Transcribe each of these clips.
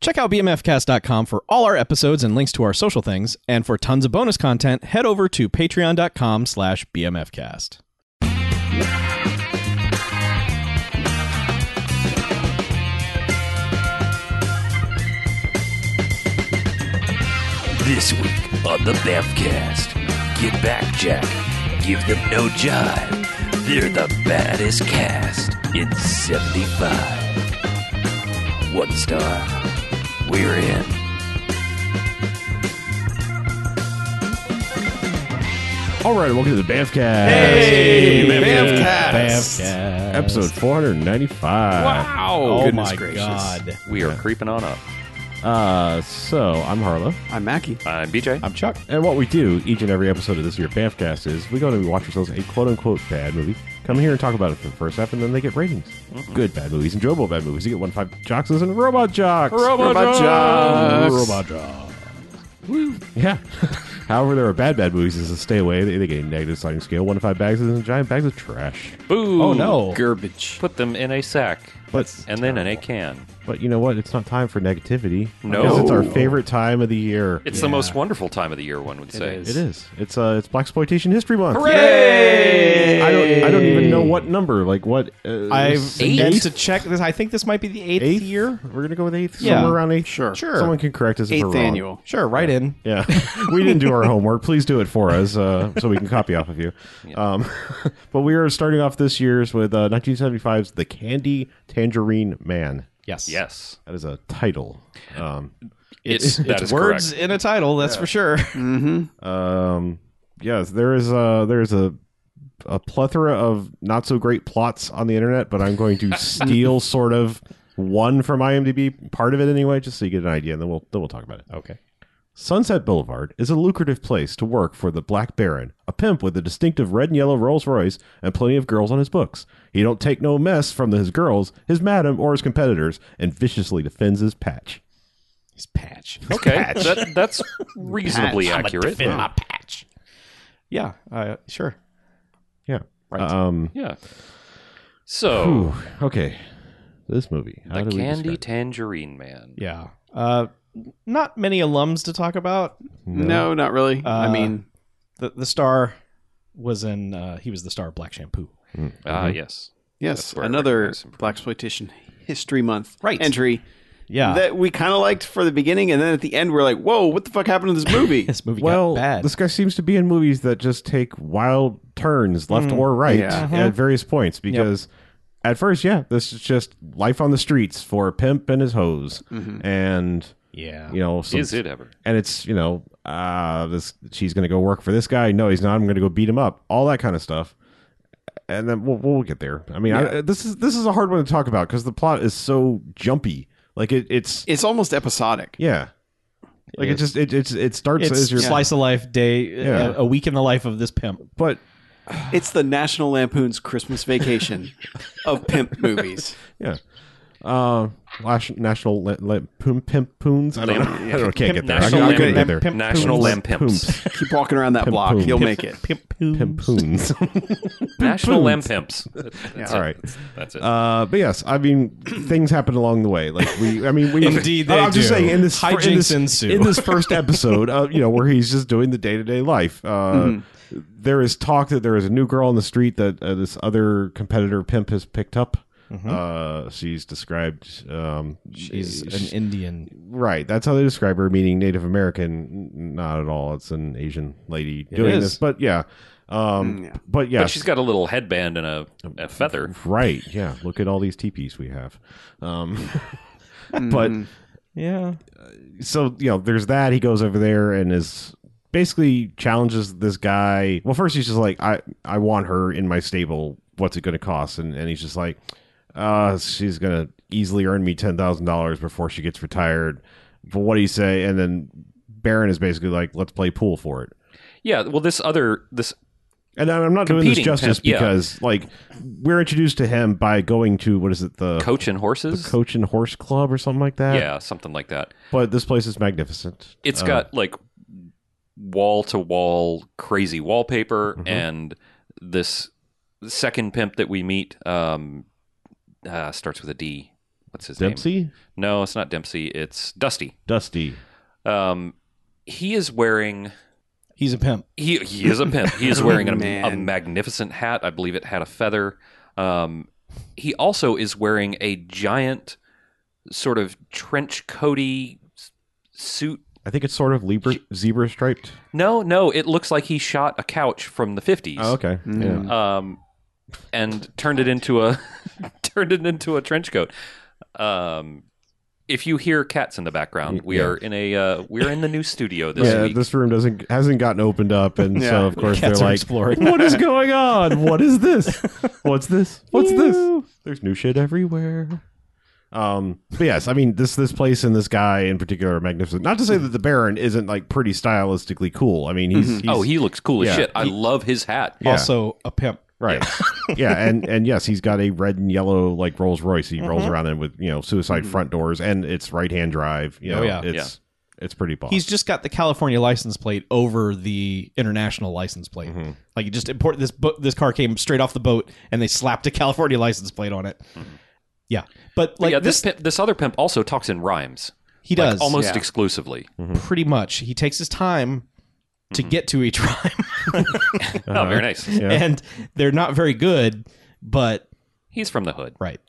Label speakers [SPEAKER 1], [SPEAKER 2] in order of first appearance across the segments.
[SPEAKER 1] Check out bmfcast.com for all our episodes and links to our social things, and for tons of bonus content, head over to patreon.com slash bmfcast.
[SPEAKER 2] This week on the Bamfcast, get back, Jack. Give them no jive. They're the baddest cast in 75. One star. We're in.
[SPEAKER 3] All right, welcome to the Bamfcast.
[SPEAKER 1] Hey,
[SPEAKER 4] Bamfcast.
[SPEAKER 3] Episode 495.
[SPEAKER 1] Oh
[SPEAKER 4] Goodness
[SPEAKER 1] my
[SPEAKER 4] gracious.
[SPEAKER 1] god.
[SPEAKER 4] We are creeping on up.
[SPEAKER 3] Uh, so, I'm Harlow.
[SPEAKER 5] I'm Mackie.
[SPEAKER 4] I'm BJ.
[SPEAKER 1] I'm Chuck.
[SPEAKER 3] And what we do each and every episode of this year's Bamfcast is we go and we watch ourselves a quote unquote bad movie, come here and talk about it for the first half, and then they get ratings. Good bad movies, enjoyable bad movies. You get one five jocks and robot jocks.
[SPEAKER 4] Robot Robot
[SPEAKER 3] jocks.
[SPEAKER 4] Jocks.
[SPEAKER 3] Robot jocks. Yeah. However, there are bad bad movies. Is a stay away. They, they get a negative sliding scale. One to five bags is giant bags of trash.
[SPEAKER 4] Boo!
[SPEAKER 1] Oh no.
[SPEAKER 5] Garbage.
[SPEAKER 4] Put them in a sack
[SPEAKER 3] But
[SPEAKER 4] and then in a can.
[SPEAKER 3] But you know what? It's not time for negativity.
[SPEAKER 4] No.
[SPEAKER 3] Because it's our favorite time of the year.
[SPEAKER 4] It's the most wonderful time of the year, one would say.
[SPEAKER 5] is.
[SPEAKER 3] It is. It's uh, it's Black Exploitation History Month.
[SPEAKER 4] Hooray!
[SPEAKER 3] I don't. I don't even know what number. Like what? Uh,
[SPEAKER 1] I've
[SPEAKER 3] eighth,
[SPEAKER 1] yet to check this. I think this might be the eighth,
[SPEAKER 3] eighth
[SPEAKER 1] year.
[SPEAKER 3] We're gonna go with eighth.
[SPEAKER 1] Yeah.
[SPEAKER 3] Somewhere around eighth.
[SPEAKER 5] Sure. Sure.
[SPEAKER 3] Someone can correct us. if
[SPEAKER 5] Eighth
[SPEAKER 3] we're wrong.
[SPEAKER 5] annual.
[SPEAKER 1] Sure, right in.
[SPEAKER 3] Yeah, we didn't do our homework. Please do it for us uh, so we can copy off of you. Um, but we are starting off this year's with uh, 1975's The Candy Tangerine Man.
[SPEAKER 1] Yes.
[SPEAKER 4] Yes.
[SPEAKER 3] That is a title. Um,
[SPEAKER 4] It's, that
[SPEAKER 1] It's
[SPEAKER 4] is
[SPEAKER 1] words
[SPEAKER 4] correct.
[SPEAKER 1] in a title, that's for sure.
[SPEAKER 3] Um, yes, there is a there is a a plethora of not so great plots on the internet, but I'm going to steal sort of one from IMDb, part of it anyway, just so you get an idea, and then we'll then we'll talk about it.
[SPEAKER 1] Okay.
[SPEAKER 3] Sunset Boulevard is a lucrative place to work for the Black Baron, a pimp with a distinctive red and yellow Rolls Royce and plenty of girls on his books. He don't take no mess from his girls, his madam, or his competitors, and viciously defends his patch.
[SPEAKER 1] His patch.
[SPEAKER 4] Okay. That, that's reasonably accurate.
[SPEAKER 1] my patch. Yeah, uh, sure.
[SPEAKER 3] Yeah. Right. Um.
[SPEAKER 4] Yeah. So,
[SPEAKER 3] Ooh, okay. This movie. How
[SPEAKER 4] the
[SPEAKER 3] do we
[SPEAKER 4] candy
[SPEAKER 3] describe
[SPEAKER 4] tangerine man.
[SPEAKER 1] Yeah. Uh, not many alums to talk about.
[SPEAKER 5] No, not really. I
[SPEAKER 1] Uh,
[SPEAKER 5] mean,
[SPEAKER 1] The, the star was in, uh, he was the star of Black Shampoo.
[SPEAKER 4] Ah,
[SPEAKER 3] Mm-hmm.
[SPEAKER 4] yes.
[SPEAKER 5] yes,
[SPEAKER 4] where I
[SPEAKER 5] another
[SPEAKER 4] recognize him from.
[SPEAKER 5] Black Exploitation History Month
[SPEAKER 1] Right.
[SPEAKER 5] entry
[SPEAKER 1] Yeah.
[SPEAKER 5] that we kind of liked for the beginning, and then at the end we're like, "Whoa, what the fuck happened to this movie?"
[SPEAKER 1] this movie
[SPEAKER 3] well,
[SPEAKER 1] got bad.
[SPEAKER 3] this guy seems to be in movies that just take wild turns left
[SPEAKER 4] Mm.
[SPEAKER 3] or right
[SPEAKER 5] Yeah.
[SPEAKER 4] Mm-hmm.
[SPEAKER 3] at various points because at first, yeah, this is just life on the streets for a pimp and his hose, and
[SPEAKER 1] yeah.
[SPEAKER 3] you know, some,
[SPEAKER 4] Mm-hmm. Is it ever?
[SPEAKER 3] and it's you know, uh, this she's gonna go work for this guy. No, he's not. I'm gonna go beat him up. All that kind of stuff. And then we'll, we'll get there. I mean, I, this is this is a hard one to talk about because the plot is so jumpy. Like it, it's
[SPEAKER 5] It's almost episodic.
[SPEAKER 3] yeah, like it, just it it's, it starts
[SPEAKER 1] It's
[SPEAKER 3] as your
[SPEAKER 1] slice of life day,
[SPEAKER 3] Yeah.
[SPEAKER 1] a, a week in the life of this pimp.
[SPEAKER 3] but
[SPEAKER 5] It's the National Lampoon's Christmas Vacation of pimp movies.
[SPEAKER 3] Yeah. Uh, Lash, national la- la- pimp, pimp poons. I don't know. I don't, can't get there.
[SPEAKER 4] National
[SPEAKER 3] I, I couldn't
[SPEAKER 4] Lamp-
[SPEAKER 3] get there.
[SPEAKER 1] Pimp
[SPEAKER 4] National
[SPEAKER 1] poons.
[SPEAKER 4] Lamp Pimps.
[SPEAKER 3] Pimps.
[SPEAKER 5] Keep walking around that block;
[SPEAKER 3] Pimpoon.
[SPEAKER 5] you'll make it.
[SPEAKER 1] Pimp poons.
[SPEAKER 3] Pimp poons.
[SPEAKER 4] National Lamp Pimps.
[SPEAKER 3] All right.
[SPEAKER 4] That's it.
[SPEAKER 3] Uh, but yes, I mean things happen along the way. Like we, I mean, we
[SPEAKER 1] Indeed they
[SPEAKER 3] I'm just
[SPEAKER 1] do.
[SPEAKER 3] saying in this in
[SPEAKER 1] Hijinks
[SPEAKER 3] this,
[SPEAKER 1] ensue.
[SPEAKER 3] in this first episode, uh, you know, where he's just doing the day to day life. Uh, there is talk that there is a new girl on the street that uh, this other competitor pimp has picked up. Uh, she's described. Um,
[SPEAKER 1] She's an Indian.
[SPEAKER 3] Right. That's how they describe her, meaning Native American. N- Not at all. It's an Asian lady doing
[SPEAKER 1] is.
[SPEAKER 3] this. But yeah. Um,
[SPEAKER 5] Mm, yeah.
[SPEAKER 3] But yeah.
[SPEAKER 4] But she's got a little headband and a, a feather.
[SPEAKER 3] right. Yeah. Look at all these teepees we have. Um, but
[SPEAKER 1] Yeah.
[SPEAKER 3] so, you know, there's that. He goes over there and is basically challenges this guy. Well, first he's just like, I, I want her in my stable. What's it going to cost? And, and he's just like, uh, she's going to easily earn me $10,000 before she gets retired. But what do you say? And then Baron is basically like, let's play pool for it.
[SPEAKER 4] Yeah. Well, this other this
[SPEAKER 3] And I'm not doing this
[SPEAKER 4] Competing
[SPEAKER 3] justice
[SPEAKER 4] pimp, yeah.
[SPEAKER 3] because, like, we're introduced to him by going to what is it, the
[SPEAKER 4] coach and horses.
[SPEAKER 3] Coach and Horse Club or something like that.
[SPEAKER 4] yeah, something like that.
[SPEAKER 3] But this place is magnificent.
[SPEAKER 4] It's
[SPEAKER 3] Uh,
[SPEAKER 4] got like wall to wall crazy wallpaper and this second pimp that we meet um, uh, starts with a D. what's his name?
[SPEAKER 3] Dempsey,
[SPEAKER 4] No, it's not Dempsey. It's Dusty.
[SPEAKER 3] Dusty.
[SPEAKER 4] Um, he is wearing
[SPEAKER 1] He's a pimp.
[SPEAKER 4] he he is a pimp. He is wearing a,
[SPEAKER 5] Man.
[SPEAKER 4] a magnificent hat. I believe it had a feather. Um, he also is wearing a giant sort of trench coaty s- suit.
[SPEAKER 3] I think it's sort of zebra, zebra striped.
[SPEAKER 4] No, no, it looks like he shot a couch from the fifties.
[SPEAKER 3] Oh, okay.
[SPEAKER 5] Mm.
[SPEAKER 4] um, and turned it into a turned it into a trench coat. Um, if you hear cats in the background, we
[SPEAKER 3] Yeah.
[SPEAKER 4] are in a uh, we're in the new studio this
[SPEAKER 3] Yeah,
[SPEAKER 4] week.
[SPEAKER 3] this room doesn't hasn't gotten opened up, and so
[SPEAKER 5] Yeah.
[SPEAKER 3] of course
[SPEAKER 1] Cats
[SPEAKER 3] they're
[SPEAKER 1] are
[SPEAKER 3] like,
[SPEAKER 1] exploring.
[SPEAKER 3] "What is going on? What is this? What's this? What's this? There's new shit everywhere." Um, but yes, I mean this this place and this guy in particular are magnificent. Not to say that the Baron isn't like pretty stylistically cool. I mean, he's,
[SPEAKER 1] Mm-hmm.
[SPEAKER 3] he's
[SPEAKER 4] oh, he looks cool
[SPEAKER 3] yeah.
[SPEAKER 4] as shit. I love his hat.
[SPEAKER 3] Yeah.
[SPEAKER 1] Also a pimp.
[SPEAKER 3] right, yeah, and and yes, he's got a red and yellow like Rolls Royce. He
[SPEAKER 1] Mm-hmm.
[SPEAKER 3] rolls around in with you know suicide front doors, and it's right hand drive. You
[SPEAKER 1] Oh,
[SPEAKER 3] know,
[SPEAKER 1] yeah.
[SPEAKER 3] it's it's pretty boss.
[SPEAKER 1] He's just got the California license plate over the international license plate. Like you just import this boat. This car came straight off the boat, and they slapped a California license plate on it. Yeah, but like
[SPEAKER 4] yeah,
[SPEAKER 1] this,
[SPEAKER 4] this pimp, this other pimp also talks in rhymes.
[SPEAKER 1] he
[SPEAKER 4] Like,
[SPEAKER 1] does
[SPEAKER 4] almost
[SPEAKER 5] Yeah.
[SPEAKER 4] exclusively.
[SPEAKER 3] Uh-huh.
[SPEAKER 1] pretty much. He takes his time to
[SPEAKER 5] Mm-hmm.
[SPEAKER 1] get to each rhyme,
[SPEAKER 4] Oh, very nice.
[SPEAKER 3] Yeah.
[SPEAKER 1] and they're not very good. But
[SPEAKER 4] He's from the hood.
[SPEAKER 1] Right.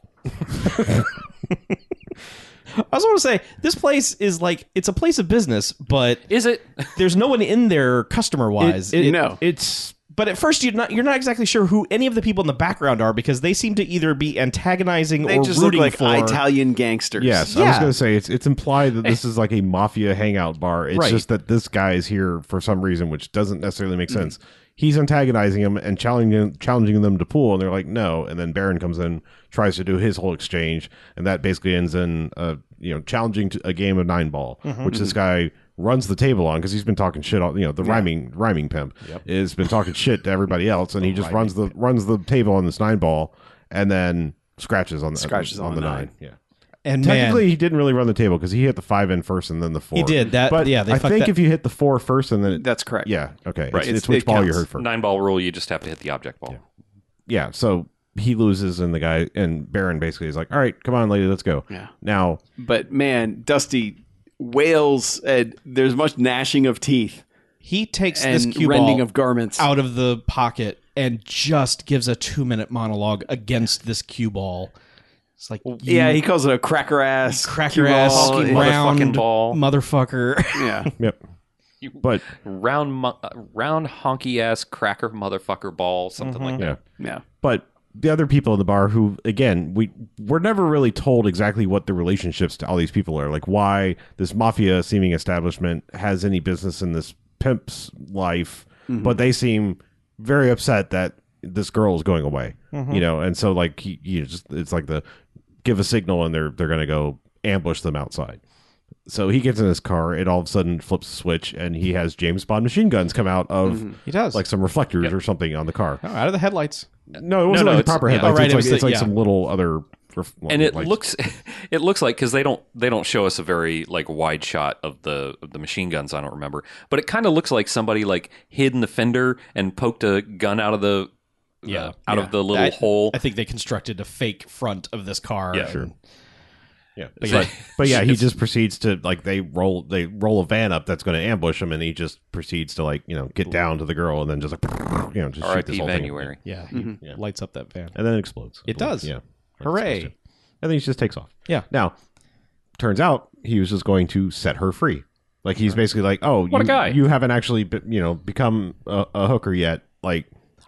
[SPEAKER 1] I also want to say this place is like it's a place of business, but
[SPEAKER 4] Is it?
[SPEAKER 1] there's no one in there customer wise.
[SPEAKER 5] it- no.
[SPEAKER 3] it's
[SPEAKER 1] But at first you're not you're not exactly sure who any of the people in the background are because they seem to either be antagonizing
[SPEAKER 5] They
[SPEAKER 1] or
[SPEAKER 5] just look
[SPEAKER 1] rooting
[SPEAKER 5] like
[SPEAKER 1] for.
[SPEAKER 5] Italian gangsters.
[SPEAKER 3] Yes, I was
[SPEAKER 1] Yeah.
[SPEAKER 3] going to say it's it's implied that this is like a mafia hangout bar. It's
[SPEAKER 1] Right.
[SPEAKER 3] just that this guy is here for some reason, which doesn't necessarily make sense. He's antagonizing him and challenging challenging them to pool, and they're like, no. And then Baron comes in, tries to do his whole exchange, and that basically ends in uh, you know challenging to a game of nine ball, which this guy runs the table on because he's been talking shit all you know the rhyming rhyming pimp has been talking shit to everybody else, and he just runs the runs the table on this nine ball, and then scratches on the
[SPEAKER 5] Scratches on
[SPEAKER 3] the
[SPEAKER 5] the
[SPEAKER 3] nine.
[SPEAKER 5] nine.
[SPEAKER 3] Yeah.
[SPEAKER 1] and man,
[SPEAKER 3] Technically, he didn't really run the table because he hit the five in first and then the four.
[SPEAKER 1] He did, that-
[SPEAKER 3] but
[SPEAKER 1] yeah, they
[SPEAKER 3] I
[SPEAKER 1] fucked
[SPEAKER 3] think
[SPEAKER 1] that-
[SPEAKER 3] if you hit the four first and then it,
[SPEAKER 5] That's correct.
[SPEAKER 3] yeah, okay,
[SPEAKER 4] Right.
[SPEAKER 3] It's,
[SPEAKER 5] It's-
[SPEAKER 3] it's which
[SPEAKER 5] it
[SPEAKER 3] ball you
[SPEAKER 5] counts.
[SPEAKER 3] heard first.
[SPEAKER 4] Nine ball rule. You just have to hit the object ball.
[SPEAKER 3] Yeah, so he loses and the guy and Baron basically is like, "All right, come on, lady, let's go."
[SPEAKER 5] Yeah.
[SPEAKER 3] Now,
[SPEAKER 5] But man, Dusty wails and there's much gnashing of teeth
[SPEAKER 1] he takes this
[SPEAKER 5] and
[SPEAKER 1] cue
[SPEAKER 5] rending
[SPEAKER 1] ball
[SPEAKER 5] of garments.
[SPEAKER 1] out of the pocket and just gives a two minute monologue against this cue ball. It's like
[SPEAKER 5] yeah,
[SPEAKER 1] you
[SPEAKER 5] he calls it a cracker ass.
[SPEAKER 1] crack
[SPEAKER 5] cue
[SPEAKER 1] your ass,
[SPEAKER 5] ball.
[SPEAKER 4] Honky
[SPEAKER 1] round
[SPEAKER 4] motherfucking ball.
[SPEAKER 1] motherfucker.
[SPEAKER 5] Yeah.
[SPEAKER 3] yep. But
[SPEAKER 4] Round, mo- uh, round honky ass cracker motherfucker ball. Something like that.
[SPEAKER 3] yeah,
[SPEAKER 5] Yeah.
[SPEAKER 3] but the other people in the bar who again we we're never really told exactly what the relationships to all these people are like why this mafia seeming establishment has any business in this pimp's life
[SPEAKER 1] Mm-hmm.
[SPEAKER 3] but they seem very upset that this girl is going away
[SPEAKER 1] Mm-hmm.
[SPEAKER 3] you know and so like he, you just it's like the give a signal and they're they're gonna go ambush them outside so he gets in his car it all of a sudden flips a switch and he has james bond machine guns come out of
[SPEAKER 1] Mm-hmm. He does.
[SPEAKER 3] like some reflectors or something on the car
[SPEAKER 1] Oh, out of the headlights.
[SPEAKER 3] no, it wasn't
[SPEAKER 4] no,
[SPEAKER 3] like
[SPEAKER 4] it's-
[SPEAKER 3] proper
[SPEAKER 4] yeah.
[SPEAKER 3] headlights.
[SPEAKER 1] Oh, right,
[SPEAKER 3] it's
[SPEAKER 1] it
[SPEAKER 3] like,
[SPEAKER 1] was
[SPEAKER 3] it's
[SPEAKER 1] the-
[SPEAKER 3] like
[SPEAKER 1] yeah.
[SPEAKER 3] some little other. ref-
[SPEAKER 4] and it
[SPEAKER 3] lights.
[SPEAKER 4] looks it looks like because they don't they don't show us a very like wide shot of the of the machine guns i don't remember but it kind of looks like somebody like hid in the fender and poked a gun out of the
[SPEAKER 1] Yeah.
[SPEAKER 4] out of the little
[SPEAKER 1] Uh, I-
[SPEAKER 4] hole
[SPEAKER 1] I think they constructed a fake front of this car.
[SPEAKER 4] Yeah.
[SPEAKER 1] Sure.
[SPEAKER 3] Yeah,
[SPEAKER 1] But
[SPEAKER 3] but,
[SPEAKER 1] yeah.
[SPEAKER 3] but yeah, he just proceeds to like they roll they roll a van up that's going to ambush him, and he just proceeds to like you know get down to the girl and then just like you know just shoot
[SPEAKER 4] rip
[SPEAKER 3] this whole
[SPEAKER 4] January.
[SPEAKER 3] thing,
[SPEAKER 1] Yeah. He
[SPEAKER 5] Mm-hmm.
[SPEAKER 1] lights up that van.
[SPEAKER 3] and then it explodes. I
[SPEAKER 1] It
[SPEAKER 3] believe.
[SPEAKER 1] does.
[SPEAKER 3] Yeah, Like it's
[SPEAKER 1] Hooray.
[SPEAKER 3] supposed to. And then he just takes off.
[SPEAKER 1] Yeah.
[SPEAKER 3] Now, turns out he was just going to set her free. Like he's basically like, oh,
[SPEAKER 4] What a
[SPEAKER 3] you,
[SPEAKER 4] guy.
[SPEAKER 3] You haven't actually be, you know become a, a hooker yet. Like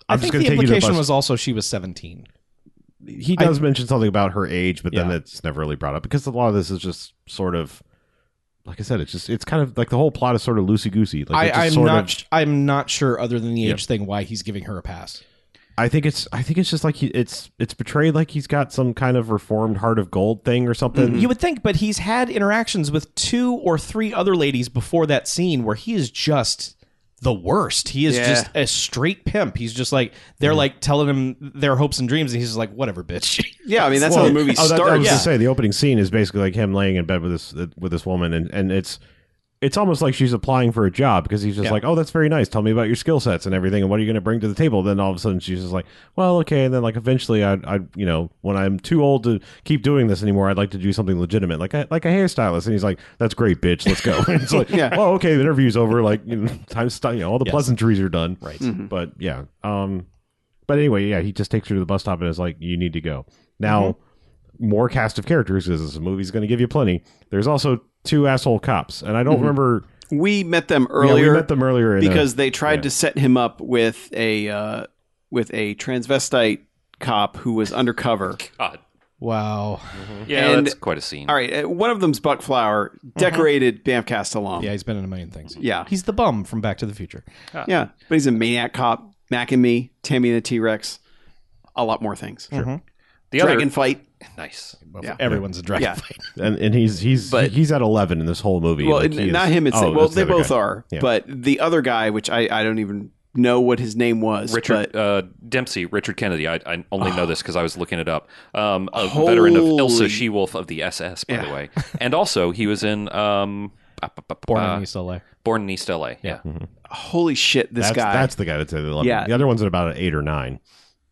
[SPEAKER 1] i
[SPEAKER 3] I'm just
[SPEAKER 1] think
[SPEAKER 3] going
[SPEAKER 1] the
[SPEAKER 3] to take you to the
[SPEAKER 1] implication
[SPEAKER 3] bus
[SPEAKER 1] was also she was 17.
[SPEAKER 3] he does mention something about her age, but then
[SPEAKER 1] Yeah.
[SPEAKER 3] it's never really brought up because a lot of this is just sort of, like I said, it's just it's kind of like the whole plot is sort of loosey goosey. Like it just
[SPEAKER 1] I, I'm
[SPEAKER 3] sort
[SPEAKER 1] not.
[SPEAKER 3] Of,
[SPEAKER 1] sh I'm not sure, other than the age thing, why he's giving her a pass.
[SPEAKER 3] I think it's I think it's just like he it's it's portrayed like he's got some kind of reformed heart of gold thing or something.
[SPEAKER 5] Hmm.
[SPEAKER 1] You would think, but he's had interactions with two or three other ladies before that scene where he is just the worst. He is
[SPEAKER 5] Yeah. Hmm.
[SPEAKER 1] just a straight pimp. He's just like they're like telling him their hopes and dreams, and he's just like, whatever, bitch.
[SPEAKER 5] Yeah, I mean that's how
[SPEAKER 3] Well,
[SPEAKER 5] the movie
[SPEAKER 3] oh, that-
[SPEAKER 5] starts.
[SPEAKER 3] I was
[SPEAKER 1] Yeah.
[SPEAKER 3] gonna say the opening scene is basically like him laying in bed with this with this woman, and and it's it's almost like she's applying for a job because he's just
[SPEAKER 1] Yeah.
[SPEAKER 3] like, "Oh, that's very nice. Tell me about your skill sets and everything, and what are you going to bring to the table?" Then all of a sudden, she's just like, "Well, okay." And then like eventually, I, I, you know, when I'm too old to keep doing this anymore, I'd like to do something legitimate, like a, like a hairstylist. And he's like, "That's great, bitch. Let's go." And it's like,
[SPEAKER 5] Yeah.
[SPEAKER 3] "Well, okay, the interview's over. Like, you know, time's sti- you know, all the
[SPEAKER 1] Yes.
[SPEAKER 3] pleasantries are done."
[SPEAKER 1] Right.
[SPEAKER 3] But yeah, um, but anyway, yeah, he just takes her to the bus stop and is like, "You need to go now."
[SPEAKER 5] Mm-hmm.
[SPEAKER 3] More cast of characters because this movie's going to give you plenty. There's also two asshole cops, and I don't remember
[SPEAKER 5] We met them
[SPEAKER 3] yeah,
[SPEAKER 5] Mm-hmm. earlier
[SPEAKER 3] we met them earlier in a-
[SPEAKER 5] because they tried
[SPEAKER 3] yeah.
[SPEAKER 5] to set him up with a uh, with a transvestite cop who was undercover.
[SPEAKER 4] God.
[SPEAKER 1] Wow.
[SPEAKER 4] Yeah,
[SPEAKER 5] And-
[SPEAKER 4] that's quite a scene.
[SPEAKER 5] All right, uh, one of them's Buck Flower,
[SPEAKER 3] Mm-hmm.
[SPEAKER 5] decorated Bamcast alum.
[SPEAKER 1] Yeah, he's been in a million things.
[SPEAKER 5] Yeah.
[SPEAKER 1] He's the bum from Back to the Future.
[SPEAKER 5] Yeah, but he's a maniac cop. Mac and me, Tammy and the T Rex, a lot more things.
[SPEAKER 4] The other
[SPEAKER 5] Dragon fight.
[SPEAKER 4] nice.
[SPEAKER 5] Yeah.
[SPEAKER 1] Everyone's a dragon.
[SPEAKER 5] Yeah.
[SPEAKER 3] and, and he's he's
[SPEAKER 4] But-
[SPEAKER 3] he's at eleven in this whole movie.
[SPEAKER 5] Well,
[SPEAKER 3] Like,
[SPEAKER 5] n-
[SPEAKER 3] he is-
[SPEAKER 5] not him. It's
[SPEAKER 3] oh,
[SPEAKER 5] well,
[SPEAKER 3] it's the
[SPEAKER 5] they
[SPEAKER 3] other
[SPEAKER 5] both
[SPEAKER 3] guy.
[SPEAKER 5] are.
[SPEAKER 3] Yeah.
[SPEAKER 5] But the other guy, which I, I don't even know what his name was.
[SPEAKER 4] Richard
[SPEAKER 5] but
[SPEAKER 4] uh, Dempsey, Richard Kennedy. I, I only know this because I was looking it up. Um, a veteran of
[SPEAKER 5] Holy-
[SPEAKER 4] Elsa She Wolf of the SS, by the
[SPEAKER 5] Yeah.
[SPEAKER 4] way, and also he was in um, ba- ba- ba- ba-
[SPEAKER 1] Born
[SPEAKER 5] Uh,
[SPEAKER 1] in East LA.
[SPEAKER 4] Born in East LA. Yeah,
[SPEAKER 5] holy shit, this
[SPEAKER 3] That's,
[SPEAKER 5] guy.
[SPEAKER 3] that's the guy that's at eleven.
[SPEAKER 5] Yeah.
[SPEAKER 3] The other one's at about an eight or nine.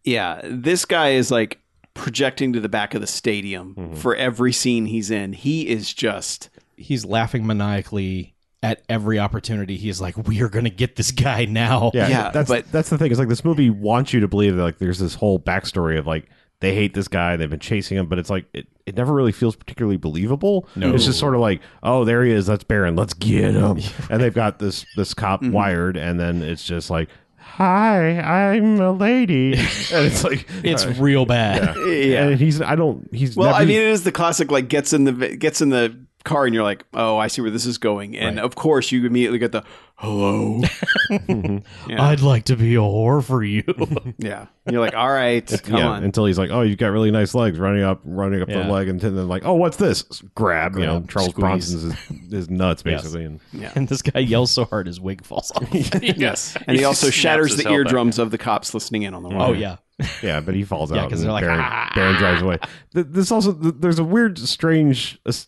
[SPEAKER 5] yeah, this guy is like projecting to the back of the stadium
[SPEAKER 3] Mm-hmm.
[SPEAKER 5] for every scene he's in. He is just
[SPEAKER 1] He's laughing maniacally at every opportunity. He's like, we are going to get this guy now.
[SPEAKER 3] Yeah,
[SPEAKER 5] Yeah,
[SPEAKER 3] that's
[SPEAKER 5] but-
[SPEAKER 3] that's the thing. It's like this movie wants you to believe that like there's this whole backstory of like they hate this guy, they've been chasing him, but it's like it, it never really feels particularly believable. No. It's just sort of like, oh, there he is, that's Baron, let's get him. and they've got this this cop
[SPEAKER 5] Mm-hmm.
[SPEAKER 3] wired, and then it's just like, hi, I'm a lady, and it's like uh,
[SPEAKER 1] It's real bad.
[SPEAKER 5] yeah.
[SPEAKER 3] And he's I don't he's
[SPEAKER 5] Well,
[SPEAKER 3] never, e-,
[SPEAKER 5] I mean, it is the classic like gets in the gets in the car and you're like, oh, I see where this is going, and of course you immediately get the hello. Yeah.
[SPEAKER 1] I'd like to be a whore for you.
[SPEAKER 5] yeah, And you're like, all right, come
[SPEAKER 3] yeah,
[SPEAKER 5] on.
[SPEAKER 3] until he's like, "Oh, you've got really nice legs," running up, running up
[SPEAKER 1] Yeah.
[SPEAKER 3] the leg, and then like, "Oh, what's this?" Grab, you know,
[SPEAKER 1] Grab,
[SPEAKER 3] Charles
[SPEAKER 1] squeeze.
[SPEAKER 3] Bronson's his, his nuts
[SPEAKER 1] Yes.
[SPEAKER 3] basically, and
[SPEAKER 1] and this guy yells so hard his wig falls off.
[SPEAKER 5] yes, and he also
[SPEAKER 4] snaps
[SPEAKER 5] shatters
[SPEAKER 4] his
[SPEAKER 5] the
[SPEAKER 4] hell back.
[SPEAKER 5] eardrums of the cops listening in on the
[SPEAKER 1] oh,
[SPEAKER 5] ride.
[SPEAKER 1] yeah.
[SPEAKER 3] yeah, but he falls
[SPEAKER 1] Yeah,
[SPEAKER 3] out
[SPEAKER 1] 'cause
[SPEAKER 3] and
[SPEAKER 1] they're like,
[SPEAKER 3] Baron,
[SPEAKER 1] "Ah."
[SPEAKER 3] Baron drives away. Th- This also th- there's a weird, strange. es-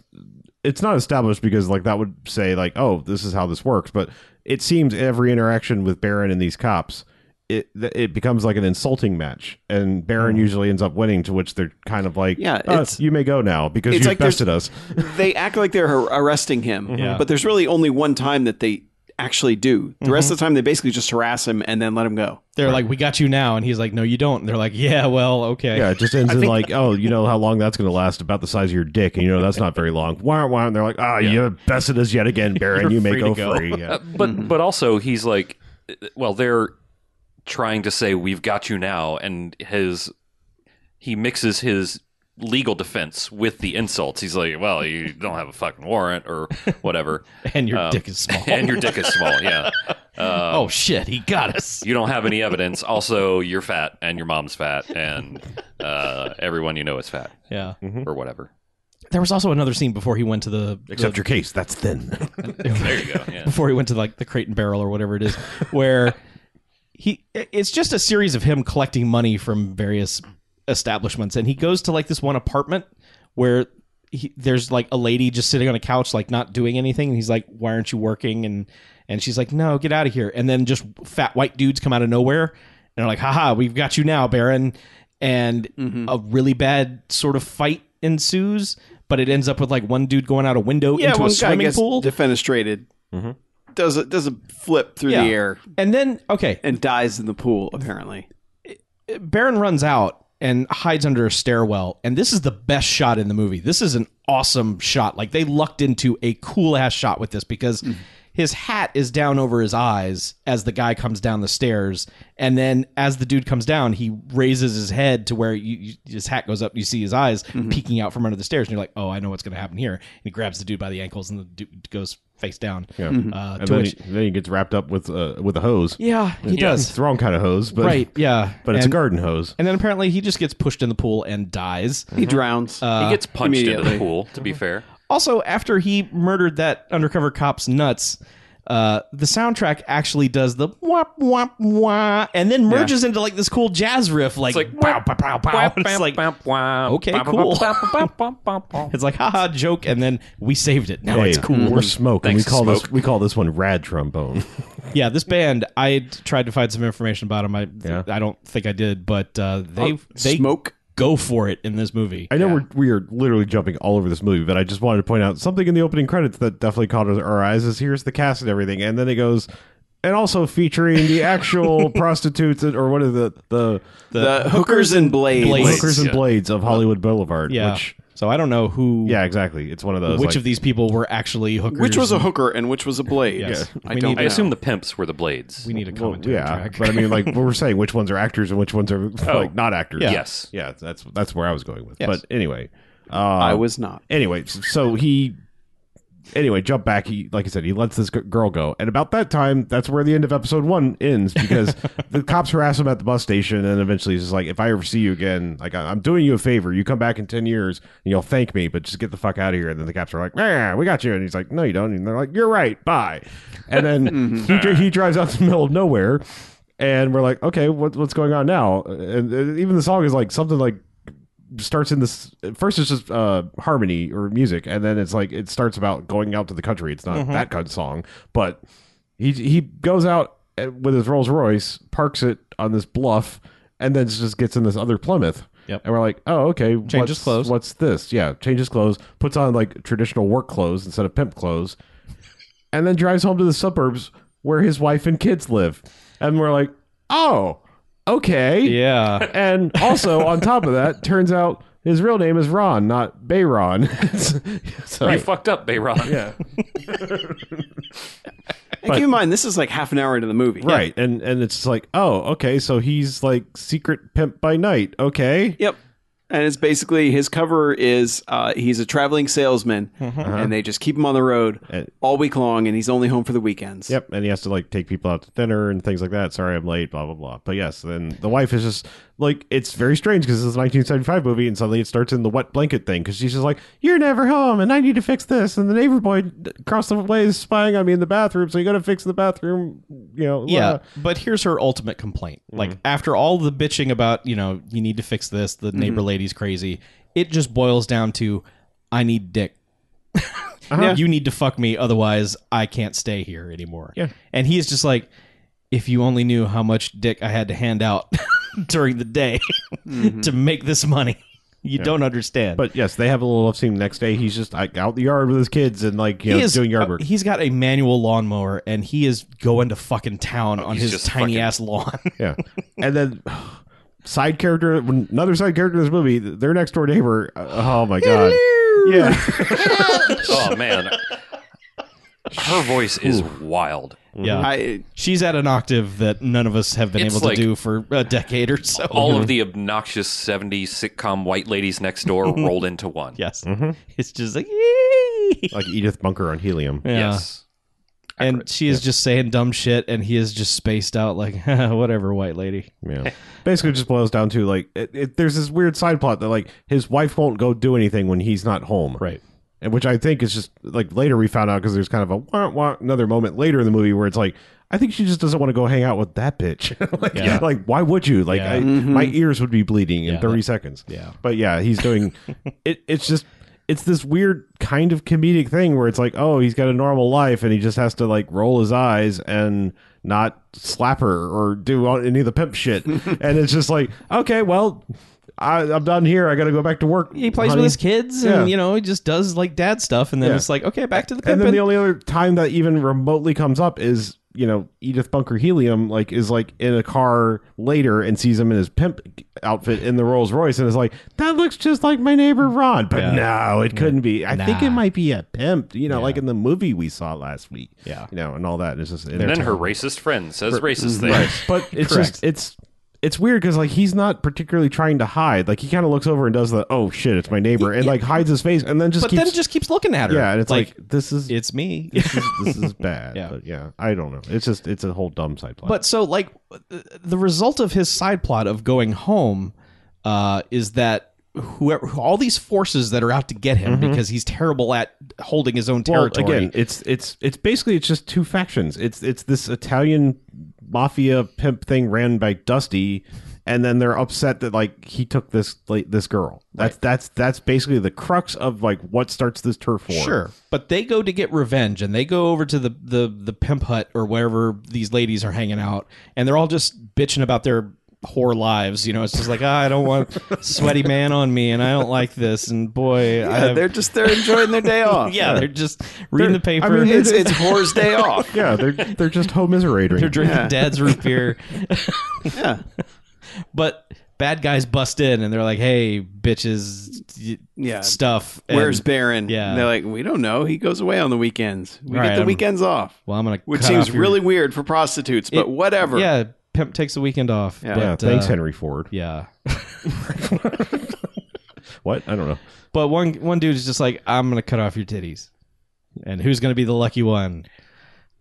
[SPEAKER 3] It's not established because like that would say like, "Oh, this is how this works," but it seems every interaction with Baron and these cops. It, th- it becomes like an insulting match, and Baron
[SPEAKER 1] Mm.
[SPEAKER 3] usually ends up winning. To which they're kind of like,
[SPEAKER 5] Yeah,
[SPEAKER 3] "Uh,
[SPEAKER 5] it's-
[SPEAKER 3] you may go now because
[SPEAKER 5] it's
[SPEAKER 3] you
[SPEAKER 5] like there's-
[SPEAKER 3] bested us."
[SPEAKER 5] they act like they're har- arresting him,
[SPEAKER 1] Mm-hmm. Yeah.
[SPEAKER 5] but there's really only one time that they actually do. The rest
[SPEAKER 1] Mm-hmm.
[SPEAKER 5] of the time, they basically just harass him and then let him go.
[SPEAKER 1] They're like, we got you now. And he's like, no, you don't. And they're like, yeah, well, okay.
[SPEAKER 3] Yeah, it just ends in like, oh, you know how long that's going to last? About the size of your dick, and you know that's not very long. Why aren't why? And they're like, ah, you bested us yet again, Baron. you may
[SPEAKER 1] free to
[SPEAKER 3] go,
[SPEAKER 1] go.
[SPEAKER 3] free. Yeah.
[SPEAKER 4] Uh, but but also he's like, well, they're trying to say we've got you now, and his he mixes his legal defense with the insults. He's like, well, you don't have a fucking warrant or whatever,
[SPEAKER 1] And your
[SPEAKER 4] Um,
[SPEAKER 1] dick is small.
[SPEAKER 4] and your dick is small. Yeah. Uh,
[SPEAKER 1] oh, shit. He got us.
[SPEAKER 4] you don't have any evidence. Also, you're fat, and your mom's fat, and uh, everyone you know is fat,
[SPEAKER 1] Yeah.
[SPEAKER 4] or whatever.
[SPEAKER 1] There was also another scene before he went to the.
[SPEAKER 3] Except your case, that's thin.
[SPEAKER 4] There you go. Yeah.
[SPEAKER 1] before he went to like the crate and barrel or whatever it is, where he it's just a series of him collecting money from various establishments, and he goes to like this one apartment where he, there's like a lady just sitting on a couch, like not doing anything, and he's like, "Why aren't you working?" and and she's like, "No, get out of here!" And then just fat white dudes come out of nowhere and are like, "Haha, we've got you now, Baron," and a really bad sort of fight ensues. But it ends up with like one dude going out a window into a swimming pool.
[SPEAKER 5] defenestrated.
[SPEAKER 3] Mm-hmm.
[SPEAKER 5] Does a does a flip through
[SPEAKER 1] Yeah.
[SPEAKER 5] the air
[SPEAKER 1] And then, okay,
[SPEAKER 5] and dies in the pool? Apparently,
[SPEAKER 1] Baron runs out and hides under a stairwell, and this is the best shot in the movie. This is an awesome shot. Like they lucked into a cool ass shot with this because his hat is down over his eyes as the guy comes down the stairs, and then as the dude comes down, he raises his head to where you, you, his hat goes up. You see his eyes
[SPEAKER 3] Mm-hmm.
[SPEAKER 1] peeking out from under the stairs, and you're like, "Oh, I know what's going to happen here." And he grabs the dude by the ankles, and the dude goes face down.
[SPEAKER 3] Yeah.
[SPEAKER 1] Uh,
[SPEAKER 3] And
[SPEAKER 1] to
[SPEAKER 3] then
[SPEAKER 1] which,
[SPEAKER 3] he, then he gets wrapped up with uh, with a hose.
[SPEAKER 1] yeah, he
[SPEAKER 3] It's
[SPEAKER 1] does.
[SPEAKER 3] the wrong kind of hose, but
[SPEAKER 1] right, yeah,
[SPEAKER 3] but it's
[SPEAKER 1] and,
[SPEAKER 3] a garden hose.
[SPEAKER 1] And then apparently he just gets pushed in the pool and dies.
[SPEAKER 5] he drowns.
[SPEAKER 1] Uh,
[SPEAKER 4] He gets punched into the
[SPEAKER 5] immediately.
[SPEAKER 4] pool. To be fair,
[SPEAKER 1] Also, after he murdered that undercover cop's nuts, uh, the soundtrack actually does the wop wop wah, and then merges into like this cool jazz riff, like,
[SPEAKER 4] like,
[SPEAKER 1] pow pow pow pow. And It's like okay, cool. it's like haha joke, and then we saved it. Now
[SPEAKER 3] Hey,
[SPEAKER 1] it's cool.
[SPEAKER 3] We're smoke, and we
[SPEAKER 4] Thanks,
[SPEAKER 3] call this
[SPEAKER 4] Smoke.
[SPEAKER 3] we call this one rad trombone.
[SPEAKER 1] Yeah, this band, I tried to find some information about them. I I don't think I did, but uh, they they
[SPEAKER 5] Smoke.
[SPEAKER 1] go for it in this movie.
[SPEAKER 3] Oh, I know we're we are literally jumping all over this movie, but I just wanted to point out something in the opening credits that definitely caught us- our eyes. Is here's the cast and everything, and then it goes, and also featuring the actual prostitutes and- or what are the the,
[SPEAKER 5] The hookers and blades.
[SPEAKER 1] Blades.
[SPEAKER 3] hookers and
[SPEAKER 4] yeah.
[SPEAKER 3] blades of Hollywood Boulevard.
[SPEAKER 1] yeah,
[SPEAKER 3] which,
[SPEAKER 1] so I don't know who.
[SPEAKER 3] yeah, exactly. It's one of those.
[SPEAKER 1] Which
[SPEAKER 3] like-
[SPEAKER 1] of these people were actually hookers?
[SPEAKER 5] Which was a
[SPEAKER 1] and-
[SPEAKER 5] hooker and which was a blade?
[SPEAKER 1] Yes.
[SPEAKER 5] I
[SPEAKER 1] We
[SPEAKER 5] don't
[SPEAKER 1] need-
[SPEAKER 4] I
[SPEAKER 5] know.
[SPEAKER 4] assume the pimps were the blades.
[SPEAKER 1] we need a
[SPEAKER 3] Well,
[SPEAKER 1] commentary
[SPEAKER 3] yeah,
[SPEAKER 1] track. Oh,
[SPEAKER 3] but I mean, like we were saying, which ones are actors and which ones are like not actors?
[SPEAKER 1] Yeah.
[SPEAKER 4] Yes.
[SPEAKER 3] yeah, that's that's where I was going with.
[SPEAKER 1] Yes.
[SPEAKER 3] But anyway, uh,
[SPEAKER 5] I was not.
[SPEAKER 3] anyway, s- so he anyway jump back. He like I said, he lets this g- girl go, and about that time, that's where the end of episode one ends because the cops harass him at the bus station, and eventually he's just like, "If I ever see you again, like I- I'm doing you a favor. You come back in ten years, and you'll thank me, but just get the fuck out of here." And then the cops are like, "Yeah, we got you," and he's like, "No, you don't." And they're like, "You're right, bye." And then he, dri- he drives out to the middle of nowhere. And we're like, okay, what, what's going on now? And, and even the song is like something like starts in this first it's just uh harmony or music and then it's like it starts about going out to the country it's
[SPEAKER 1] Mm-hmm.
[SPEAKER 3] not that kind of song but he he goes out uh, with his rolls royce parks it on this bluff and then just gets in this other plymouth
[SPEAKER 1] Yep.
[SPEAKER 3] and we're like oh okay what's,
[SPEAKER 1] Changes clothes.
[SPEAKER 3] what's this yeah changes clothes puts on like traditional work clothes instead of pimp clothes and then drives home to the suburbs where his wife and kids live and we're like oh okay
[SPEAKER 1] yeah,
[SPEAKER 3] and also on top of that, turns out his real name is Ron, not Bayron. so,
[SPEAKER 4] You fucked up, Bayron.
[SPEAKER 3] Yeah.
[SPEAKER 5] And keep in mind, this is like half an hour into the movie.
[SPEAKER 3] Right. And and it's like, oh, okay, so he's like secret pimp by night. Okay.
[SPEAKER 5] Yep. And it's basically his cover is uh, he's a traveling salesman,
[SPEAKER 1] Uh-huh.
[SPEAKER 5] and they just keep him on the road
[SPEAKER 3] And-
[SPEAKER 5] all week long, and he's only home for the weekends.
[SPEAKER 3] Yep. And he has to like take people out to dinner and things like that. Sorry, I'm late, blah, blah, blah. But yes, then the wife is just like, it's very strange because it's a 1975 movie and suddenly it starts in the wet blanket thing because she's just like, you're never home and I need to fix this. And the neighbor boy across the way is spying on me in the bathroom. So you got to fix the bathroom, you know.
[SPEAKER 1] yeah.
[SPEAKER 3] blah.
[SPEAKER 1] But here's her ultimate complaint:
[SPEAKER 3] Mm-hmm.
[SPEAKER 1] like after all the bitching about you know you need to fix this, the
[SPEAKER 3] Mm-hmm.
[SPEAKER 1] neighbor lady's crazy. It just boils down to I need dick.
[SPEAKER 3] uh-huh.
[SPEAKER 1] You need to fuck me, otherwise I can't stay here anymore.
[SPEAKER 3] Yeah.
[SPEAKER 1] And he's just like, if you only knew how much dick I had to hand out during the day to make this money, you don't understand.
[SPEAKER 3] Mm-hmm. But yes, they have a little love scene. The next day, he's just like out in the yard with his kids and like you know doing yard work.
[SPEAKER 1] uh, he's got a manual lawnmower and he is going to fucking town on
[SPEAKER 4] Oh, he's
[SPEAKER 1] his
[SPEAKER 4] just
[SPEAKER 1] tiny
[SPEAKER 4] fucking-
[SPEAKER 1] ass lawn.
[SPEAKER 3] yeah, and then side character, another side character in this movie, their next door neighbor. uh, oh my god, yeah,
[SPEAKER 4] Oh man. Her voice is wild.
[SPEAKER 3] Mm-hmm.
[SPEAKER 1] Yeah.
[SPEAKER 5] I
[SPEAKER 1] She's at an octave that none of us have been
[SPEAKER 4] It's
[SPEAKER 1] able
[SPEAKER 4] like-
[SPEAKER 1] to do for a decade or so.
[SPEAKER 3] Mm-hmm.
[SPEAKER 4] All of the obnoxious 70s sitcom white ladies next door
[SPEAKER 3] Mm-hmm.
[SPEAKER 4] rolled into one.
[SPEAKER 1] yes. It's just like, "Yee."
[SPEAKER 3] like Edith Bunker on helium.
[SPEAKER 1] Yeah.
[SPEAKER 4] Yes.
[SPEAKER 1] And she is just saying dumb shit and he is just spaced out like, whatever, white lady.
[SPEAKER 3] Yeah, basically just boils down to like it, it, there's this weird side plot that like his wife won't go do anything when he's not home,
[SPEAKER 1] Right.
[SPEAKER 3] and which I think is just like later we found out because there's kind of a wah, wah, another moment later in the movie where it's like I think she just doesn't want to go hang out with that bitch. like,
[SPEAKER 1] Yeah.
[SPEAKER 3] like, why would you? Like,
[SPEAKER 1] Yeah.
[SPEAKER 3] I, my ears would be bleeding in
[SPEAKER 1] Yeah,
[SPEAKER 3] 30
[SPEAKER 1] that-
[SPEAKER 3] seconds.
[SPEAKER 1] yeah.
[SPEAKER 3] but yeah, he's doing it. It's just it's this weird kind of comedic thing where it's like, oh, he's got a normal life and he just has to like roll his eyes and not slap her or do all- any of the pimp shit, and it's just like, okay, well. I, I'm done here. I got to go back to work.
[SPEAKER 1] He plays
[SPEAKER 3] honey.
[SPEAKER 1] with his kids
[SPEAKER 3] Yeah.
[SPEAKER 1] and, you know, he just does like dad stuff. And then
[SPEAKER 3] Yeah.
[SPEAKER 1] it's like, okay, back to the
[SPEAKER 3] and then the
[SPEAKER 1] pimpin'.
[SPEAKER 3] only other time that even remotely comes up is you know Edith Bunker Helium like is like in a car later and sees him in his pimp outfit in the Rolls Royce and is like that looks just like my neighbor Ron but
[SPEAKER 1] Yeah.
[SPEAKER 3] no it couldn't be I think it
[SPEAKER 1] Nah.
[SPEAKER 3] might be a pimp you know
[SPEAKER 1] Yeah.
[SPEAKER 3] like in the movie we saw last week
[SPEAKER 1] Yeah.
[SPEAKER 3] you know and all that it's just
[SPEAKER 4] And then her racist friend says
[SPEAKER 3] Mm-hmm.
[SPEAKER 4] racist things.
[SPEAKER 3] but it's
[SPEAKER 1] Correct.
[SPEAKER 3] just it's it's weird because like he's not particularly trying to hide like he kind of looks over and does the oh shit it's my neighbor and like hides his face and then just
[SPEAKER 1] But
[SPEAKER 3] keeps
[SPEAKER 1] then just keeps looking at her.
[SPEAKER 3] yeah and it's like, this is
[SPEAKER 1] it's me.
[SPEAKER 3] this is, this is bad.
[SPEAKER 1] Yeah.
[SPEAKER 3] But yeah, I don't know. It's just it's a whole dumb side plot.
[SPEAKER 1] But so, like, the result of his side plot of going home uh, is that whoever all these forces that are out to get him because he's terrible at holding his own territory.
[SPEAKER 3] Well, again, it's it's it's basically it's just two factions. It's it's this Italian mafia pimp thing ran by Dusty, and then they're upset that like he took this like, this girl. That's that's that's basically the crux of like what starts this turf war.
[SPEAKER 1] Sure, but they go to get revenge, and they go over to the the the pimp hut or wherever these ladies are hanging out, and they're all just bitching about their whore lives. You know, it's just like "Ah, I don't want sweaty man on me, and I don't like this, and boy, I
[SPEAKER 5] Yeah,
[SPEAKER 1] have,
[SPEAKER 5] Uh, they're just they're enjoying their day off.
[SPEAKER 1] Um, yeah, they're just reading the paper.
[SPEAKER 3] I mean,
[SPEAKER 5] it's it's whore's day off.
[SPEAKER 3] Yeah, they're they're just homiserating.
[SPEAKER 1] they're drinking
[SPEAKER 5] yeah.
[SPEAKER 1] dad's root beer,
[SPEAKER 5] Yeah,
[SPEAKER 1] but bad guys bust in, and they're like, "Hey, bitches, y-
[SPEAKER 5] yeah.
[SPEAKER 1] stuff." and-
[SPEAKER 5] Where's Baron?
[SPEAKER 1] yeah.
[SPEAKER 5] And they're like, we don't know. He goes away on the weekends. We
[SPEAKER 1] Right,
[SPEAKER 5] get the
[SPEAKER 1] I'm-
[SPEAKER 5] weekends off,
[SPEAKER 1] Well, I'm gonna.
[SPEAKER 5] which
[SPEAKER 1] cut
[SPEAKER 5] seems
[SPEAKER 1] off your-
[SPEAKER 5] really weird for prostitutes, but
[SPEAKER 1] It-
[SPEAKER 5] whatever.
[SPEAKER 1] Yeah, pimp takes the weekend off.
[SPEAKER 5] Yeah.
[SPEAKER 3] yeah,
[SPEAKER 1] but,
[SPEAKER 3] thanks,
[SPEAKER 1] uh,
[SPEAKER 3] Henry Ford.
[SPEAKER 1] Yeah.
[SPEAKER 3] What I don't know.
[SPEAKER 1] But one one dude is just like, I'm gonna cut off your titties, and who's gonna be the lucky one?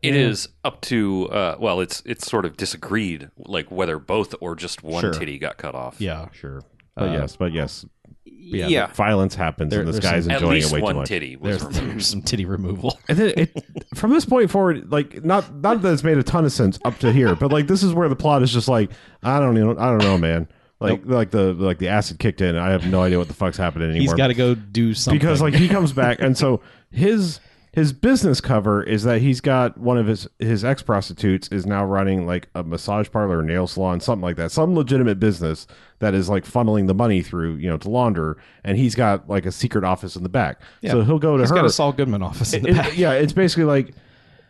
[SPEAKER 4] It is up to uh, well, it's it's sort of disagreed like whether both or just one
[SPEAKER 1] Sure.
[SPEAKER 4] titty got cut off.
[SPEAKER 1] Yeah,
[SPEAKER 3] Sure, but
[SPEAKER 1] Uh,
[SPEAKER 3] yes, but yes,
[SPEAKER 5] yeah.
[SPEAKER 1] yeah.
[SPEAKER 3] violence happens,
[SPEAKER 1] There-
[SPEAKER 3] and this
[SPEAKER 1] there's
[SPEAKER 3] guy's
[SPEAKER 1] some-
[SPEAKER 4] at
[SPEAKER 3] enjoying
[SPEAKER 4] least
[SPEAKER 3] it way too
[SPEAKER 4] one
[SPEAKER 3] much.
[SPEAKER 4] titty was
[SPEAKER 1] There's,
[SPEAKER 4] removed.
[SPEAKER 1] there's some titty removal.
[SPEAKER 3] And then it, from this point forward, like not not that it's made a ton of sense up to here, but like this is where the plot is just like I don't even I don't know, man. Like like the like the acid kicked in. I have no idea what the fuck's happening anymore.
[SPEAKER 1] He's got to go do something
[SPEAKER 3] because like he comes back, and so his his business cover is that he's got one of his his ex prostitutes is now running like a massage parlor, nail salon, something like that, some legitimate business that is like funneling the money through you know to launder, and he's got like a secret office in the back. So he'll go to
[SPEAKER 1] he's
[SPEAKER 3] her.
[SPEAKER 1] got a Saul Goodman office in the
[SPEAKER 3] It-
[SPEAKER 1] back.
[SPEAKER 3] yeah, it's basically like,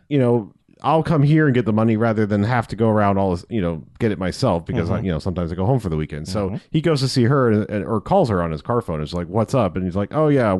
[SPEAKER 3] you know, I'll come here and get the money rather than have to go around all this, you know, get it myself because
[SPEAKER 5] Mm-hmm.
[SPEAKER 3] I, you know, sometimes I go home for the weekend. So he goes to see her and, and- or calls her on his car phone. It's like, what's up? And he's like, oh yeah,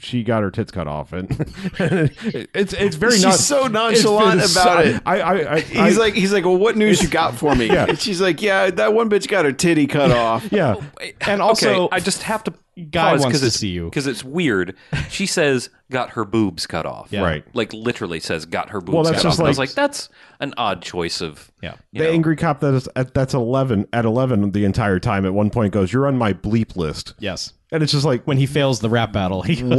[SPEAKER 3] she got her tits cut off, and it's it's very
[SPEAKER 5] She's
[SPEAKER 3] non-
[SPEAKER 5] so
[SPEAKER 3] it's-
[SPEAKER 5] nonchalant
[SPEAKER 3] it's-
[SPEAKER 5] about it.
[SPEAKER 3] I, I, I,
[SPEAKER 5] He's
[SPEAKER 3] I-
[SPEAKER 5] like, he's like, well, what news you got for me?
[SPEAKER 3] Yeah.
[SPEAKER 5] And she's like, yeah, that one bitch got her titty cut off.
[SPEAKER 3] yeah,
[SPEAKER 1] And also,
[SPEAKER 4] I just have to
[SPEAKER 1] Guy
[SPEAKER 4] pause
[SPEAKER 1] wants to
[SPEAKER 4] it's,
[SPEAKER 1] see you.
[SPEAKER 4] because it's weird. She says got her boobs cut off.
[SPEAKER 3] Right.
[SPEAKER 4] Like literally says got her boobs
[SPEAKER 3] Well, that's
[SPEAKER 4] cut
[SPEAKER 3] just
[SPEAKER 4] off. And I was
[SPEAKER 3] like-
[SPEAKER 4] like that's an odd choice of
[SPEAKER 1] Yeah.
[SPEAKER 4] you
[SPEAKER 3] the
[SPEAKER 4] know.
[SPEAKER 3] angry cop that is at, that's eleven at eleven the entire time. At one point, goes, "You're on my bleep list,"
[SPEAKER 1] yes.
[SPEAKER 3] and it's just like,
[SPEAKER 1] When he fails the rap battle, he goes,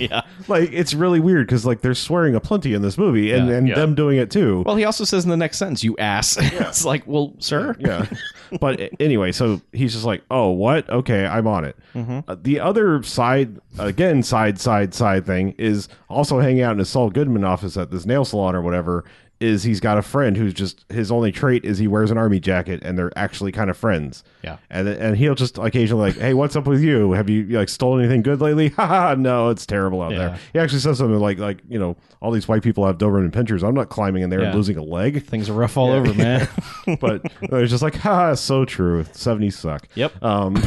[SPEAKER 1] Yeah.
[SPEAKER 3] like it's really weird because like they're swearing aplenty in this movie and,
[SPEAKER 1] Yeah.
[SPEAKER 3] and
[SPEAKER 4] Yeah.
[SPEAKER 3] them doing it too
[SPEAKER 1] Well, he also says in the next sentence, "You ass." it's like, well, sir.
[SPEAKER 3] yeah but a- anyway so he's just like oh what okay i'm on it
[SPEAKER 1] Mm-hmm.
[SPEAKER 3] Uh, the other side again side side side thing is also hanging out in his saul goodman office at this nail salon or whatever is he's got a friend who's just his only trait is he wears an army jacket and they're actually kind of friends
[SPEAKER 1] Yeah.
[SPEAKER 3] and and he'll just occasionally like hey what's up with you have you like stolen anything good lately ha ha, no it's terrible out
[SPEAKER 1] Yeah.
[SPEAKER 3] there he actually says something like like you know all these white people have doberman pinchers i'm not climbing in there
[SPEAKER 1] Yeah.
[SPEAKER 3] and losing a leg
[SPEAKER 1] Things are rough all over, man.
[SPEAKER 3] but it was just like, ha, so true. 70s suck.
[SPEAKER 1] Yep.
[SPEAKER 3] Um,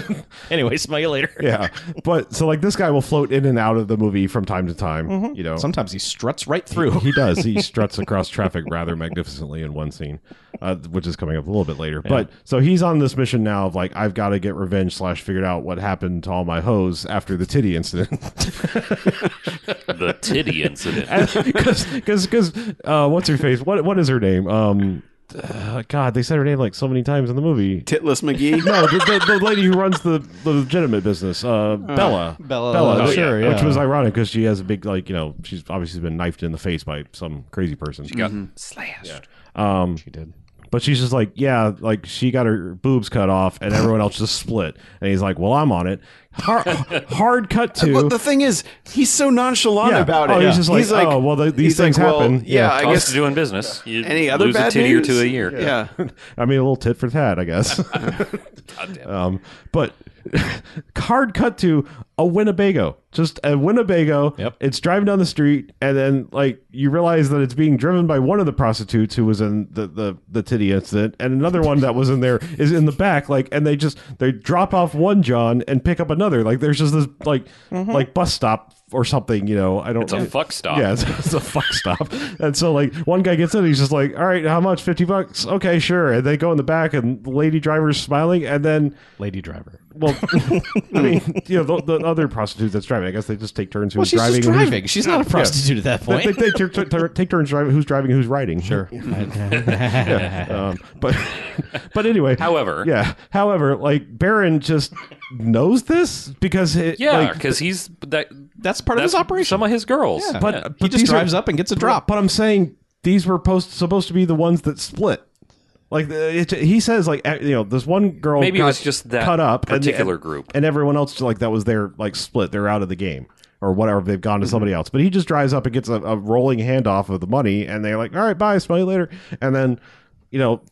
[SPEAKER 1] anyway, smell you later.
[SPEAKER 3] yeah. But so, like, this guy will float in and out of the movie from time to time, you know.
[SPEAKER 1] Mm-hmm. Sometimes he struts right through.
[SPEAKER 3] he does. He struts across traffic rather magnificently in one scene, uh, which is coming up a little bit later. But so he's on this mission now of like, I've got to get revenge slash figured out what happened to all my hoes after the titty incident.
[SPEAKER 4] the titty incident.
[SPEAKER 3] Because, because, uh, what's her face? What, what is her name? Um, uh, God, they said her name like so many times in the movie.
[SPEAKER 5] Titless McGee.
[SPEAKER 3] no, the, the, the lady who runs the, the legitimate business, uh, Bella.
[SPEAKER 1] Bella,
[SPEAKER 3] Bella,
[SPEAKER 1] oh,
[SPEAKER 3] which-
[SPEAKER 1] sure, yeah.
[SPEAKER 3] which was ironic because she has a big like you know she's obviously been knifed in the face by some crazy person. Mm-hmm.
[SPEAKER 4] got slashed.
[SPEAKER 3] Um,
[SPEAKER 1] He did.
[SPEAKER 3] but she's just like yeah, like she got her boobs cut off and everyone else just split. And he's like, well, I'm on it. Hard, hard cut to.
[SPEAKER 5] Well, the thing is, he's so nonchalant
[SPEAKER 3] Yeah.
[SPEAKER 5] about it.
[SPEAKER 3] Oh, he's just like, oh, well, the- these
[SPEAKER 5] he's like,
[SPEAKER 3] things happen.
[SPEAKER 5] Well, yeah,
[SPEAKER 3] Yeah.
[SPEAKER 5] I
[SPEAKER 4] Cost
[SPEAKER 5] guess.
[SPEAKER 4] of doing business. You
[SPEAKER 5] any other
[SPEAKER 4] lose
[SPEAKER 5] bad
[SPEAKER 4] a titty
[SPEAKER 5] news?
[SPEAKER 4] or two a year.
[SPEAKER 5] Yeah.
[SPEAKER 3] I mean, a little tit for tat, I guess. um, but hard cut to a Winnebago, just a Winnebago.
[SPEAKER 1] Yep.
[SPEAKER 3] It's driving down the street, and then like you realize that it's being driven by one of the prostitutes who was in the the, the titty incident, and another one that was in there is in the back. Like, and they just they drop off one John and pick up another. Like, there's just this like like bus stop or something. You know, I don't.
[SPEAKER 4] Mm-hmm. It's a fuck stop.
[SPEAKER 3] Yeah, it's, it's a fuck stop. And so like one guy gets in, he's just like, "All right, how much? Fifty bucks? Okay, sure." And they go in the back, and the lady driver's smiling, and then
[SPEAKER 1] Lady driver.
[SPEAKER 3] Well, I mean, you know, the, the other prostitute that's driving. I guess they just take turns who's
[SPEAKER 1] Well, she's
[SPEAKER 3] driving.
[SPEAKER 1] just
[SPEAKER 3] and who's-
[SPEAKER 1] driving. She's not a prostitute at that
[SPEAKER 3] They,
[SPEAKER 1] point.
[SPEAKER 3] they- they tur- tur- tur- take turns driving. Who's driving? and Who's riding?
[SPEAKER 1] Sure.
[SPEAKER 3] Um, but but anyway.
[SPEAKER 4] However,
[SPEAKER 3] Yeah. However, like Baron just knows this because it,
[SPEAKER 4] yeah,
[SPEAKER 3] like,
[SPEAKER 4] because he's that.
[SPEAKER 1] That's part of
[SPEAKER 4] That's
[SPEAKER 1] his operation.
[SPEAKER 4] Some of his girls,
[SPEAKER 1] Yeah. uh,
[SPEAKER 3] but,
[SPEAKER 4] Yeah.
[SPEAKER 3] but
[SPEAKER 1] he just
[SPEAKER 3] these
[SPEAKER 1] drives
[SPEAKER 3] are,
[SPEAKER 1] up and gets a drop.
[SPEAKER 3] But I'm saying these were post, supposed to be the ones that split. Like the- it, he says, like eh, you know, this one girl
[SPEAKER 4] Maybe it
[SPEAKER 3] got
[SPEAKER 4] was just that
[SPEAKER 3] cut up and-
[SPEAKER 4] particular
[SPEAKER 3] and,
[SPEAKER 4] group.
[SPEAKER 3] and everyone else like that was their like split. They're out of the game or whatever. They've gone
[SPEAKER 4] Mm-hmm.
[SPEAKER 3] to somebody else. But he just drives up and gets a, a rolling handoff of the money, and they're like, "All right, bye, smell you later." And then you know,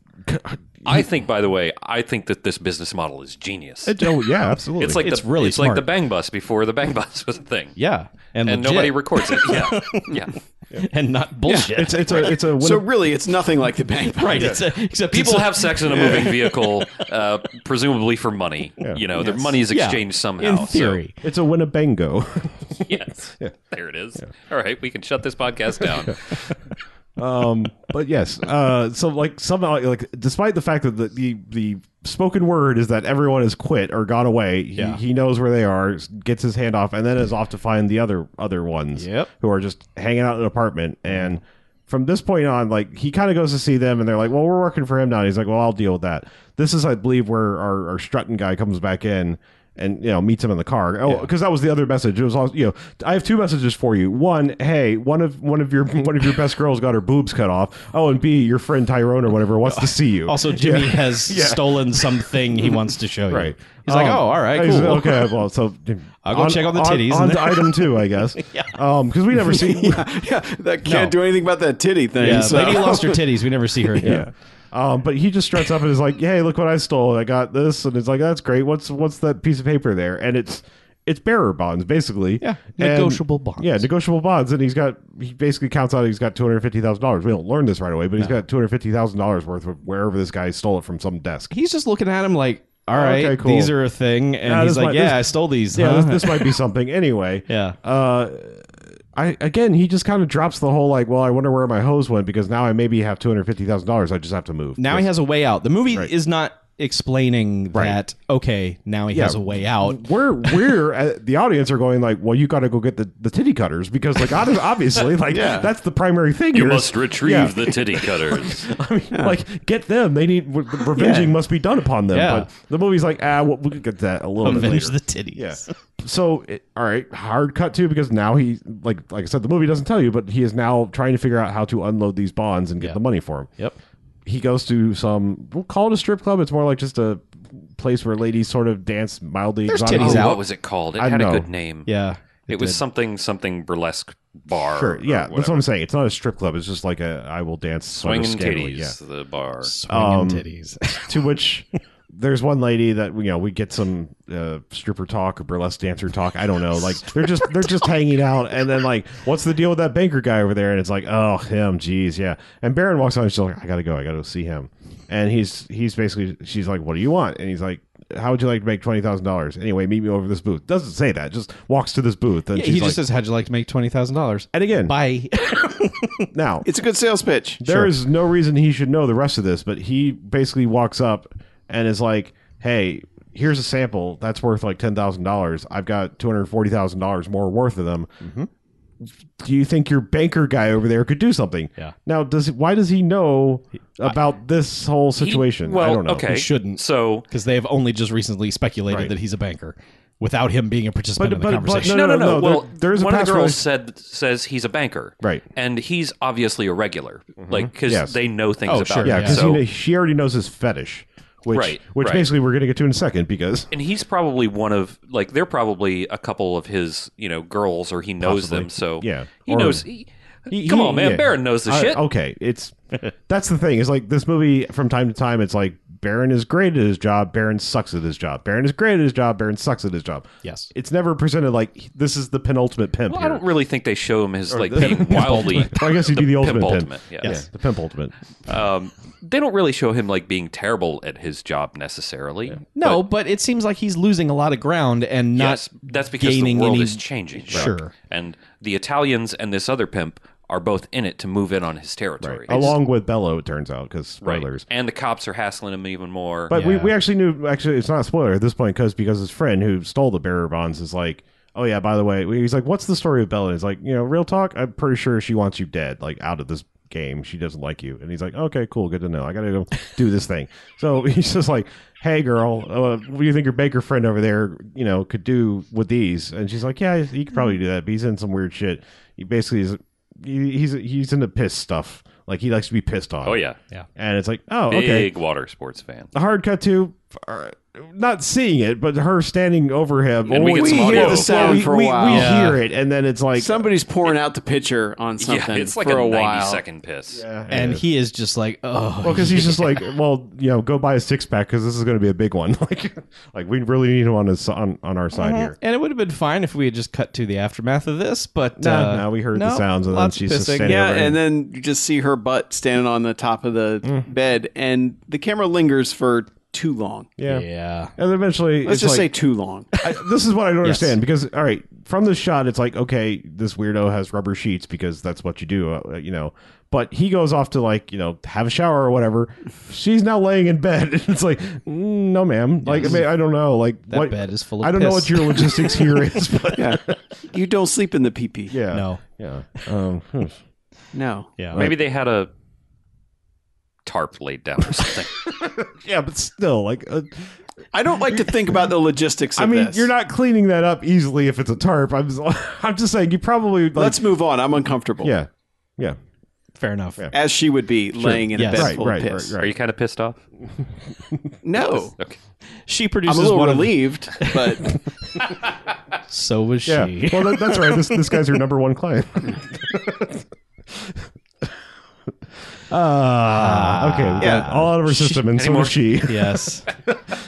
[SPEAKER 4] I think. By the way, I think that this business model is genius.
[SPEAKER 3] it- oh yeah, absolutely.
[SPEAKER 4] it's like
[SPEAKER 1] It's
[SPEAKER 4] the,
[SPEAKER 1] really
[SPEAKER 4] it's
[SPEAKER 1] smart.
[SPEAKER 4] like the bang bus before the bang bus was a thing.
[SPEAKER 1] yeah, and,
[SPEAKER 4] and
[SPEAKER 1] legit.
[SPEAKER 4] nobody records it. Yeah, yeah.
[SPEAKER 1] and not bullshit.
[SPEAKER 3] it's it's a it's a
[SPEAKER 5] So really, it's nothing like the bank.
[SPEAKER 1] right. It's a, except
[SPEAKER 4] People
[SPEAKER 1] it's a-
[SPEAKER 4] have sex in a moving vehicle, uh, presumably for money. You know, their money is
[SPEAKER 1] yeah,
[SPEAKER 4] exchanged somehow.
[SPEAKER 1] in
[SPEAKER 4] so-
[SPEAKER 1] theory.
[SPEAKER 3] it's a Winnebago.
[SPEAKER 4] yes, there it is. All right, we can shut this podcast down.
[SPEAKER 3] um but yes uh so like somehow like despite the fact that the the, the spoken word is that everyone has quit or gone away he,
[SPEAKER 1] Yeah.
[SPEAKER 3] he knows where they are gets his hand off and then is off to find the other other ones
[SPEAKER 1] Yep.
[SPEAKER 3] who are just hanging out in an apartment
[SPEAKER 1] Mm-hmm.
[SPEAKER 3] and from this point on like he kind of goes to see them and they're like well we're working for him now and he's like well i'll deal with that this is i believe where our, our strutton guy comes back in and you know meets him in the car oh because that was the other message it was also you know i have two messages for you one hey one of one of your one of your best girls got her boobs cut off oh and b your friend tyrone or whatever wants to see you
[SPEAKER 1] Also, Jimmy has stolen something he wants to show you.
[SPEAKER 3] Right.
[SPEAKER 1] He's like,
[SPEAKER 3] Um,
[SPEAKER 1] oh, all right,
[SPEAKER 3] he's-
[SPEAKER 1] cool.
[SPEAKER 3] Okay, well, so
[SPEAKER 1] I'll go check on the titties
[SPEAKER 3] On,
[SPEAKER 1] and
[SPEAKER 3] to item two, I guess. yeah. because we never see.
[SPEAKER 5] Yeah, that can't do anything about that titty thing.
[SPEAKER 1] Yeah,
[SPEAKER 5] so.
[SPEAKER 1] lady lost her titties. We never see her again.
[SPEAKER 3] uh, Yeah. Um, but he just struts up and is like, "Hey, look what I stole! I got this!" And it's like, "That's great. What's what's that piece of paper there?" And it's it's bearer bonds basically.
[SPEAKER 1] Yeah,
[SPEAKER 3] And-
[SPEAKER 1] negotiable bonds.
[SPEAKER 3] Yeah, negotiable bonds. And he's got he basically counts out he's got two hundred fifty thousand dollars. We don't learn this right away, but he's got two hundred fifty thousand dollars worth of wherever this guy stole it from some desk.
[SPEAKER 1] He's just looking at him like, all right,
[SPEAKER 3] Okay, cool.
[SPEAKER 1] these are a thing, and
[SPEAKER 3] Yeah,
[SPEAKER 1] he's
[SPEAKER 3] this
[SPEAKER 1] like,
[SPEAKER 3] might-
[SPEAKER 1] yeah,
[SPEAKER 3] this-
[SPEAKER 1] I stole these.
[SPEAKER 3] Yeah,
[SPEAKER 1] huh?
[SPEAKER 3] this, this might be something anyway.
[SPEAKER 1] yeah.
[SPEAKER 3] Uh, I again, he just kind of drops the whole like, well, I wonder where my hose went because now I maybe have two hundred fifty thousand dollars. I just have to move.
[SPEAKER 1] now he has a way out. The movie is not explaining
[SPEAKER 3] Right.
[SPEAKER 1] that. Okay, now he has a way out.
[SPEAKER 3] we're we're uh, the audience are going like, well, you got to go get the, the titty cutters because like ob- obviously like that's the primary thing.
[SPEAKER 4] You
[SPEAKER 3] here is-
[SPEAKER 4] must retrieve
[SPEAKER 3] Yeah.
[SPEAKER 4] the titty cutters.
[SPEAKER 3] I mean, like get them. They need w- the revenging must be done upon them.
[SPEAKER 1] Yeah.
[SPEAKER 3] But the movie's like, ah, we'll, we could get that a little bit
[SPEAKER 1] Avenge
[SPEAKER 3] later.
[SPEAKER 1] the titties.
[SPEAKER 3] yeah. So it, all right, hard cut too because now he like like I said, the movie doesn't tell you, but he is now trying to figure out how to unload these bonds and get
[SPEAKER 1] Yeah.
[SPEAKER 3] the money for him.
[SPEAKER 1] Yep.
[SPEAKER 3] He goes to some we'll call it a strip club. It's more like just a place where ladies sort of dance mildly.
[SPEAKER 1] There's
[SPEAKER 3] exotic-
[SPEAKER 1] titties
[SPEAKER 4] oh,
[SPEAKER 1] out.
[SPEAKER 4] what was it called? It
[SPEAKER 3] I
[SPEAKER 4] had
[SPEAKER 3] know.
[SPEAKER 4] a good name.
[SPEAKER 1] Yeah.
[SPEAKER 4] it was something something burlesque bar.
[SPEAKER 3] Sure.
[SPEAKER 4] or
[SPEAKER 3] Yeah, that's
[SPEAKER 4] whatever.
[SPEAKER 3] what I'm saying. It's not a strip club. It's just like a I will dance sort of
[SPEAKER 4] Swinging
[SPEAKER 3] scantily,
[SPEAKER 4] titties, the bar.
[SPEAKER 1] Swinging
[SPEAKER 3] Um,
[SPEAKER 1] titties.
[SPEAKER 3] Yeah. to which there's one lady that you know we get some uh, stripper talk or burlesque dancer talk. I don't know. Like they're just they're just hanging out, and then like what's the deal with that banker guy over there? And it's like oh him, geez, yeah. And Baron walks on. And she's like I gotta go. I gotta go see him. And he's he's basically she's like what do you want? And he's like. How would you like to make twenty thousand dollars? Anyway, meet me over this booth. Doesn't say that. Just walks to this booth, and
[SPEAKER 1] Yeah,
[SPEAKER 3] she's
[SPEAKER 1] he just
[SPEAKER 3] like,
[SPEAKER 1] says, "How'd you like to make twenty thousand dollars?"
[SPEAKER 3] and again,
[SPEAKER 1] Bye.
[SPEAKER 3] now
[SPEAKER 5] it's a good sales pitch.
[SPEAKER 3] There is no reason he should know the rest of this, but he basically walks up and is like, "Hey, here's a sample that's worth like ten thousand dollars. I've got two hundred forty thousand dollars more worth of them. Do you think your banker guy over there could do something?
[SPEAKER 1] Yeah.
[SPEAKER 3] Now, does why does he know about this whole
[SPEAKER 4] He-
[SPEAKER 3] situation?
[SPEAKER 4] well,
[SPEAKER 3] I don't know.
[SPEAKER 4] Okay,
[SPEAKER 1] He shouldn't.
[SPEAKER 4] So
[SPEAKER 1] because they have only just recently speculated
[SPEAKER 3] Right.
[SPEAKER 1] that he's a banker without him being a participant
[SPEAKER 3] But-
[SPEAKER 1] in the
[SPEAKER 3] but- but
[SPEAKER 1] conversation.
[SPEAKER 3] no,
[SPEAKER 4] no,
[SPEAKER 3] no,
[SPEAKER 4] no, no.
[SPEAKER 3] there-
[SPEAKER 4] Well,
[SPEAKER 3] there is a
[SPEAKER 4] one of the
[SPEAKER 3] password.
[SPEAKER 4] girls said says he's a banker,
[SPEAKER 3] Right. Mm-hmm.
[SPEAKER 4] And he's obviously a regular, like because
[SPEAKER 3] Yes.
[SPEAKER 4] they know things
[SPEAKER 1] Oh,
[SPEAKER 4] about
[SPEAKER 1] sure,
[SPEAKER 4] him.
[SPEAKER 3] Yeah, because
[SPEAKER 4] so,
[SPEAKER 3] she already knows his fetish, which
[SPEAKER 4] Right,
[SPEAKER 3] which
[SPEAKER 4] right.
[SPEAKER 3] basically we're going to get to in a second because
[SPEAKER 4] and he's probably one of like they're probably a couple of his you know girls, or he knows them. So
[SPEAKER 3] Yeah.
[SPEAKER 4] he
[SPEAKER 3] Or-
[SPEAKER 4] knows. He,
[SPEAKER 3] He-
[SPEAKER 4] come
[SPEAKER 3] he-
[SPEAKER 4] on, man,
[SPEAKER 3] yeah.
[SPEAKER 4] Baron knows the
[SPEAKER 3] I-
[SPEAKER 4] shit.
[SPEAKER 3] Okay, it's that's the thing. It's like this movie from time to time. It's like Baron is great at his job. Baron sucks at his job. Baron is great at his job. Baron sucks at his job.
[SPEAKER 1] Yes.
[SPEAKER 3] it's never presented like this is the penultimate pimp.
[SPEAKER 4] Well, I
[SPEAKER 3] here.
[SPEAKER 4] don't really think they show him his like
[SPEAKER 3] the-
[SPEAKER 4] being wildly.
[SPEAKER 3] Well, I guess he'd be the ultimate
[SPEAKER 4] pimp
[SPEAKER 3] pimp.
[SPEAKER 4] ultimate, yeah.
[SPEAKER 1] Yes.
[SPEAKER 3] the pimp ultimate.
[SPEAKER 4] Um, they don't really show him like being terrible at his job necessarily.
[SPEAKER 1] No, but it seems like he's losing a lot of ground and not
[SPEAKER 4] yes, that's because
[SPEAKER 1] gaining
[SPEAKER 4] the world
[SPEAKER 1] any.
[SPEAKER 4] is changing.
[SPEAKER 1] Sure.
[SPEAKER 4] And the Italians and this other pimp are both in it to move in on his territory.
[SPEAKER 3] Along with Bello, it turns out, because
[SPEAKER 4] Right.
[SPEAKER 3] spoilers.
[SPEAKER 4] And the cops are hassling him even more.
[SPEAKER 3] But we,
[SPEAKER 1] Yeah.
[SPEAKER 3] we actually knew. Actually, it's not a spoiler at this point because because his friend who stole the bearer bonds is like, oh yeah, by the way, he's like, what's the story with Bella? He's like, you know, real talk. I'm pretty sure she wants you dead, like out of this game. She doesn't like you. And he's like, okay, cool, good to know. I gotta go do this thing. So he's just like, hey girl, uh, what do you think your baker friend over there, you know, could do with these? And she's like, yeah, he could probably do that. But he's in some weird shit. He basically is. He, he's he's into piss stuff. Like he likes to be pissed on.
[SPEAKER 4] oh, yeah.
[SPEAKER 3] And it's like, oh,
[SPEAKER 4] Big
[SPEAKER 3] okay.
[SPEAKER 4] water sports fan.
[SPEAKER 3] The hard cut to uh, not seeing it, but her standing over him. Oh,
[SPEAKER 4] And we get some audio.
[SPEAKER 5] the sound
[SPEAKER 3] we,
[SPEAKER 5] for a
[SPEAKER 3] we-
[SPEAKER 5] while.
[SPEAKER 3] we
[SPEAKER 5] Yeah.
[SPEAKER 3] hear it, and then it's like
[SPEAKER 5] Somebody's pouring out the pitcher on something
[SPEAKER 4] yeah, it's like
[SPEAKER 5] for
[SPEAKER 4] a,
[SPEAKER 5] a,
[SPEAKER 4] 90 second
[SPEAKER 5] while.
[SPEAKER 4] piss.
[SPEAKER 3] Yeah, it
[SPEAKER 1] and
[SPEAKER 3] is.
[SPEAKER 1] he is just like, oh,
[SPEAKER 3] well, because he's just like, well, you know, go buy a six pack because this is going to be a big one. like, like we really need him on his on, on our side here.
[SPEAKER 1] and it would have been fine if we had just cut to the aftermath of this, but
[SPEAKER 3] No,
[SPEAKER 1] uh,
[SPEAKER 3] no, we heard the
[SPEAKER 1] no,
[SPEAKER 3] sounds, and then
[SPEAKER 1] lots of
[SPEAKER 3] she's just
[SPEAKER 1] pissing.
[SPEAKER 3] standing
[SPEAKER 1] Yeah,
[SPEAKER 5] Yeah,
[SPEAKER 3] over him.
[SPEAKER 5] and then you just see her butt standing on the top of the
[SPEAKER 3] Mm.
[SPEAKER 5] bed, and the camera lingers for too long.
[SPEAKER 3] Yeah.
[SPEAKER 1] yeah.
[SPEAKER 3] And then eventually,
[SPEAKER 5] Let's
[SPEAKER 3] it's
[SPEAKER 5] just
[SPEAKER 3] like,
[SPEAKER 5] say too long.
[SPEAKER 3] I, this is what I don't
[SPEAKER 1] Yes.
[SPEAKER 3] understand because all right, from this shot, it's like okay, this weirdo has rubber sheets because that's what you do, uh, you know. But he goes off to like you know have a shower or whatever. She's now laying in bed, and it's like mm, no, ma'am. Like I mean, I don't know, like
[SPEAKER 1] That
[SPEAKER 3] what
[SPEAKER 1] bed is full of
[SPEAKER 3] I don't know what
[SPEAKER 1] piss.
[SPEAKER 3] your logistics here is, but yeah,
[SPEAKER 5] you don't sleep in the PP.
[SPEAKER 3] yeah,
[SPEAKER 1] No.
[SPEAKER 3] yeah. Um, hmm.
[SPEAKER 5] No.
[SPEAKER 1] Yeah.
[SPEAKER 4] Maybe they had a tarp laid down or something.
[SPEAKER 3] yeah, but still, like uh,
[SPEAKER 5] I don't like to think about the logistics of
[SPEAKER 3] I mean,
[SPEAKER 5] this.
[SPEAKER 3] you're not cleaning that up easily if it's a tarp. I'm just, I'm just saying you probably like,
[SPEAKER 5] Let's move on. I'm uncomfortable.
[SPEAKER 3] yeah, yeah,
[SPEAKER 1] Fair enough.
[SPEAKER 3] Yeah.
[SPEAKER 5] As she would be laying in
[SPEAKER 1] Yes.
[SPEAKER 5] a bed
[SPEAKER 3] right,
[SPEAKER 5] full
[SPEAKER 3] right,
[SPEAKER 5] of piss.
[SPEAKER 3] right,
[SPEAKER 4] Are
[SPEAKER 3] right.
[SPEAKER 4] you kind of pissed off?
[SPEAKER 5] No.
[SPEAKER 4] Okay.
[SPEAKER 1] She
[SPEAKER 5] I'm
[SPEAKER 1] produces
[SPEAKER 5] a little
[SPEAKER 1] one of-
[SPEAKER 5] relieved, but
[SPEAKER 1] so was
[SPEAKER 3] Yeah.
[SPEAKER 1] she.
[SPEAKER 3] Well, that, that's right. This this guy's your number one client. Ah, okay. we got
[SPEAKER 5] Yeah.
[SPEAKER 3] All out of her system, and so
[SPEAKER 4] anymore?
[SPEAKER 3] was she.
[SPEAKER 1] yes.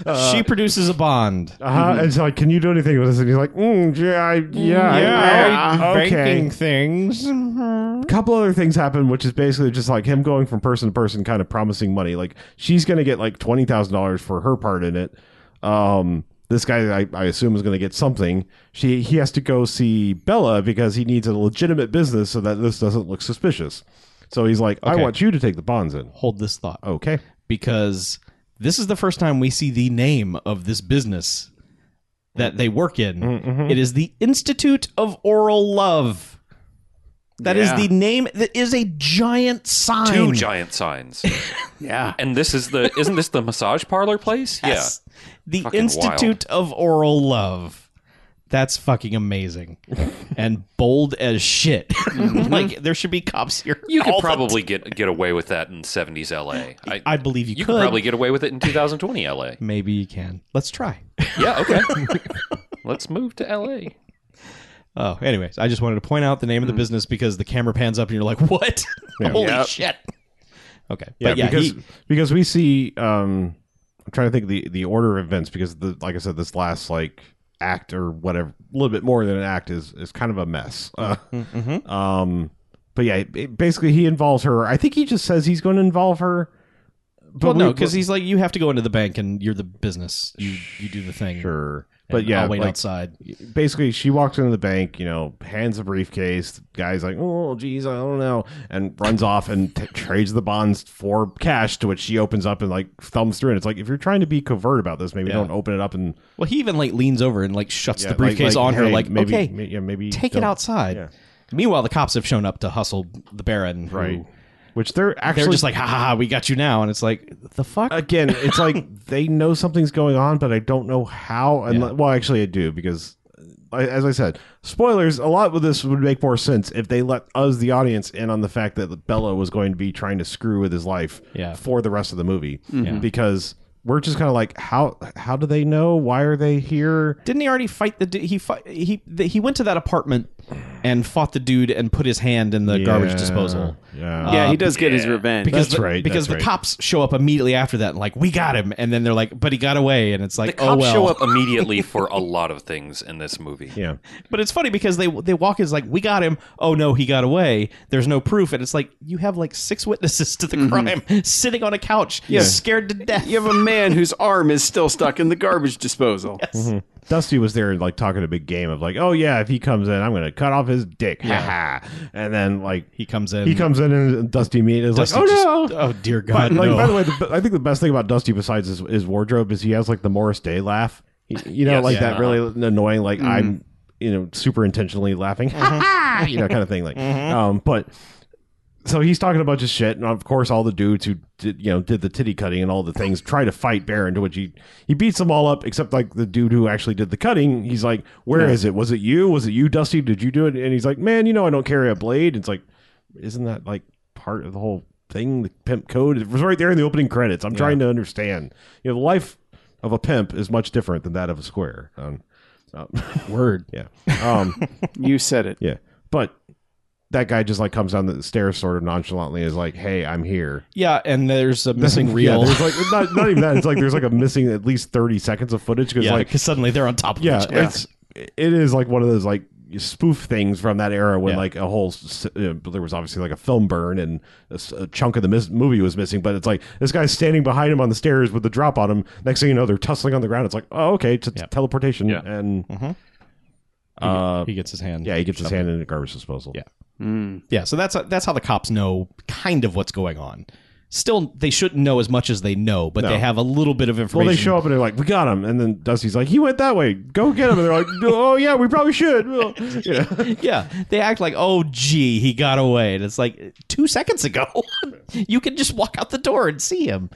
[SPEAKER 3] Uh,
[SPEAKER 1] she produces a bond.
[SPEAKER 3] Uh-huh. And she's like, "Can you do anything with this?" And he's like, mm, "Yeah, I, yeah,
[SPEAKER 5] yeah,
[SPEAKER 3] I- okay."
[SPEAKER 1] things.
[SPEAKER 3] A couple other things happen, which is basically just like him going from person to person, kind of promising money. Like she's going to get like twenty thousand dollars for her part in it. Um, this guy, I, I assume, is going to get something. She he has to go see Bella because he needs a legitimate business so that this doesn't look suspicious. So he's like, "I
[SPEAKER 1] Okay.
[SPEAKER 3] want you to take the bonds in."
[SPEAKER 1] Hold this thought
[SPEAKER 3] Okay,
[SPEAKER 1] because this is the first time we see the name of this business that they work in.
[SPEAKER 3] Mm-hmm.
[SPEAKER 1] It is the Institute of Oral Love. That is
[SPEAKER 5] Yeah.
[SPEAKER 1] the name. That is a giant sign.
[SPEAKER 4] Two giant signs.
[SPEAKER 5] yeah.
[SPEAKER 4] And this is the isn't this the massage parlor place?
[SPEAKER 1] Yes. The
[SPEAKER 4] Fucking
[SPEAKER 1] Institute of Oral Love. That's fucking amazing. and bold as shit.
[SPEAKER 3] Mm-hmm.
[SPEAKER 1] like there should be cops here.
[SPEAKER 4] Yeah. You could
[SPEAKER 1] all the
[SPEAKER 4] probably get get away with that in 70s LA. I,
[SPEAKER 1] I believe you,
[SPEAKER 4] you
[SPEAKER 1] could.
[SPEAKER 4] could probably get away with it in 2020 LA.
[SPEAKER 1] Maybe you can. Let's try.
[SPEAKER 4] Yeah, okay. Let's move to LA.
[SPEAKER 1] Oh, anyways, I just wanted to point out the name of the
[SPEAKER 3] Mm-hmm.
[SPEAKER 1] business because the camera pans up and you're like, "What? Holy
[SPEAKER 5] Yep.
[SPEAKER 1] shit!" Okay,
[SPEAKER 3] yeah,
[SPEAKER 1] but yeah,
[SPEAKER 3] because
[SPEAKER 1] he-
[SPEAKER 3] because we see. Um, I'm trying to think of the the order of events because the like I said, this last like act or whatever, a little bit more than an act is is kind of a mess. Uh,
[SPEAKER 1] Mm-hmm,
[SPEAKER 3] Um, but yeah, it- basically he involves her. I think he just says he's going to involve her. But
[SPEAKER 1] well, no,
[SPEAKER 3] we-
[SPEAKER 1] because he's like, "You have to go into the bank and you're the business. You you do the thing."
[SPEAKER 3] sure.
[SPEAKER 1] and
[SPEAKER 3] But yeah,
[SPEAKER 1] I'll wait
[SPEAKER 3] like,
[SPEAKER 1] outside.
[SPEAKER 3] basically she walks into the bank, you know, hands a briefcase. The guy's like, oh, geez, I don't know, and runs off and t- trades the bonds for cash. To which she opens up and like thumbs through, and it's like, if you're trying to be covert about this, maybe
[SPEAKER 1] Yeah.
[SPEAKER 3] don't open it up and
[SPEAKER 1] Well, he even like leans over and like shuts
[SPEAKER 3] yeah,
[SPEAKER 1] the briefcase
[SPEAKER 3] like- like,
[SPEAKER 1] on her,
[SPEAKER 3] hey,
[SPEAKER 1] like,
[SPEAKER 3] maybe,
[SPEAKER 1] "Okay,
[SPEAKER 3] may- yeah, maybe
[SPEAKER 1] take it
[SPEAKER 3] don't."
[SPEAKER 1] outside."
[SPEAKER 3] Yeah.
[SPEAKER 1] Meanwhile, the cops have shown up to hustle the Baron. who-
[SPEAKER 3] right? Which they're actually
[SPEAKER 1] they're just like, "Ha ha ha! We got you now!" And it's like, "The fuck."
[SPEAKER 3] again, it's like they know something's going on, but I don't know how. And well, actually, I do because, uh, I- as I said, spoilers. A lot of this would make more sense if they let us, the audience, in on the fact that Bella was going to be trying to screw with his life
[SPEAKER 1] Yeah.
[SPEAKER 3] for the rest of the movie.
[SPEAKER 1] Yeah.
[SPEAKER 3] Because we're just kind of like, how how do they know? Why are they here?
[SPEAKER 1] Didn't he already fight the du- he fight, he the, he went to that apartment and fought the dude and put his hand in the garbage
[SPEAKER 3] Yeah.
[SPEAKER 1] disposal.
[SPEAKER 3] Yeah.
[SPEAKER 5] Yeah, he does get his revenge.
[SPEAKER 1] Because
[SPEAKER 3] That's
[SPEAKER 1] the,
[SPEAKER 3] right,
[SPEAKER 1] Because the
[SPEAKER 3] that's right.
[SPEAKER 1] cops show up immediately after that, and like we got him, and then they're like, but he got away, and it's
[SPEAKER 4] The
[SPEAKER 1] like,
[SPEAKER 4] cops
[SPEAKER 1] oh well.
[SPEAKER 4] show up immediately for a lot of things in this movie.
[SPEAKER 3] yeah.
[SPEAKER 1] But it's funny because they they walk is like, we got him. Oh no, he got away. There's no proof, and it's like you have like six witnesses to the
[SPEAKER 3] Mm-hmm.
[SPEAKER 1] crime sitting on a couch, scared to death.
[SPEAKER 5] you have a man whose arm is still stuck in the garbage disposal.
[SPEAKER 3] Dusty was there like talking a big game of like, oh yeah, if he comes in, I'm gonna cut off his dick, ha ha. And then like
[SPEAKER 1] He comes in.
[SPEAKER 3] he comes in and Dusty meat is
[SPEAKER 1] Dusty
[SPEAKER 3] like, oh
[SPEAKER 1] just-
[SPEAKER 3] no.
[SPEAKER 1] Oh dear
[SPEAKER 3] But,
[SPEAKER 1] God!
[SPEAKER 3] like,
[SPEAKER 1] no.
[SPEAKER 3] by the way, the, I think the best thing about Dusty besides his, his wardrobe is he has like the Morris Day laugh. Y- You know,
[SPEAKER 4] Yes.
[SPEAKER 3] like
[SPEAKER 4] Yeah.
[SPEAKER 3] that really annoying, like I'm, you know, super intentionally laughing, you know, kind of thing. Like, um, but so he's talking a bunch of shit, and of course, all the dudes who did, you know, did the titty cutting and all the things try to fight Baron, to which he he beats them all up, except like the dude who actually did the cutting. He's like, "Where is it? Was it you? Was it you, Dusty? Did you do it?" And he's like, "Man, you know, I don't carry a blade." It's like, isn't that like part of the whole thing? The pimp code it was right there in the opening credits. I'm trying to understand. You know, the life of a pimp is much different than that of a square. Um,
[SPEAKER 1] Word.
[SPEAKER 3] yeah. Um,
[SPEAKER 5] You said it.
[SPEAKER 3] yeah. But that guy just like comes down the stairs sort of nonchalantly and is like, "Hey, I'm here."
[SPEAKER 1] Yeah, and there's a missing
[SPEAKER 3] Yeah,
[SPEAKER 1] reel.
[SPEAKER 3] there's like not, not even that. It's like there's like a missing at least thirty seconds of footage because
[SPEAKER 1] Yeah,
[SPEAKER 3] like
[SPEAKER 1] because suddenly they're on top of
[SPEAKER 3] yeah,
[SPEAKER 1] each other.
[SPEAKER 3] it's it is like one of those like spoof things from that era when
[SPEAKER 1] Yeah.
[SPEAKER 3] like a whole s- uh, there was obviously like a film burn and a, s- a chunk of the mis- movie was missing but it's like this guy's standing behind him on the stairs with the drop on him next thing you know they're tussling on the ground it's like oh okay it's a t-
[SPEAKER 1] Yep.
[SPEAKER 3] teleportation
[SPEAKER 4] Yeah.
[SPEAKER 3] and
[SPEAKER 1] he gets his hand.
[SPEAKER 3] yeah he gets his hand in a garbage disposal
[SPEAKER 1] Yeah. Yeah, so that's that's how the cops know kind of what's going on. Still, they shouldn't know as much as they know, but they have a little bit of
[SPEAKER 3] well
[SPEAKER 1] information.
[SPEAKER 3] they show up and they're like we got him and then Dusty's like he went that way go get him and they're like oh yeah we probably should yeah.
[SPEAKER 1] yeah, they act like, oh, gee, he got away. And it's like two seconds ago. you can just walk out the door and see him.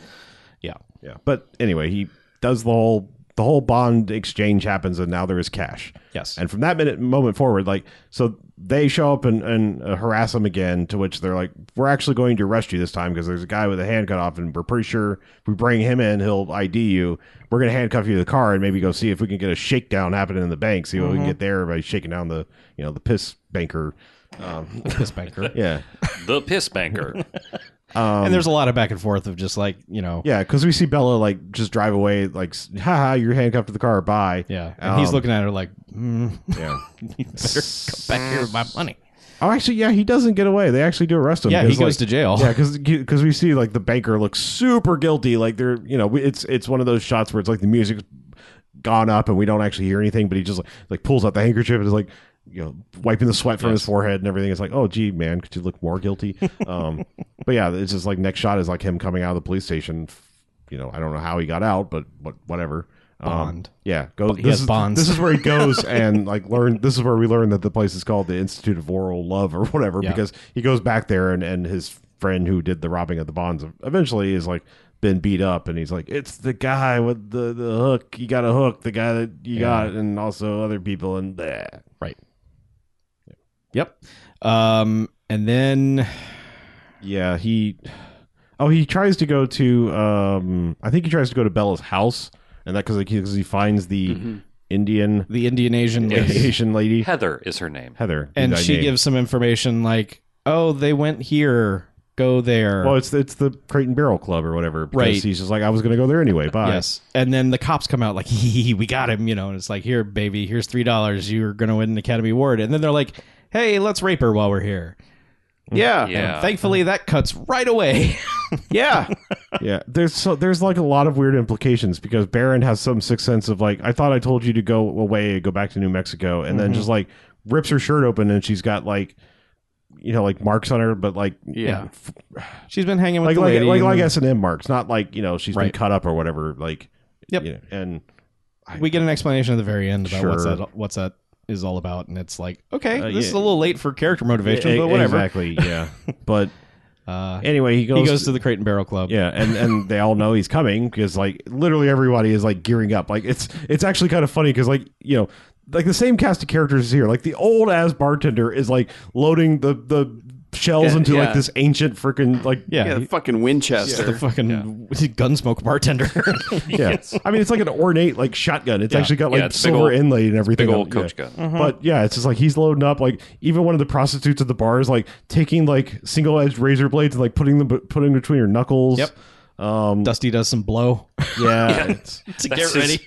[SPEAKER 1] Yeah.
[SPEAKER 3] Yeah. But anyway, he does the whole the whole bond exchange happens and now there is cash.
[SPEAKER 1] Yes.
[SPEAKER 3] And from that minute moment forward, like so they show up and, and uh, harass him again, to which they're like, We're actually going to arrest you this time because there's a guy with a hand cut off and we're pretty sure if we bring him in, he'll ID you. We're gonna handcuff you to the car and maybe go see if we can get a shakedown happening in the bank, see what we can
[SPEAKER 1] Mm-hmm.
[SPEAKER 3] get there by shaking down the you know, the piss banker. Um,
[SPEAKER 1] Piss banker.
[SPEAKER 3] yeah.
[SPEAKER 4] the piss banker.
[SPEAKER 1] and there's a lot of back and forth of just like, you know, Um, yeah.
[SPEAKER 3] Yeah, because we see Bella like just drive away, like, haha, you're handcuffed to the car, bye.
[SPEAKER 1] And he's
[SPEAKER 3] Um,
[SPEAKER 1] looking at her like, mm,
[SPEAKER 3] Yeah.
[SPEAKER 1] you better come back here with my money.
[SPEAKER 3] Oh, actually, yeah, he doesn't get away. They actually do arrest him.
[SPEAKER 1] Yeah, he
[SPEAKER 3] 'cause,
[SPEAKER 1] goes
[SPEAKER 3] like-
[SPEAKER 1] to jail.
[SPEAKER 3] Yeah, because we see like the banker looks super guilty. Like they're you know we- it's it's one of those shots where it's like the music's gone up and we don't actually hear anything, but he just like, like pulls out the handkerchief and is like you know wiping the sweat from his forehead and everything. It's like oh gee man, could you look more guilty? Um, but yeah, it's just like next shot is like him coming out of the police station. F- You know, I don't know how he got out, but what whatever. Um,
[SPEAKER 1] Bond.
[SPEAKER 3] yeah, goes.
[SPEAKER 1] he
[SPEAKER 3] this
[SPEAKER 1] has
[SPEAKER 3] is,
[SPEAKER 1] bonds.
[SPEAKER 3] This is where he goes and like learn. This is where we learn that the place is called the Institute of Oral Love or whatever
[SPEAKER 1] Yeah.
[SPEAKER 3] because he goes back there and and his friend who did the robbing of the bonds eventually is like been beat up and he's like it's the guy with the the hook you got a hook the guy that you got and also other people and bleh.
[SPEAKER 1] Right. Yep. Um, and then
[SPEAKER 3] yeah he oh he tries to go to um i think he tries to go to bella's house and that because he, 'cause he finds the
[SPEAKER 1] Mm-hmm.
[SPEAKER 3] indian
[SPEAKER 1] the Indian Asian lady.
[SPEAKER 3] asian lady
[SPEAKER 4] Heather is her name.
[SPEAKER 3] heather
[SPEAKER 1] and
[SPEAKER 3] who I
[SPEAKER 1] she
[SPEAKER 3] named.
[SPEAKER 1] gives some information like, "Oh, they went here. Go there."
[SPEAKER 3] Well, it's it's the Crate and Barrel Club or whatever. Because
[SPEAKER 1] Right.
[SPEAKER 3] He's just like, I was going to go there anyway. Bye.
[SPEAKER 1] yes. And then the cops come out like, "Hee, hee, hee, "We got him," you know. And it's like, "Here, baby. Here's three dollars. You're gonna win an Academy Award." And then they're like, "Hey, let's rape her while we're here."
[SPEAKER 5] Yeah. Yeah.
[SPEAKER 4] Yeah.
[SPEAKER 1] And thankfully, that cuts right away.
[SPEAKER 3] Yeah. There's so there's like a lot of weird implications because Baron has some sixth sense of like, I thought I told you to go away, go back to New Mexico, and
[SPEAKER 1] Mm-hmm.
[SPEAKER 3] then just like rips her shirt open and she's got like, you know, like marks on her, but like
[SPEAKER 5] Yeah.
[SPEAKER 1] She's been hanging with
[SPEAKER 3] like
[SPEAKER 1] the
[SPEAKER 3] like
[SPEAKER 1] lady.
[SPEAKER 3] like, like
[SPEAKER 1] and
[SPEAKER 3] S and M marks, not like you know she's
[SPEAKER 1] Right.
[SPEAKER 3] been cut up or whatever. Like,
[SPEAKER 1] Yep.
[SPEAKER 3] you know, and
[SPEAKER 1] we get an explanation at the very end about what's
[SPEAKER 3] Sure.
[SPEAKER 1] that. What's that is all about and it's like okay
[SPEAKER 3] Uh,
[SPEAKER 1] this
[SPEAKER 3] yeah.
[SPEAKER 1] is a little late for character motivation
[SPEAKER 3] E-
[SPEAKER 1] but whatever
[SPEAKER 3] Exactly. Yeah. but
[SPEAKER 1] uh,
[SPEAKER 3] anyway, he goes.
[SPEAKER 1] he goes to the crate and barrel club
[SPEAKER 3] Yeah, and and they all know he's coming because like literally everybody is like gearing up. Like it's it's actually kind of funny because like you know like the same cast of characters is here. Like the old ass bartender is like loading the the shells
[SPEAKER 5] Yeah,
[SPEAKER 3] into
[SPEAKER 5] yeah.
[SPEAKER 3] like this ancient freaking like
[SPEAKER 1] yeah,
[SPEAKER 5] the fucking Winchester.
[SPEAKER 1] the fucking gunsmoke bartender
[SPEAKER 3] yeah. I mean it's like an ornate like shotgun. It's actually got like
[SPEAKER 4] Yeah, it's big
[SPEAKER 3] silver
[SPEAKER 4] old-
[SPEAKER 3] inlay and everything.
[SPEAKER 4] big old
[SPEAKER 3] Yeah.
[SPEAKER 4] coach gun.
[SPEAKER 3] But yeah, it's just like he's loading up. Like even one of the prostitutes at the bar is like taking like single edged razor blades and like putting them putting them between her knuckles.
[SPEAKER 1] Yep.
[SPEAKER 3] Um.
[SPEAKER 1] Dusty does some blow
[SPEAKER 3] Yeah. It's,
[SPEAKER 1] to
[SPEAKER 4] That's
[SPEAKER 1] get
[SPEAKER 4] his-
[SPEAKER 1] ready.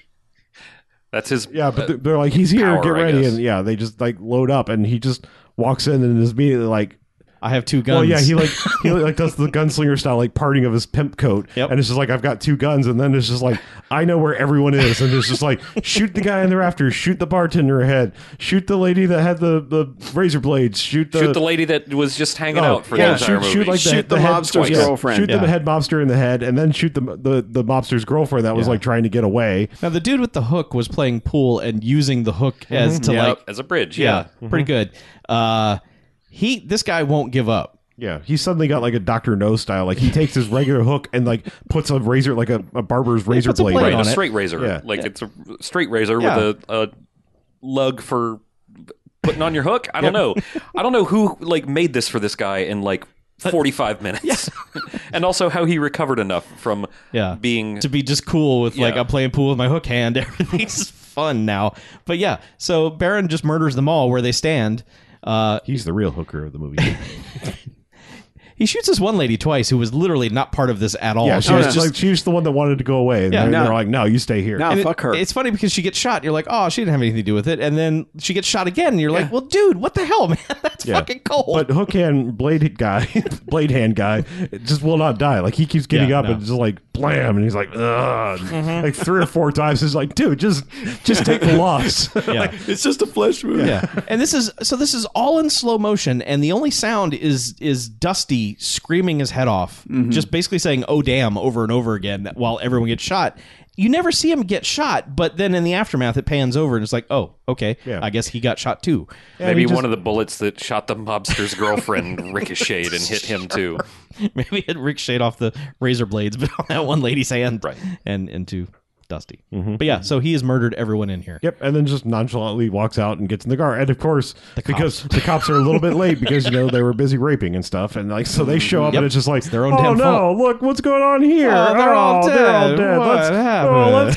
[SPEAKER 4] That's his.
[SPEAKER 3] Yeah, but they're- they're like, he's here,
[SPEAKER 4] power,
[SPEAKER 3] get
[SPEAKER 4] I
[SPEAKER 3] ready,
[SPEAKER 4] guess.
[SPEAKER 3] and yeah, they just like load up, and he just walks in and is immediately like,
[SPEAKER 1] I have two guns.
[SPEAKER 3] Well, yeah, he like he like does the gunslinger style like parting of his pimp coat,
[SPEAKER 1] Yep.
[SPEAKER 3] and it's just like I've got two guns, and then it's just like I know where everyone is, and it's just like shoot the guy in the rafters, shoot the bartender head, shoot the lady that had the, the razor blades, shoot the Oh,
[SPEAKER 4] shoot the lady that was just hanging out for
[SPEAKER 3] yeah,
[SPEAKER 4] the entire
[SPEAKER 3] shoot,
[SPEAKER 4] movie.
[SPEAKER 3] shoot like
[SPEAKER 5] Shoot the
[SPEAKER 3] head-
[SPEAKER 5] mobster's
[SPEAKER 3] yeah,
[SPEAKER 5] girlfriend.
[SPEAKER 3] shoot
[SPEAKER 1] Yeah.
[SPEAKER 3] the head mobster in the head, and then shoot the the, the mobster's girlfriend that was like trying to get away.
[SPEAKER 1] now the dude with the hook was playing pool and using the hook as to
[SPEAKER 5] Yep.
[SPEAKER 1] like
[SPEAKER 4] as a bridge,
[SPEAKER 1] yeah,
[SPEAKER 4] yeah.
[SPEAKER 1] pretty good. Uh, he this guy won't give up.
[SPEAKER 3] Yeah, he suddenly got like a Doctor No style. Like he takes his regular hook and like puts a razor, like a, a barber's razor
[SPEAKER 1] puts a
[SPEAKER 3] blade.
[SPEAKER 1] blade
[SPEAKER 3] on
[SPEAKER 4] Right,
[SPEAKER 1] on
[SPEAKER 4] a
[SPEAKER 1] it.
[SPEAKER 4] straight razor.
[SPEAKER 3] Yeah.
[SPEAKER 4] Like it's a straight razor
[SPEAKER 1] Yeah.
[SPEAKER 4] with a, a lug for putting on your hook. I don't know. I don't know who like made this for this guy in like 45 minutes. and also how he recovered enough from
[SPEAKER 1] Yeah.
[SPEAKER 4] being
[SPEAKER 1] to be just cool with like
[SPEAKER 4] Yeah.
[SPEAKER 1] I'm playing pool with my hook hand. Everything's fun now. But yeah, so Baron just murders them all where they stand. Uh,
[SPEAKER 3] He's the real hooker of the movie.
[SPEAKER 1] he shoots this one lady twice who was literally not part of this at all.
[SPEAKER 3] yeah, she
[SPEAKER 1] She-
[SPEAKER 5] Oh,
[SPEAKER 3] was
[SPEAKER 5] no.
[SPEAKER 3] just like she was the one that wanted to go away. And
[SPEAKER 1] Yeah,
[SPEAKER 3] they're,
[SPEAKER 5] no.
[SPEAKER 3] they're like, no, you stay here.
[SPEAKER 5] No,
[SPEAKER 1] and it-
[SPEAKER 5] fuck her.
[SPEAKER 1] It's funny because she gets shot. And you're like, oh, she didn't have anything to do with it. And then she gets shot again. And you're like, well, dude, what the hell, man? That's
[SPEAKER 3] Yeah.
[SPEAKER 1] fucking cold.
[SPEAKER 3] But hook hand blade guy, blade hand guy, just will not die. Like he keeps getting
[SPEAKER 1] Yeah,
[SPEAKER 3] up
[SPEAKER 1] no. Mm-hmm.
[SPEAKER 3] and just like blam, and he's like, ugh, like three or four times. He's like, dude, just just take the loss.
[SPEAKER 1] yeah.
[SPEAKER 5] It's just a flesh wound.
[SPEAKER 1] yeah. And this is so this is all in slow motion and the only sound is is Dusty screaming his head off, just basically saying oh damn over and over again while everyone gets shot. You never see him get shot, but then in the aftermath it pans over and it's like, "Oh, okay.
[SPEAKER 3] Yeah.
[SPEAKER 1] I guess he got shot too."
[SPEAKER 4] maybe
[SPEAKER 3] he just-
[SPEAKER 4] one of the bullets that shot the mobster's girlfriend ricocheted and hit him too.
[SPEAKER 1] Maybe it ricocheted off the razor blades but on that one lady's hand right. and into Dusty.
[SPEAKER 4] Mm-hmm.
[SPEAKER 1] But yeah, so he has murdered everyone in here.
[SPEAKER 3] Yep, and then just nonchalantly walks out and gets in the car. And of course, because the cops are a little bit late because you know they were busy raping and stuff, and like so they show up
[SPEAKER 1] Yep.
[SPEAKER 3] and it's just like
[SPEAKER 1] their own
[SPEAKER 3] oh
[SPEAKER 1] damn
[SPEAKER 3] no,
[SPEAKER 1] fault."
[SPEAKER 3] look what's going on here.
[SPEAKER 1] Oh, they're all
[SPEAKER 3] they're all
[SPEAKER 1] dead.
[SPEAKER 3] dead.
[SPEAKER 1] What
[SPEAKER 3] let's, oh,
[SPEAKER 1] happened?"
[SPEAKER 3] let's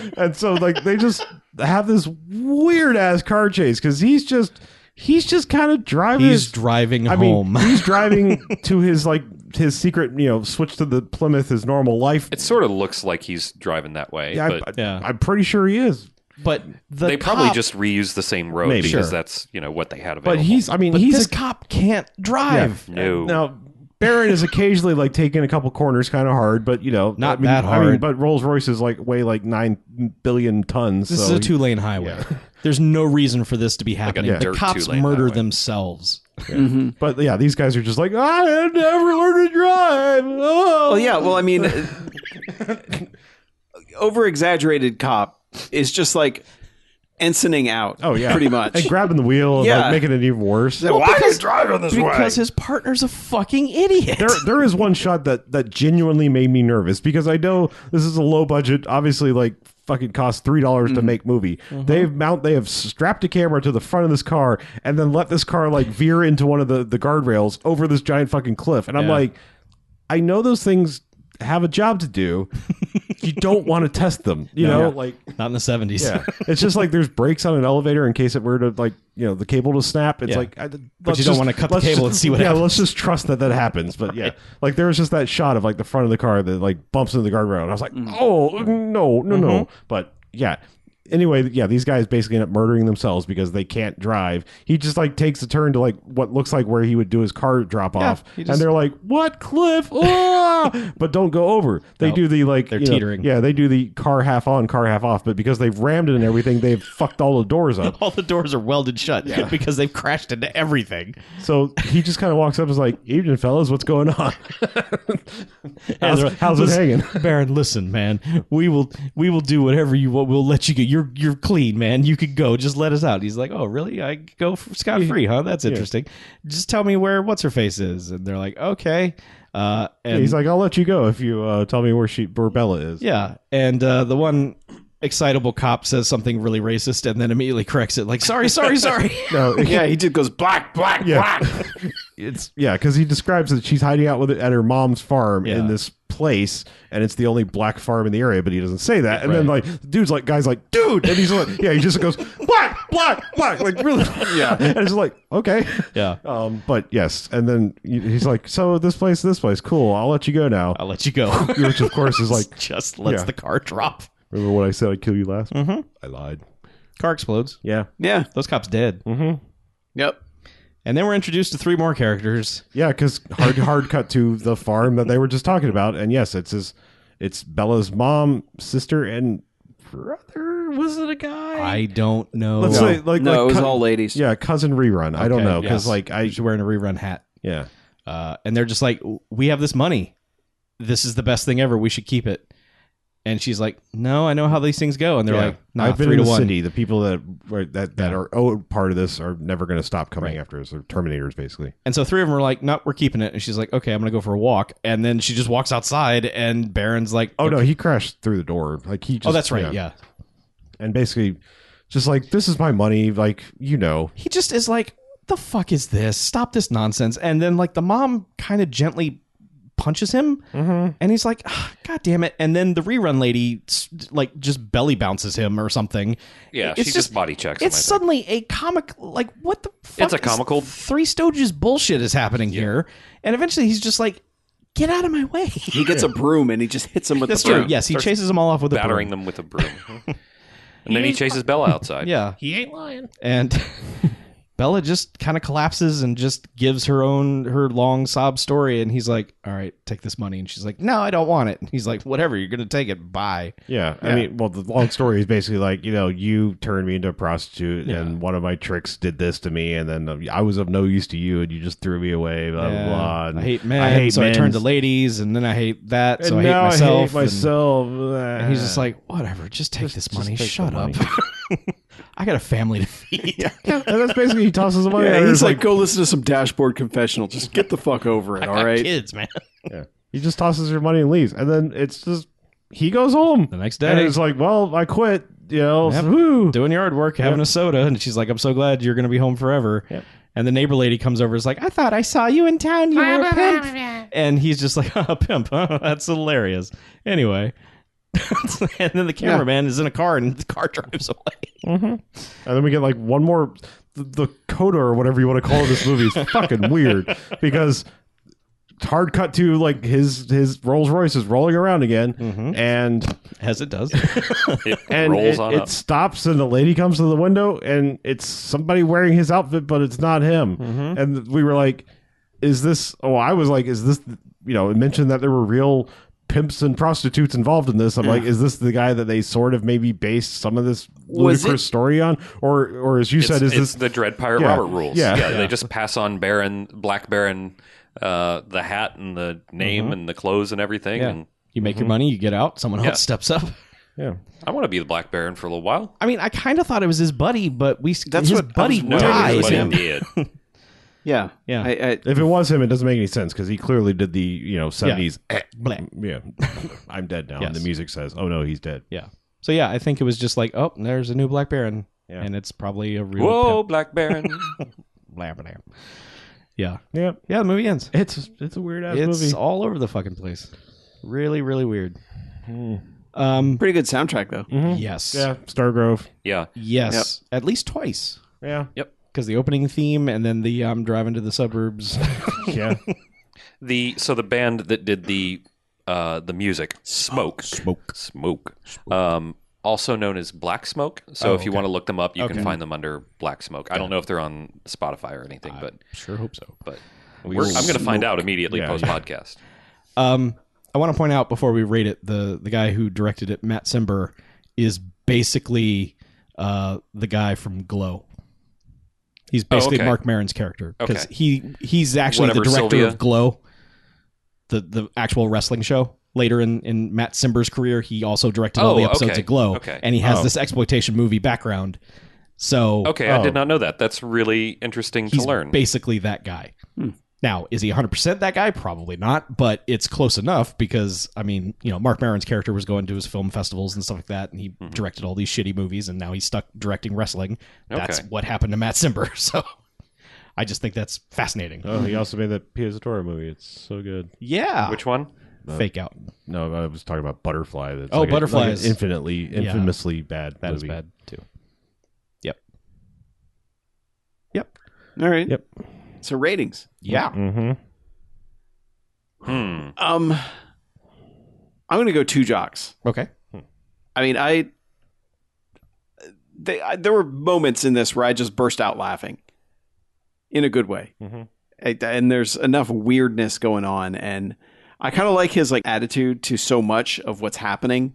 [SPEAKER 3] them. and so like they just have this weird ass car chase because he's just he's just kind of driving.
[SPEAKER 1] He's
[SPEAKER 3] his-
[SPEAKER 1] driving
[SPEAKER 3] I
[SPEAKER 1] home.
[SPEAKER 3] mean, he's driving to his like his secret, you know, switch to the Plymouth, his normal life.
[SPEAKER 4] It sort of looks like he's driving that way,
[SPEAKER 3] yeah,
[SPEAKER 4] but
[SPEAKER 3] I,
[SPEAKER 1] Yeah.
[SPEAKER 3] am pretty sure he is.
[SPEAKER 1] but the
[SPEAKER 4] they probably
[SPEAKER 1] cop-
[SPEAKER 4] just reused the same road
[SPEAKER 3] Maybe. Sure.
[SPEAKER 4] because that's, you know, what they had
[SPEAKER 3] But
[SPEAKER 4] available.
[SPEAKER 3] he's, I mean,
[SPEAKER 1] but
[SPEAKER 3] he's
[SPEAKER 1] this
[SPEAKER 3] a
[SPEAKER 1] cop can't drive.
[SPEAKER 4] no.
[SPEAKER 3] Now, Baron is occasionally like taking a couple corners kind of hard, but you know,
[SPEAKER 1] Not
[SPEAKER 3] I mean,
[SPEAKER 1] that
[SPEAKER 3] I mean,
[SPEAKER 1] hard.
[SPEAKER 3] but Rolls Royce is like weigh like nine billion tons.
[SPEAKER 1] This
[SPEAKER 3] so
[SPEAKER 1] is a two lane highway. There's no reason for this to be happening.
[SPEAKER 4] yeah.
[SPEAKER 1] The
[SPEAKER 4] dirt
[SPEAKER 1] cops
[SPEAKER 4] two-lane
[SPEAKER 1] murder
[SPEAKER 4] highway.
[SPEAKER 1] themselves.
[SPEAKER 3] But yeah, these guys are just like I never learned to drive. Oh,
[SPEAKER 5] Well, yeah. Well, I mean, uh, over exaggerated cop is just like ensigning out.
[SPEAKER 3] oh yeah,
[SPEAKER 5] pretty much.
[SPEAKER 3] And grabbing the wheel, and,
[SPEAKER 5] Yeah.
[SPEAKER 3] like, making it even worse.
[SPEAKER 5] So why
[SPEAKER 1] because-
[SPEAKER 5] are you driving this
[SPEAKER 1] Because his partner's a fucking idiot.
[SPEAKER 3] there there is one shot that that genuinely made me nervous because I know this is a low budget, obviously like fucking cost three dollars to make movie. They've mount they have strapped a camera to the front of this car and then let this car like veer into one of the the guardrails over this giant fucking cliff, and I'm
[SPEAKER 1] Yeah.
[SPEAKER 3] like, I know those things have a job to do. you don't want to test them, you know, like.
[SPEAKER 1] Not in the 70s.
[SPEAKER 3] Yeah, it's just like there's brakes on an elevator in case it were to like you know the cable to snap. It's
[SPEAKER 1] Yeah.
[SPEAKER 3] like I, but
[SPEAKER 1] you don't wanna cut the cable and see what
[SPEAKER 3] yeah,
[SPEAKER 1] happens.
[SPEAKER 3] let's just trust that that happens. But yeah, like there was just that shot of like the front of the car that like bumps into the guardrail, and I was like,
[SPEAKER 1] Mm.
[SPEAKER 3] oh no, no,
[SPEAKER 1] Mm-hmm.
[SPEAKER 3] no. But yeah. Anyway, yeah, these guys basically end up murdering themselves because they can't drive. He just like takes a turn to like what looks like where he would do his car drop off,
[SPEAKER 1] he
[SPEAKER 3] and
[SPEAKER 1] just-
[SPEAKER 3] they're like, "What cliff?" Ah! but don't go over. They
[SPEAKER 1] No,
[SPEAKER 3] do the like
[SPEAKER 1] they're
[SPEAKER 3] you know,
[SPEAKER 1] teetering.
[SPEAKER 3] yeah, they do the car half on, car half off, but because they've rammed it and everything, they've fucked all the doors up.
[SPEAKER 1] All the doors are welded shut because they've crashed into everything.
[SPEAKER 3] So he just kind of walks up and is like, Evening, fellas, what's going on?
[SPEAKER 1] And
[SPEAKER 3] how's
[SPEAKER 1] they're like,
[SPEAKER 3] how's it
[SPEAKER 1] "Listen,
[SPEAKER 3] hanging?
[SPEAKER 1] Baron, listen, man. We will we will do whatever you want. We'll let you go. You're you're clean, man. You could go. Just let us out. He's like, Oh, really? I go scot free, huh? That's interesting. Just tell me where what's her face is. And they're like, Okay. Uh and
[SPEAKER 3] He's like, I'll let you go if you uh, tell me where she where Bella is.
[SPEAKER 1] Yeah, and uh, the one excitable cop says something really racist and then immediately corrects it, like "Sorry, sorry, sorry."
[SPEAKER 3] No, it-
[SPEAKER 5] Yeah, he just goes black, black,
[SPEAKER 3] Yeah.
[SPEAKER 5] black.
[SPEAKER 3] it's yeah, because he describes that she's hiding out with it at her mom's farm
[SPEAKER 1] Yeah.
[SPEAKER 3] in this place, and it's the only black farm in the area. But he doesn't say that, and then like the dude's like, guys like, dude, and he's like, yeah, he just goes black, black, black, like really, yeah, and it's like okay,
[SPEAKER 1] yeah,
[SPEAKER 3] Um, but yes, and then he's like, "So this place, this place, cool. I'll let you go now."
[SPEAKER 1] I'll let you go.
[SPEAKER 3] Which of course is like,
[SPEAKER 1] Just lets
[SPEAKER 3] Yeah.
[SPEAKER 1] the car drop.
[SPEAKER 3] remember what I said? I'd kill you last. Mm-hmm. I lied.
[SPEAKER 1] Car explodes.
[SPEAKER 3] Yeah,
[SPEAKER 5] Yeah.
[SPEAKER 3] Mm-hmm.
[SPEAKER 1] Those cops dead.
[SPEAKER 5] Yep.
[SPEAKER 1] And then we're introduced to three more characters.
[SPEAKER 3] Yeah, because hard hard cut to the farm that they were just talking about, and yes, it's his, it's Bella's mom, sister, and brother. Was it a guy?
[SPEAKER 1] I don't know.
[SPEAKER 3] Let's say like
[SPEAKER 5] no,
[SPEAKER 3] like
[SPEAKER 5] it was
[SPEAKER 3] cou-
[SPEAKER 5] all ladies.
[SPEAKER 3] yeah, cousin rerun. I don't
[SPEAKER 1] Okay,
[SPEAKER 3] know because
[SPEAKER 1] yes.
[SPEAKER 3] like I
[SPEAKER 1] She's wearing a rerun hat.
[SPEAKER 3] yeah
[SPEAKER 1] Uh, and they're just like, we have this money. This is the best thing ever. We should keep it. And she's like, no, I know how these things go. And they're
[SPEAKER 3] Yeah.
[SPEAKER 1] like, nah,
[SPEAKER 3] I've been
[SPEAKER 1] three
[SPEAKER 3] in
[SPEAKER 1] to
[SPEAKER 3] the
[SPEAKER 1] one.
[SPEAKER 3] city. The people that were- that that
[SPEAKER 1] Yeah.
[SPEAKER 3] are owed part of this are never going to stop coming
[SPEAKER 1] Right.
[SPEAKER 3] after us. They're terminators basically.
[SPEAKER 1] And so three of them are like, no, we're keeping it. And she's like, okay, I'm going to go for a walk. And then she just walks outside and Baron's like,
[SPEAKER 3] Oh no, he crashed through the door. Like he. Just,
[SPEAKER 1] oh, that's right. Yeah.
[SPEAKER 3] and basically just like this is my money. Like you know,
[SPEAKER 1] He just is like, the fuck is this? Stop this nonsense. And then like the mom kind of gently punches him
[SPEAKER 4] Mm-hmm.
[SPEAKER 1] and he's like, "Ah, god damn it. And then the rerun lady s- like just belly bounces him or something.
[SPEAKER 4] Yeah,
[SPEAKER 1] It's
[SPEAKER 4] she just, body checks. him,
[SPEAKER 1] it's
[SPEAKER 4] I think.
[SPEAKER 1] suddenly a comic like what the fuck
[SPEAKER 4] It's a
[SPEAKER 1] is-
[SPEAKER 4] comical-
[SPEAKER 1] three stooges bullshit is happening here and eventually he's just like get out of my way
[SPEAKER 5] He gets a broom and he just hits him with
[SPEAKER 1] that's
[SPEAKER 5] the broom.
[SPEAKER 1] true yes he
[SPEAKER 4] Starts
[SPEAKER 1] chases them all off with a
[SPEAKER 4] battering
[SPEAKER 1] broom.
[SPEAKER 4] them with a broom. and then he chases Bella outside.
[SPEAKER 1] yeah he ain't lying and bella just kind of collapses and just gives her own her long sob story and he's like all right take this money and she's like no i don't want it and he's like whatever you're gonna take it bye
[SPEAKER 3] Yeah, I mean, well, the long story is basically like you know, you turned me into a prostitute, and one of my tricks did this to me, and then uh, I was of no use to you, and you just threw me away. Blah blah.
[SPEAKER 1] Yeah.
[SPEAKER 3] blah and
[SPEAKER 1] i hate men
[SPEAKER 3] I hate
[SPEAKER 1] so i
[SPEAKER 3] men.
[SPEAKER 1] turn to ladies and then i hate that
[SPEAKER 3] and
[SPEAKER 1] so i hate
[SPEAKER 3] now
[SPEAKER 1] myself
[SPEAKER 3] I hate
[SPEAKER 1] and-
[SPEAKER 3] myself.
[SPEAKER 1] And he's just like, whatever, just take this money.
[SPEAKER 3] take
[SPEAKER 1] Shut
[SPEAKER 3] the
[SPEAKER 1] up.
[SPEAKER 3] money."
[SPEAKER 1] I got a family to feed.
[SPEAKER 3] and that's basically he tosses the money. at
[SPEAKER 5] Yeah,
[SPEAKER 3] her,
[SPEAKER 5] he's
[SPEAKER 3] it's
[SPEAKER 5] like, go listen to some dashboard confessional. Just get the fuck over it, all right?
[SPEAKER 1] Kids, man.
[SPEAKER 3] yeah. he just tosses her money and leaves, and then it's just he goes home
[SPEAKER 1] The next
[SPEAKER 3] and
[SPEAKER 1] day,
[SPEAKER 3] it's like, well, I quit. You know,
[SPEAKER 1] Yep.
[SPEAKER 3] woo.
[SPEAKER 1] doing yard work, having
[SPEAKER 3] Yep.
[SPEAKER 1] a soda, and she's like, I'm so glad you're going to be home forever.
[SPEAKER 3] Yep.
[SPEAKER 1] And the neighbor lady comes over, is like, I thought I saw you in town. You were a pimp. And he's just like, oh, pimp. huh? that's hilarious. Anyway. and then the cameraman is in a car, and the car drives away.
[SPEAKER 3] And then we get like one more, the, the coda or whatever you want to call this movie is fucking weird because it's hard cut to like his his Rolls Royce is rolling around again, and
[SPEAKER 1] As it does.
[SPEAKER 4] It
[SPEAKER 3] and
[SPEAKER 4] Mm-hmm. rolls
[SPEAKER 3] it,
[SPEAKER 4] on
[SPEAKER 3] it
[SPEAKER 4] up.
[SPEAKER 3] stops and the lady comes to the window and it's somebody wearing his outfit, but it's not him.
[SPEAKER 4] Mm-hmm.
[SPEAKER 3] And we were like, "Is this?" Oh, I was like, "Is this?" You know, it mentioned that there were real pimps and prostitutes involved in this. I'm like, "Is this the guy that they sort of maybe based some of this
[SPEAKER 5] Was
[SPEAKER 3] ludicrous story on?" Or, or as you
[SPEAKER 4] It's,
[SPEAKER 3] said, is
[SPEAKER 4] it's
[SPEAKER 3] this
[SPEAKER 4] the Dread Pirate
[SPEAKER 3] Yeah,
[SPEAKER 4] Robert rules.
[SPEAKER 3] yeah.
[SPEAKER 4] Yeah, they just pass on Baron, Black Baron, uh, the hat and the name and the clothes and everything.
[SPEAKER 1] Yeah.
[SPEAKER 4] And
[SPEAKER 1] You make your money, you get out, someone else
[SPEAKER 4] Yeah.
[SPEAKER 1] steps up.
[SPEAKER 3] Yeah.
[SPEAKER 4] I want to be the Black Baron for a little while.
[SPEAKER 1] I mean, I kind of thought it was his buddy, but we
[SPEAKER 5] That's
[SPEAKER 1] his
[SPEAKER 5] what I was
[SPEAKER 1] buddy
[SPEAKER 4] No,
[SPEAKER 1] dies.
[SPEAKER 4] everybody
[SPEAKER 5] him.
[SPEAKER 4] did.
[SPEAKER 5] Yeah.
[SPEAKER 1] Yeah.
[SPEAKER 5] I, I,
[SPEAKER 3] If it was him, it doesn't make any sense because he clearly did the, you know, 70s. eh,
[SPEAKER 1] Blah.
[SPEAKER 3] Yeah. I'm dead now. And the
[SPEAKER 1] Yes.
[SPEAKER 3] music says, oh no, he's dead.
[SPEAKER 1] Yeah. So yeah, I think it was just like, oh, there's a new Black Baron,
[SPEAKER 3] Yeah.
[SPEAKER 1] and it's probably a real.
[SPEAKER 4] Whoa, Black Baron.
[SPEAKER 1] pimp. Blah, blah, blah. Yeah.
[SPEAKER 3] Yeah.
[SPEAKER 1] Yeah. The movie ends.
[SPEAKER 3] It's it's a weird ass
[SPEAKER 1] it's
[SPEAKER 3] movie.
[SPEAKER 1] all over the fucking place. Really, really weird. Um.
[SPEAKER 5] pretty good soundtrack, though.
[SPEAKER 1] Yes.
[SPEAKER 3] Hmm. Yeah. Stargrove.
[SPEAKER 4] yeah.
[SPEAKER 1] Yes. At least twice,
[SPEAKER 3] Yeah.
[SPEAKER 1] because the opening theme and then the um, driving to the suburbs.
[SPEAKER 3] Yeah.
[SPEAKER 4] The so the band that did the uh, the music smoke smoke smoke, um, also known as Black Smoke. So if you want to look them up, you can find them under Black Smoke. I don't know if they're on Spotify or anything, but
[SPEAKER 1] sure hope so.
[SPEAKER 4] but we're, I'm going to find out immediately
[SPEAKER 3] Yeah,
[SPEAKER 4] post
[SPEAKER 3] yeah.
[SPEAKER 4] podcast.
[SPEAKER 1] Um, I want to point out before we rate it, the the guy who directed it, Matt Simber, is basically uh, the guy from Glow. He's basically
[SPEAKER 4] Oh, okay.
[SPEAKER 1] Mark Maron's character because
[SPEAKER 4] Okay.
[SPEAKER 1] he he's actually the
[SPEAKER 4] Whatever,
[SPEAKER 1] director
[SPEAKER 4] Sylvia.
[SPEAKER 1] of Glow, the the actual wrestling show. Later in, in Matt Simber's career, he also directed all
[SPEAKER 4] Oh,
[SPEAKER 1] the episodes
[SPEAKER 4] okay.
[SPEAKER 1] of Glow,
[SPEAKER 4] Okay.
[SPEAKER 1] and he has
[SPEAKER 3] Oh.
[SPEAKER 1] this exploitation movie background. So
[SPEAKER 4] Okay, I did not know that. That's really interesting
[SPEAKER 1] he's
[SPEAKER 4] to learn.
[SPEAKER 1] basically that guy. Now, is he 100% that guy? Probably not, but it's close enough because, I mean, you know, Mark Maron's character was going to his film festivals and stuff like that, and he
[SPEAKER 4] Mm-hmm.
[SPEAKER 1] directed all these shitty movies, and now he's stuck directing wrestling. That's
[SPEAKER 4] Okay.
[SPEAKER 1] what happened to Matt Simber. So I just think that's fascinating.
[SPEAKER 3] oh, he also made that Pia Zatora movie. It's so good.
[SPEAKER 1] Uh, yeah.
[SPEAKER 4] Which one?
[SPEAKER 1] Fake out.
[SPEAKER 3] No, I was talking about Butterfly. That's
[SPEAKER 1] Oh,
[SPEAKER 3] like a-
[SPEAKER 1] Butterfly
[SPEAKER 3] like an
[SPEAKER 1] is-
[SPEAKER 3] infinitely, infamously bad
[SPEAKER 1] That is
[SPEAKER 3] movie.
[SPEAKER 1] bad, too. Yep.
[SPEAKER 5] All right.
[SPEAKER 3] Yep.
[SPEAKER 5] So ratings.
[SPEAKER 1] Yeah.
[SPEAKER 3] Mm-hmm.
[SPEAKER 4] Hmm.
[SPEAKER 5] Um, I'm going to go two jocks.
[SPEAKER 1] Okay.
[SPEAKER 5] I mean, I, they, I there were moments in this where I just burst out laughing. in a good way.
[SPEAKER 1] Mm-hmm.
[SPEAKER 3] Mhm.
[SPEAKER 5] It- and there's enough weirdness going on, and I kind of like his like attitude to so much of what's happening.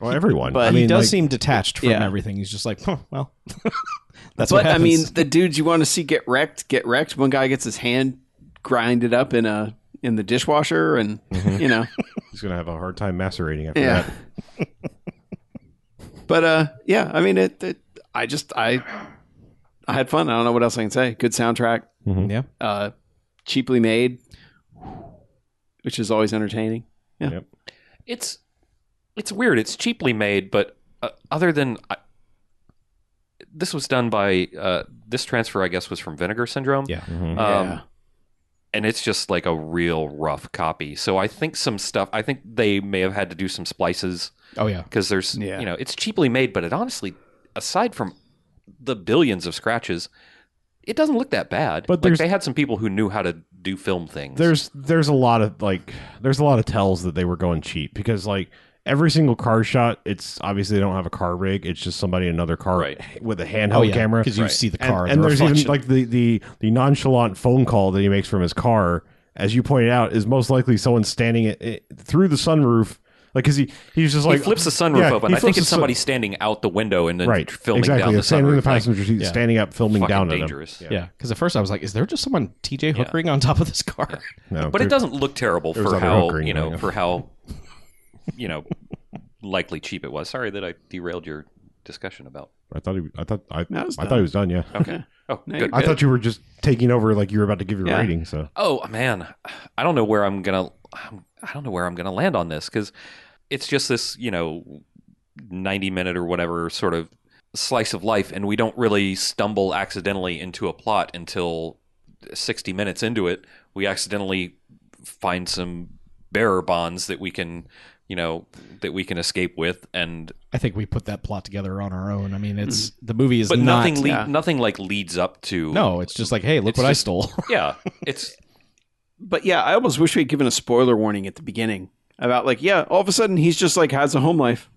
[SPEAKER 3] Well, everyone.
[SPEAKER 5] but
[SPEAKER 3] I
[SPEAKER 1] he
[SPEAKER 3] mean,
[SPEAKER 1] does
[SPEAKER 3] like,
[SPEAKER 1] seem detached from
[SPEAKER 5] yeah.
[SPEAKER 1] everything. He's just like, huh, well, that's
[SPEAKER 5] but
[SPEAKER 1] what
[SPEAKER 5] I
[SPEAKER 1] happens.
[SPEAKER 5] mean, the dudes you want to see get wrecked get wrecked. One guy gets his hand grinded up in a in the dishwasher, and
[SPEAKER 1] Mm-hmm.
[SPEAKER 5] you know,
[SPEAKER 3] he's gonna have a hard time macerating after
[SPEAKER 5] yeah.
[SPEAKER 3] that.
[SPEAKER 5] but uh, yeah, I mean, it, it. I just I I had fun. I don't know what else I can say. Good soundtrack.
[SPEAKER 1] yeah.
[SPEAKER 5] uh, cheaply made, which is always entertaining.
[SPEAKER 4] It's it's weird. It's cheaply made, but uh, other than I, this was done by uh, this transfer, I guess, was from Vinegar Syndrome.
[SPEAKER 1] Yeah.
[SPEAKER 4] Um,
[SPEAKER 5] Mm-hmm. Yeah.
[SPEAKER 4] And it's just like a real rough copy. So I think some stuff. I think they may have had to do some splices
[SPEAKER 1] Oh yeah.
[SPEAKER 4] because there's
[SPEAKER 5] Yeah.
[SPEAKER 4] you know it's cheaply made, but it honestly, aside from the billions of scratches, it doesn't look that bad.
[SPEAKER 3] But
[SPEAKER 4] like
[SPEAKER 3] there's-
[SPEAKER 4] they had some people who knew how to do film things.
[SPEAKER 3] There's there's a lot of like there's a lot of tells that they were going cheap because like every single car shot, it's obviously they don't have a car rig. It's just somebody in another car
[SPEAKER 4] Right.
[SPEAKER 3] with a handheld
[SPEAKER 1] Oh yeah.
[SPEAKER 3] camera.
[SPEAKER 1] Because you see the
[SPEAKER 3] And-
[SPEAKER 1] car,
[SPEAKER 3] and,
[SPEAKER 1] the
[SPEAKER 3] there's even
[SPEAKER 1] reflection.
[SPEAKER 3] like the, the the nonchalant phone call that he makes from his car as you pointed out is most likely someone standing it, it, through the sunroof like because he he's just
[SPEAKER 4] he
[SPEAKER 3] like
[SPEAKER 4] flips the sunroof
[SPEAKER 3] Yeah,
[SPEAKER 4] open.
[SPEAKER 3] he
[SPEAKER 4] I think
[SPEAKER 3] flips
[SPEAKER 4] it's
[SPEAKER 3] the sun-
[SPEAKER 4] somebody standing out the window and then
[SPEAKER 3] right
[SPEAKER 4] filming
[SPEAKER 3] exactly
[SPEAKER 4] down the
[SPEAKER 3] They're standing in the
[SPEAKER 4] sunroof. Like,
[SPEAKER 3] passenger seat
[SPEAKER 1] yeah.
[SPEAKER 3] standing up filming
[SPEAKER 4] fucking
[SPEAKER 3] down
[SPEAKER 4] dangerous.
[SPEAKER 3] at him
[SPEAKER 1] Yeah. Because at first I was like, is there just someone TJ hookering on top of this car?
[SPEAKER 3] yeah no,
[SPEAKER 4] But it
[SPEAKER 3] there-
[SPEAKER 4] doesn't look terrible
[SPEAKER 3] there was
[SPEAKER 4] for
[SPEAKER 3] other
[SPEAKER 4] how
[SPEAKER 3] hookering
[SPEAKER 4] you
[SPEAKER 3] going
[SPEAKER 4] know
[SPEAKER 3] on.
[SPEAKER 4] for how you know likely cheap it was. Sorry that I derailed your discussion about.
[SPEAKER 3] I thought he I thought I,
[SPEAKER 5] No, it's
[SPEAKER 3] I
[SPEAKER 5] done.
[SPEAKER 3] thought he was done yeah
[SPEAKER 4] Okay. Oh,
[SPEAKER 5] No,
[SPEAKER 4] good.
[SPEAKER 5] you're
[SPEAKER 3] I thought you were just taking over like you were about to give your
[SPEAKER 5] Yeah.
[SPEAKER 3] rating so
[SPEAKER 4] oh man, I don't know where I'm gonna. I'm, I don't know where I'm gonna land on this because it's just this you know ninety minute or whatever sort of slice of life, and we don't really stumble accidentally into a plot until sixty minutes into it. We accidentally find some bearer bonds that we can you know that we can escape with and
[SPEAKER 1] I think we put that plot together on our own. I mean, it's the movie is
[SPEAKER 4] Mm-hmm. but
[SPEAKER 1] not.
[SPEAKER 4] nothing lea-
[SPEAKER 5] yeah.
[SPEAKER 4] nothing like leads up to
[SPEAKER 1] no, it's just like, hey, look
[SPEAKER 4] It's
[SPEAKER 1] what I
[SPEAKER 4] just-
[SPEAKER 1] stole.
[SPEAKER 4] yeah it's
[SPEAKER 5] But yeah, I almost wish we had given a spoiler warning at the beginning about like, yeah, all of a sudden he's just like has a home life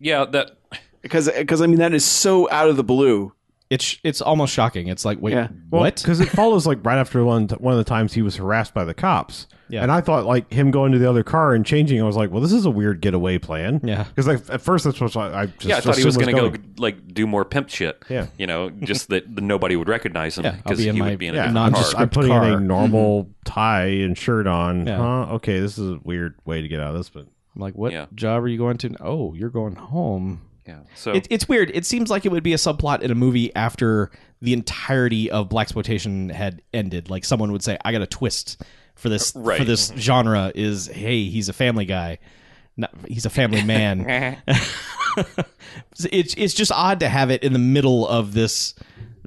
[SPEAKER 4] yeah that
[SPEAKER 5] because because I mean that is so out of the blue.
[SPEAKER 1] it's it's almost shocking. It's like, wait,
[SPEAKER 5] Yeah.
[SPEAKER 1] what?
[SPEAKER 3] Because it follows like right after one one of the times he was harassed by the cops.
[SPEAKER 1] Yeah.
[SPEAKER 3] And I thought like him going to the other car and changing. I was like, well, this is a weird getaway plan.
[SPEAKER 1] Yeah.
[SPEAKER 3] Because like at first that's what I, I just
[SPEAKER 4] yeah, I thought he
[SPEAKER 3] assumed
[SPEAKER 4] was
[SPEAKER 3] going
[SPEAKER 4] gonna go like do more pimp shit.
[SPEAKER 3] Yeah.
[SPEAKER 4] you know, just that nobody would recognize him
[SPEAKER 1] Yeah, I'll
[SPEAKER 4] because
[SPEAKER 1] be in
[SPEAKER 4] he
[SPEAKER 1] my-
[SPEAKER 4] would be in
[SPEAKER 1] yeah,
[SPEAKER 4] a
[SPEAKER 1] I'm
[SPEAKER 4] different car. Mm-hmm.
[SPEAKER 1] just-
[SPEAKER 3] I'm putting in a
[SPEAKER 1] car.
[SPEAKER 3] normal tie and shirt on.
[SPEAKER 1] Yeah.
[SPEAKER 3] Huh? Okay, this is a weird way to get out of this, but
[SPEAKER 1] I'm like, what
[SPEAKER 4] Yeah.
[SPEAKER 1] job are you going to? Oh, you're going home.
[SPEAKER 4] yeah, so
[SPEAKER 1] It, it's weird. It seems like it would be a subplot in a movie after the entirety of black exploitation had ended. Like someone would say, "I got a twist for this
[SPEAKER 4] Uh, right.
[SPEAKER 1] for this genre." Is hey, he's a family guy. Not, he's a family man. it's it's just odd to have it in the middle of this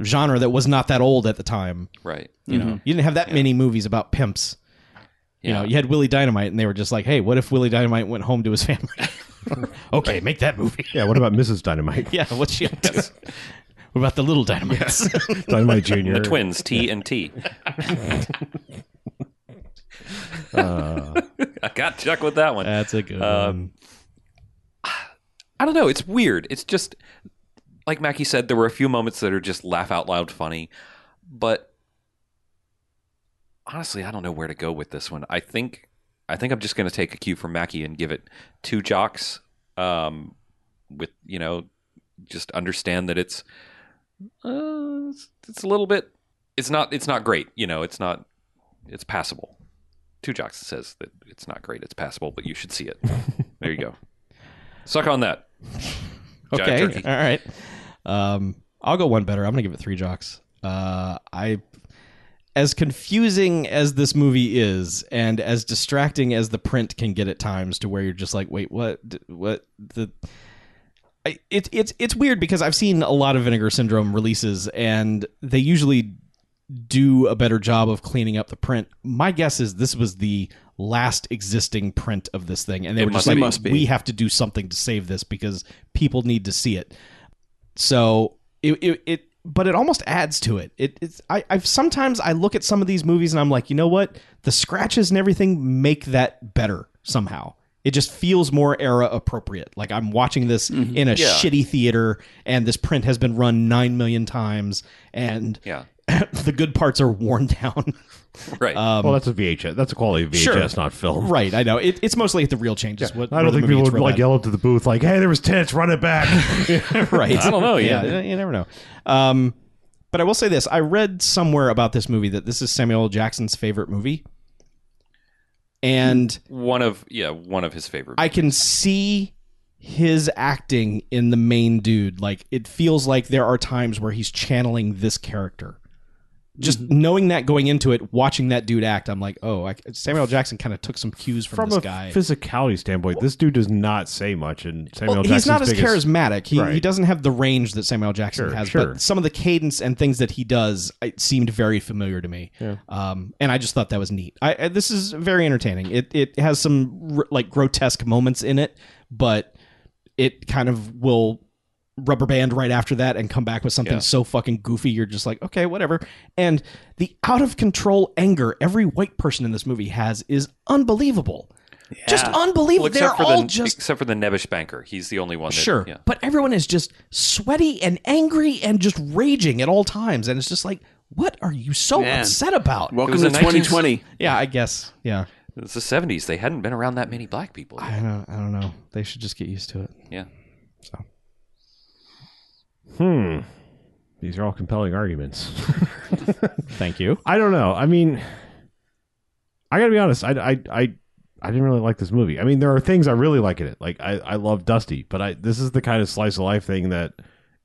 [SPEAKER 1] genre that was not that old at the time.
[SPEAKER 4] right,
[SPEAKER 1] You know, you didn't have that many movies about pimps. You know,
[SPEAKER 4] Mm-hmm. Yeah.
[SPEAKER 1] you had Willie Dynamite, and they were just like, "Hey, what if Willie Dynamite went home to his family?" okay, make that movie.
[SPEAKER 3] yeah. What about Mrs. Dynamite?
[SPEAKER 1] Yeah, what's she up to? What about the little dynamites?
[SPEAKER 3] Dynamite Junior.
[SPEAKER 4] the twins T and T.
[SPEAKER 1] Uh,
[SPEAKER 4] I got Chuck with that one.
[SPEAKER 1] That's a good one.
[SPEAKER 4] I don't know. It's weird. It's just like Mackie said. There were a few moments that are just laugh out loud funny, but honestly, I don't know where to go with this one. I think I think I'm just going to take a cue from Mackie and give it two jocks. Um, with you know, just understand that it's uh, it's, it's a little bit. It's not. It's not great. You know. It's not. It's passable. Two jocks says that it's not great. It's passable, but you should see it. there you go. Suck on that. Giant
[SPEAKER 1] Okay,
[SPEAKER 4] turkey.
[SPEAKER 1] all right. Um, I'll go one better. I'm gonna give it three jocks. Uh, I, as confusing as this movie is, and as distracting as the print can get at times, to where you're just like, wait, what? D- What the? I- It, it's it's weird because I've seen a lot of Vinegar Syndrome releases, and they usually do a better job of cleaning up the print. My guess is this was the last existing print of this thing, and they
[SPEAKER 4] It
[SPEAKER 1] were just
[SPEAKER 4] must
[SPEAKER 1] like,
[SPEAKER 4] be.
[SPEAKER 5] Must be.
[SPEAKER 1] "We have to do something to save this because people need to see it." So it it, it but it almost adds to it. It it's I I've sometimes I look at some of these movies and I'm like, you know what? The scratches and everything make that better somehow. It just feels more era appropriate. Like I'm watching this in a
[SPEAKER 4] Mm-hmm. Yeah.
[SPEAKER 1] shitty theater, and this print has been run nine million times, and
[SPEAKER 4] Yeah.
[SPEAKER 1] the good parts are worn down.
[SPEAKER 4] Right.
[SPEAKER 1] Um,
[SPEAKER 3] well, that's a VHS. That's a quality VHS,
[SPEAKER 1] Sure.
[SPEAKER 3] not film.
[SPEAKER 1] right, I know. It, it's mostly at the real changes. What,
[SPEAKER 3] I
[SPEAKER 1] where
[SPEAKER 3] don't
[SPEAKER 1] the
[SPEAKER 3] think
[SPEAKER 1] movie
[SPEAKER 3] people
[SPEAKER 1] gets
[SPEAKER 3] would
[SPEAKER 1] real
[SPEAKER 3] like
[SPEAKER 1] bad.
[SPEAKER 3] yell up to the booth like, "Hey, there was tenants, run it back."
[SPEAKER 1] right.
[SPEAKER 4] I don't know,
[SPEAKER 1] Yeah,
[SPEAKER 4] yeah.
[SPEAKER 1] you never know. Um, but I will say this: I read somewhere about this movie that this is Samuel L. Jackson's favorite movie, and
[SPEAKER 4] one of yeah, one of his favorite.
[SPEAKER 1] I can see his acting in the main dude. Like it feels like there are times where he's channeling this character. Just knowing that going into it, watching that dude act, I'm like, oh, I, Samuel L. Jackson kind of took some cues from,
[SPEAKER 3] From
[SPEAKER 1] this
[SPEAKER 3] a
[SPEAKER 1] guy.
[SPEAKER 3] physicality standpoint, this dude does not say much, and Samuel
[SPEAKER 1] Well,
[SPEAKER 3] Jackson's
[SPEAKER 1] he's not as
[SPEAKER 3] biggest-
[SPEAKER 1] charismatic. He, he
[SPEAKER 3] Right.
[SPEAKER 1] doesn't have the range that Samuel L. Jackson
[SPEAKER 3] Sure,
[SPEAKER 1] has,
[SPEAKER 3] sure.
[SPEAKER 1] but some of the cadence and things that he does it seemed very familiar to me. Um, and I just thought that was neat. I, I this is very entertaining. It it has some r- like grotesque moments in it, but it kind of will rubber band right after that and come back with something so fucking goofy you're just like okay whatever and the out of control anger every white person in this movie has is unbelievable just unbelievable
[SPEAKER 4] Well,
[SPEAKER 1] they're
[SPEAKER 4] except for
[SPEAKER 1] all
[SPEAKER 4] the
[SPEAKER 1] just
[SPEAKER 4] except for the Nebish banker. He's the only one. That,
[SPEAKER 1] sure
[SPEAKER 4] Yeah.
[SPEAKER 1] but everyone is just sweaty and angry and just raging at all times and it's just like what are you so
[SPEAKER 5] Man.
[SPEAKER 1] upset about
[SPEAKER 5] Welcome
[SPEAKER 4] was
[SPEAKER 5] to
[SPEAKER 4] a 19
[SPEAKER 5] 2020.
[SPEAKER 1] yeah i guess yeah
[SPEAKER 4] It's the seventies. They hadn't been around that many black people.
[SPEAKER 1] i don't, I don't know they should just get used to it
[SPEAKER 4] Yeah.
[SPEAKER 3] Hmm. These are all compelling arguments.
[SPEAKER 1] thank you
[SPEAKER 3] I don't know. I mean, I gotta be honest. I, I, I, I didn't really like this movie. I mean, there are things I really like in it. Like I, I love Dusty, but I this is the kind of slice of life thing that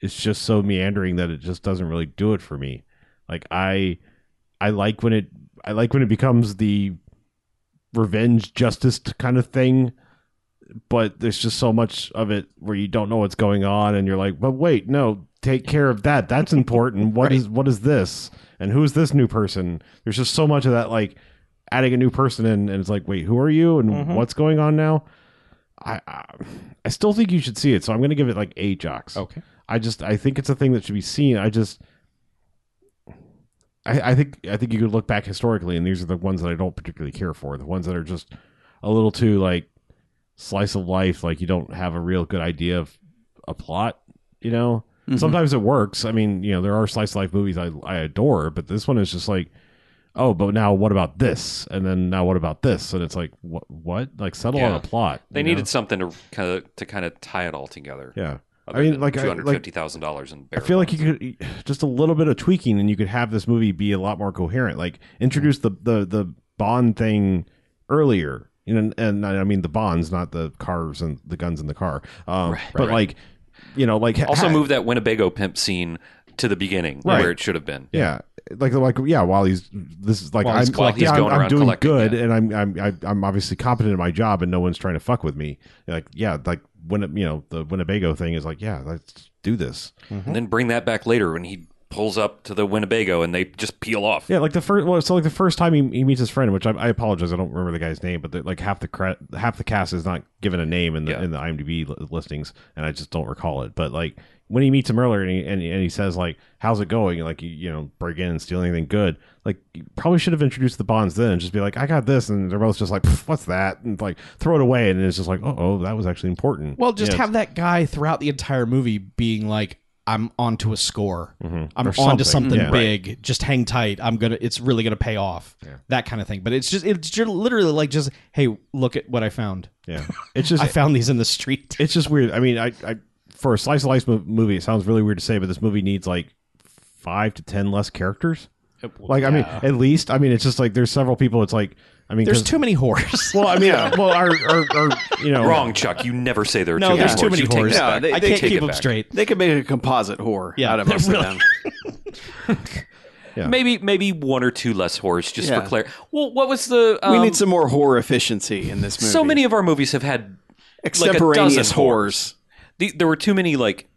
[SPEAKER 3] it's just so meandering that it just doesn't really do it for me. Like I, I like when it, I like when it becomes the revenge justice kind of thing. But there's just so much of it where you don't know what's going on, and you're like, "But wait, no, take care of that. That's important. What is what is this? And who's this new person?" There's just so much of that, like adding a new person in, and it's like, "Wait, who are you? And
[SPEAKER 1] Mhm.
[SPEAKER 3] what's going on now?" I, I I still think you should see it, so I'm gonna give it like eight jocks.
[SPEAKER 1] okay
[SPEAKER 3] I just I think it's a thing that should be seen. I just I, I think I think you could look back historically, and these are the ones that I don't particularly care for. The ones that are just a little too like slice of life, like you don't have a real good idea of a plot. You know,
[SPEAKER 4] Mm-hmm.
[SPEAKER 5] Mhm.
[SPEAKER 3] sometimes it works. I mean, you know, there are slice of life movies I I adore, but this one is just like, oh, but now what about this? And then now what about this? And it's like, what what? Like settle on
[SPEAKER 4] Yeah.
[SPEAKER 3] a plot.
[SPEAKER 4] They
[SPEAKER 3] you know?
[SPEAKER 4] needed something to kind of to kind of tie it all together.
[SPEAKER 3] yeah.
[SPEAKER 4] Other
[SPEAKER 3] I mean,
[SPEAKER 4] than
[SPEAKER 3] like, I-
[SPEAKER 4] two
[SPEAKER 3] like-
[SPEAKER 4] hundred fifty thousand dollars in.
[SPEAKER 3] I feel like you could just a little bit of tweaking, and you could have this movie be a lot more coherent. Like introduce the the the Bond thing earlier, you know, and, and I mean the Bonds, not the cars and the guns in the car. Um, but
[SPEAKER 4] right.
[SPEAKER 3] like, you know, like
[SPEAKER 4] also
[SPEAKER 3] ha-
[SPEAKER 4] move that Winnebago pimp scene to the beginning
[SPEAKER 3] Right.
[SPEAKER 4] where it should have been.
[SPEAKER 3] Yeah, like like yeah. While he's this is like
[SPEAKER 1] While
[SPEAKER 3] I'm,
[SPEAKER 1] he's
[SPEAKER 4] collecting-
[SPEAKER 3] yeah,
[SPEAKER 4] While
[SPEAKER 3] I'm-
[SPEAKER 4] he's going
[SPEAKER 3] I'm,
[SPEAKER 4] around
[SPEAKER 3] doing
[SPEAKER 4] collecting,
[SPEAKER 3] good,
[SPEAKER 4] yeah.
[SPEAKER 3] and I'm I'm I- I'm obviously competent at my job, and no one's trying to fuck with me. Like yeah, like when it, you know the Winnebago thing is like yeah, let's do this.
[SPEAKER 4] And then bring that back later when he pulls up to the Winnebago and they just peel off.
[SPEAKER 3] Yeah, like the first. Well, so like the first time he, he meets his friend, which I, I apologize, I don't remember the guy's name, but the, like half the cra- half the cast is not given a name in the
[SPEAKER 4] Yeah.
[SPEAKER 3] in the IMDb li- listings, and I just don't recall it. But like when he meets him earlier, and he, and, and he says like, "How's it going?" Like you, you know, break in and steal anything good. Like you probably should have introduced the bonds then, and just be like, "I got this," and they're both just like, "Pff, "What's that?" and like throw it away, and it's just like, "Oh, oh, that was actually important."
[SPEAKER 1] well just
[SPEAKER 3] Yeah,
[SPEAKER 1] have that guy throughout the entire movie being like i'm onto a score
[SPEAKER 3] Mhm.
[SPEAKER 1] i'm
[SPEAKER 3] Or
[SPEAKER 1] onto
[SPEAKER 3] something,
[SPEAKER 1] something
[SPEAKER 3] yeah.
[SPEAKER 1] big just hang tight i'm gonna it's really gonna pay off that kind of thing but it's just it's just literally like just hey look at what i found
[SPEAKER 3] yeah, it's just
[SPEAKER 1] I found these in the street.
[SPEAKER 3] it's just weird. I mean, I, I for a slice of life mo- movie, it sounds really weird to say, but this movie needs like five to ten less characters. Like, I mean, at least, I mean, it's just like there's several people. It's like, I mean,
[SPEAKER 1] There's
[SPEAKER 3] 'cause-
[SPEAKER 1] too many whores.
[SPEAKER 3] Well, I mean, well, our, our, our, you know,
[SPEAKER 4] Wrong, Chuck. You never say there are
[SPEAKER 1] no,
[SPEAKER 4] too
[SPEAKER 1] there's
[SPEAKER 4] many
[SPEAKER 1] too
[SPEAKER 4] whores.
[SPEAKER 1] many
[SPEAKER 4] You
[SPEAKER 1] whores.
[SPEAKER 4] take that
[SPEAKER 5] No,
[SPEAKER 4] back.
[SPEAKER 5] they-
[SPEAKER 1] I
[SPEAKER 5] they
[SPEAKER 1] can't
[SPEAKER 5] take
[SPEAKER 1] keep
[SPEAKER 4] it
[SPEAKER 1] them
[SPEAKER 4] back.
[SPEAKER 1] straight.
[SPEAKER 5] They could make a composite whore
[SPEAKER 1] Yeah,
[SPEAKER 5] out of most
[SPEAKER 1] really.
[SPEAKER 5] of them.
[SPEAKER 3] Yeah.
[SPEAKER 4] Maybe maybe one or two less whores just
[SPEAKER 5] Yeah.
[SPEAKER 4] for clarity. Well, what was the? Um,
[SPEAKER 5] we need some more whore efficiency in this movie.
[SPEAKER 4] So many of our movies have had
[SPEAKER 5] extemporaneous
[SPEAKER 4] dozen
[SPEAKER 5] whores.
[SPEAKER 4] the, there were too many like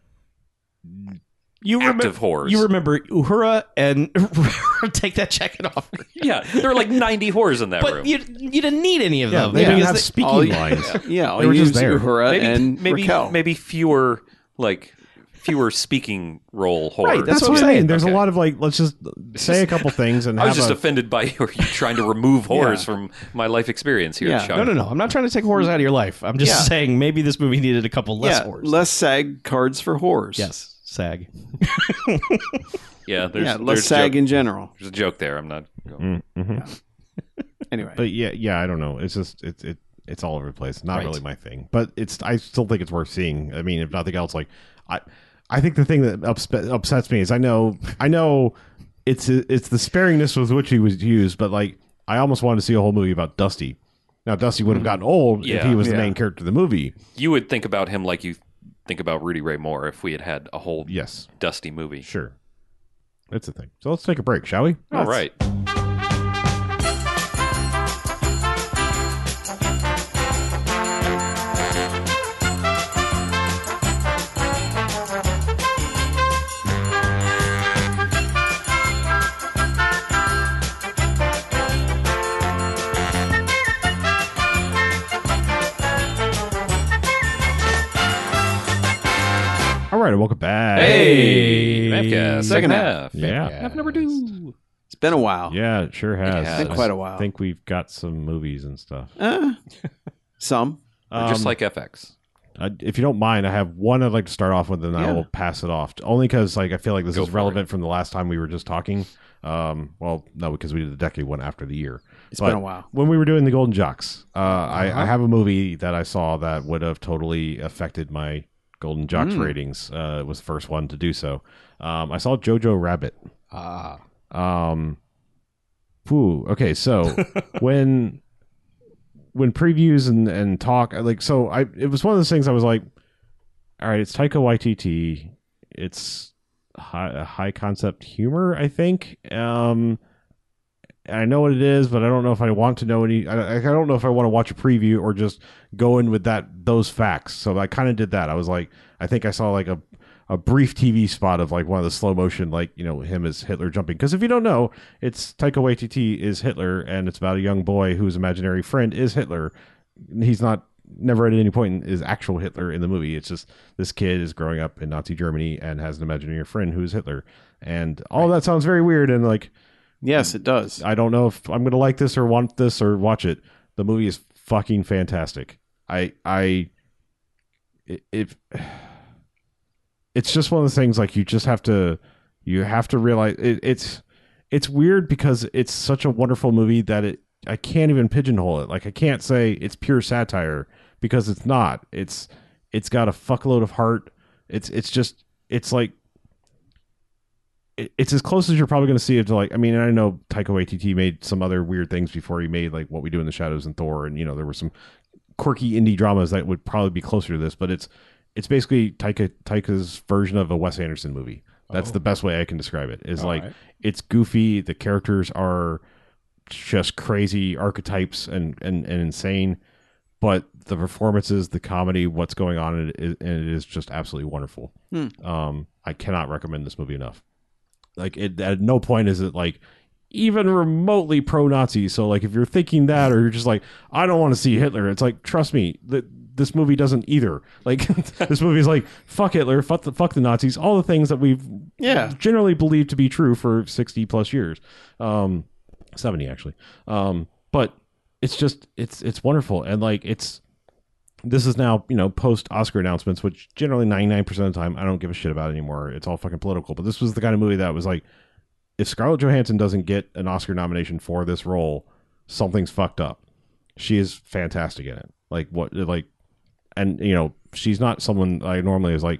[SPEAKER 1] You remember,
[SPEAKER 4] active whores.
[SPEAKER 1] you remember Uhura and take that jacket off.
[SPEAKER 4] yeah, there were like ninety whores in that room.
[SPEAKER 1] But you, you didn't need any of
[SPEAKER 3] yeah,
[SPEAKER 1] them.
[SPEAKER 3] they didn't
[SPEAKER 1] because
[SPEAKER 3] have
[SPEAKER 1] they-
[SPEAKER 3] speaking
[SPEAKER 5] all you-
[SPEAKER 3] lines.
[SPEAKER 5] Yeah, all
[SPEAKER 3] They were
[SPEAKER 5] you
[SPEAKER 3] just
[SPEAKER 5] use
[SPEAKER 3] there.
[SPEAKER 5] Uhura
[SPEAKER 4] maybe
[SPEAKER 5] and
[SPEAKER 4] maybe
[SPEAKER 5] Raquel.
[SPEAKER 4] maybe fewer like fewer speaking role horror.
[SPEAKER 1] Right, that's
[SPEAKER 3] That's,
[SPEAKER 1] what
[SPEAKER 3] what
[SPEAKER 1] I'm
[SPEAKER 3] I'm saying.
[SPEAKER 1] saying.
[SPEAKER 3] There's
[SPEAKER 4] Okay.
[SPEAKER 3] a lot of like, let's just say a couple things and
[SPEAKER 4] I was
[SPEAKER 3] have
[SPEAKER 4] just
[SPEAKER 3] a,
[SPEAKER 4] offended by your you trying to remove horrors from my life experience here,
[SPEAKER 5] Yeah.
[SPEAKER 4] Sean.
[SPEAKER 1] No, no, no. I'm not trying to take horrors out of your life. I'm just
[SPEAKER 5] Yeah.
[SPEAKER 1] saying maybe this movie needed a couple less
[SPEAKER 5] yeah,
[SPEAKER 1] horrors.
[SPEAKER 5] less SAG cards for whores.
[SPEAKER 1] yes, SAG.
[SPEAKER 4] Yeah, there's,
[SPEAKER 5] yeah, less
[SPEAKER 4] there's,
[SPEAKER 5] SAG
[SPEAKER 4] a joke,
[SPEAKER 5] in general.
[SPEAKER 4] there's a joke there. I'm not.
[SPEAKER 3] Mm, mhm.
[SPEAKER 5] Anyway,
[SPEAKER 3] But yeah, yeah, I don't know. It's just it, it it's all over the place. Not
[SPEAKER 1] Right.
[SPEAKER 3] really my thing, but it's I still think it's worth seeing. I mean, if nothing else, like I I think the thing that upset, upsets me is I know I know it's it's the sparingness with which he was used, but like I almost wanted to see a whole movie about Dusty. Now Dusty would have gotten old if
[SPEAKER 4] Mm. Yeah.
[SPEAKER 3] he was
[SPEAKER 5] Yeah.
[SPEAKER 3] the main character of the movie.
[SPEAKER 4] You would think about him like you think about Rudy Ray Moore if we had had a whole
[SPEAKER 3] Yes,
[SPEAKER 4] dusty movie.
[SPEAKER 3] sure. That's the thing. So let's take a break, shall we?
[SPEAKER 4] All right.
[SPEAKER 3] All right, and welcome back.
[SPEAKER 4] Hey, Mavcast,
[SPEAKER 5] Second
[SPEAKER 4] second
[SPEAKER 5] half.
[SPEAKER 4] half.
[SPEAKER 3] Yeah.
[SPEAKER 1] number two.
[SPEAKER 5] it's been a while.
[SPEAKER 3] Yeah, it sure has.
[SPEAKER 4] has.
[SPEAKER 5] It's been quite a while.
[SPEAKER 3] I think we've got some movies and stuff.
[SPEAKER 5] Uh, some.
[SPEAKER 4] Or just
[SPEAKER 3] Um,
[SPEAKER 4] like FX.
[SPEAKER 3] I, if you don't mind, I have one I'd like to start off with, and I
[SPEAKER 5] Yeah.
[SPEAKER 3] will pass it off. Only because like I feel like this
[SPEAKER 4] Go
[SPEAKER 3] is
[SPEAKER 4] for
[SPEAKER 3] relevant from the last time we were just talking. Um, well, no, because we did the decade one after the year.
[SPEAKER 5] It's
[SPEAKER 3] But
[SPEAKER 5] been a while.
[SPEAKER 3] When we were doing the Golden Jocks, uh, I, I have a movie that I saw that would have totally affected my Golden Jocks ratings. Uh, it was the first one to do so. Um, I saw Jojo Rabbit.
[SPEAKER 1] Ah,
[SPEAKER 3] Um, whew, okay, so when when previews and and talk I like so I it was one of those things I was like, all right, it's Taika Waititi, it's high, high concept humor, I think. Um, I know what it is, but I don't know if I want to know any. I, I don't know if I want to watch a preview or just go in with that those facts. So I kind of did that. I was like, I think I saw like a a brief TV spot of like one of the slow motion, like you know him as Hitler jumping. Because if you don't know, it's Taika Waititi is Hitler, and it's about a young boy whose imaginary friend is Hitler. He's not never at any point is actual Hitler in the movie. It's just this kid is growing up in Nazi Germany and has an imaginary friend who is Hitler, and all that sounds very weird and like
[SPEAKER 5] Yes, it does.
[SPEAKER 3] I don't know if I'm going to like this or want this or watch it. The movie is fucking fantastic. I I i- if it's just one of those things like you just have to you have to realize it, it's it's weird because it's such a wonderful movie that it I can't even pigeonhole it. Like I can't say it's pure satire because it's not. It's it's got a fuckload of heart. It's it's just it's like it- it's as close as you're probably going to see it to like. I mean, I know Taika Waititi made some other weird things before he made like What We Do in the Shadows and Thor, and you know there were some quirky indie dramas that would probably be closer to this, but it's it's basically Taika Taika's version of a Wes Anderson movie. That's
[SPEAKER 1] Oh.
[SPEAKER 3] the best way I can describe it. Is
[SPEAKER 1] All
[SPEAKER 3] like
[SPEAKER 1] right.
[SPEAKER 3] it's goofy. The characters are just crazy archetypes and and, and insane. But the performances, the comedy, what's going on, in it is, and it is just absolutely wonderful.
[SPEAKER 5] Hmm.
[SPEAKER 3] Um, I cannot recommend this movie enough like it, at no point is it like even remotely pro-nazi so like if you're thinking that or you're just like i don't want to see hitler it's like trust me that this movie doesn't either like this movie is like fuck hitler fuck the, fuck the nazis all the things that we've
[SPEAKER 5] Yeah.
[SPEAKER 3] generally believed to be true for 60 plus years um 70 actually um but it's just it's it's wonderful and like it's this is now you know post oscar announcements which generally 99% of the time i don't give a shit about anymore it's all fucking political but this was the kind of movie that was like if scarlett johansson doesn't get an oscar nomination for this role something's fucked up she is fantastic in it like what like and you know she's not someone i normally is like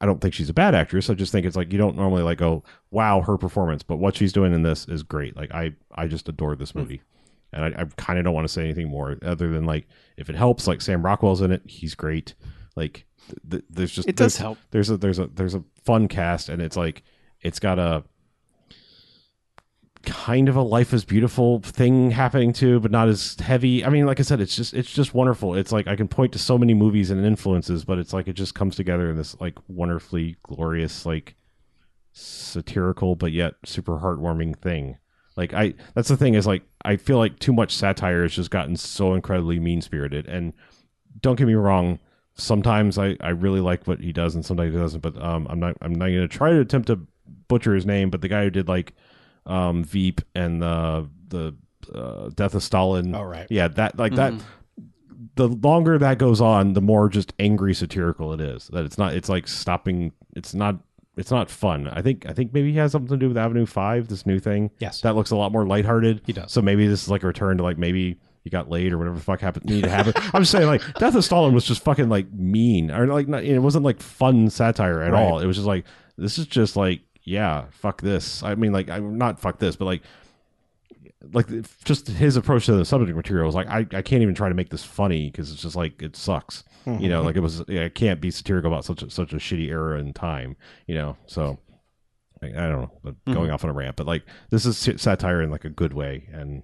[SPEAKER 3] i don't think she's a bad actress i just think it's like you don't normally like go wow her performance but what she's doing in this is great like i i just adore this movie and i, I kind of don't want to say anything more other than like if it helps like sam rockwell's in it he's great like th- th- there's just
[SPEAKER 5] It does
[SPEAKER 3] there's-
[SPEAKER 5] help.
[SPEAKER 3] there's a there's a there's a fun cast and it's like it's got a kind of a life is beautiful thing happening to but not as heavy i mean like i said it's just it's just wonderful it's like i can point to so many movies and influences but it's like it just comes together in this like wonderfully glorious like satirical but yet super heartwarming thing like i that's the thing is like i feel like too much satire has just gotten so incredibly mean spirited and don't get me wrong sometimes I, I really like what he does and sometimes he doesn't. But um, I'm not I'm not going to try to attempt to butcher his name. But the guy who did like um, Veep and the the uh, Death of Stalin.
[SPEAKER 1] All Oh, right.
[SPEAKER 3] Yeah, that like that. The longer that goes on, the more just angry satirical it is. That it's not. It's like stopping. It's not. It's not fun. I think. I think maybe he has something to do with Avenue Five. This new thing.
[SPEAKER 1] Yes.
[SPEAKER 3] That looks a lot more lighthearted.
[SPEAKER 1] He does.
[SPEAKER 3] So maybe this is like a return to like maybe you got laid or whatever the fuck happened needed to happen. I'm just saying like Death of Stalin was just fucking like mean or like not, it wasn't like fun satire at all. It was just like this is just like yeah fuck this. I mean like I'm not fuck this but like like if- just his approach to the subject material is like I, I can't even try to make this funny because it's just like it sucks
[SPEAKER 1] Hmm.
[SPEAKER 3] you know like it was yeah, I can't be satirical about such a, such a shitty era in time you know so I, I don't know but
[SPEAKER 1] Mm-hmm.
[SPEAKER 3] going off on a rant but like this is sa- satire in like a good way and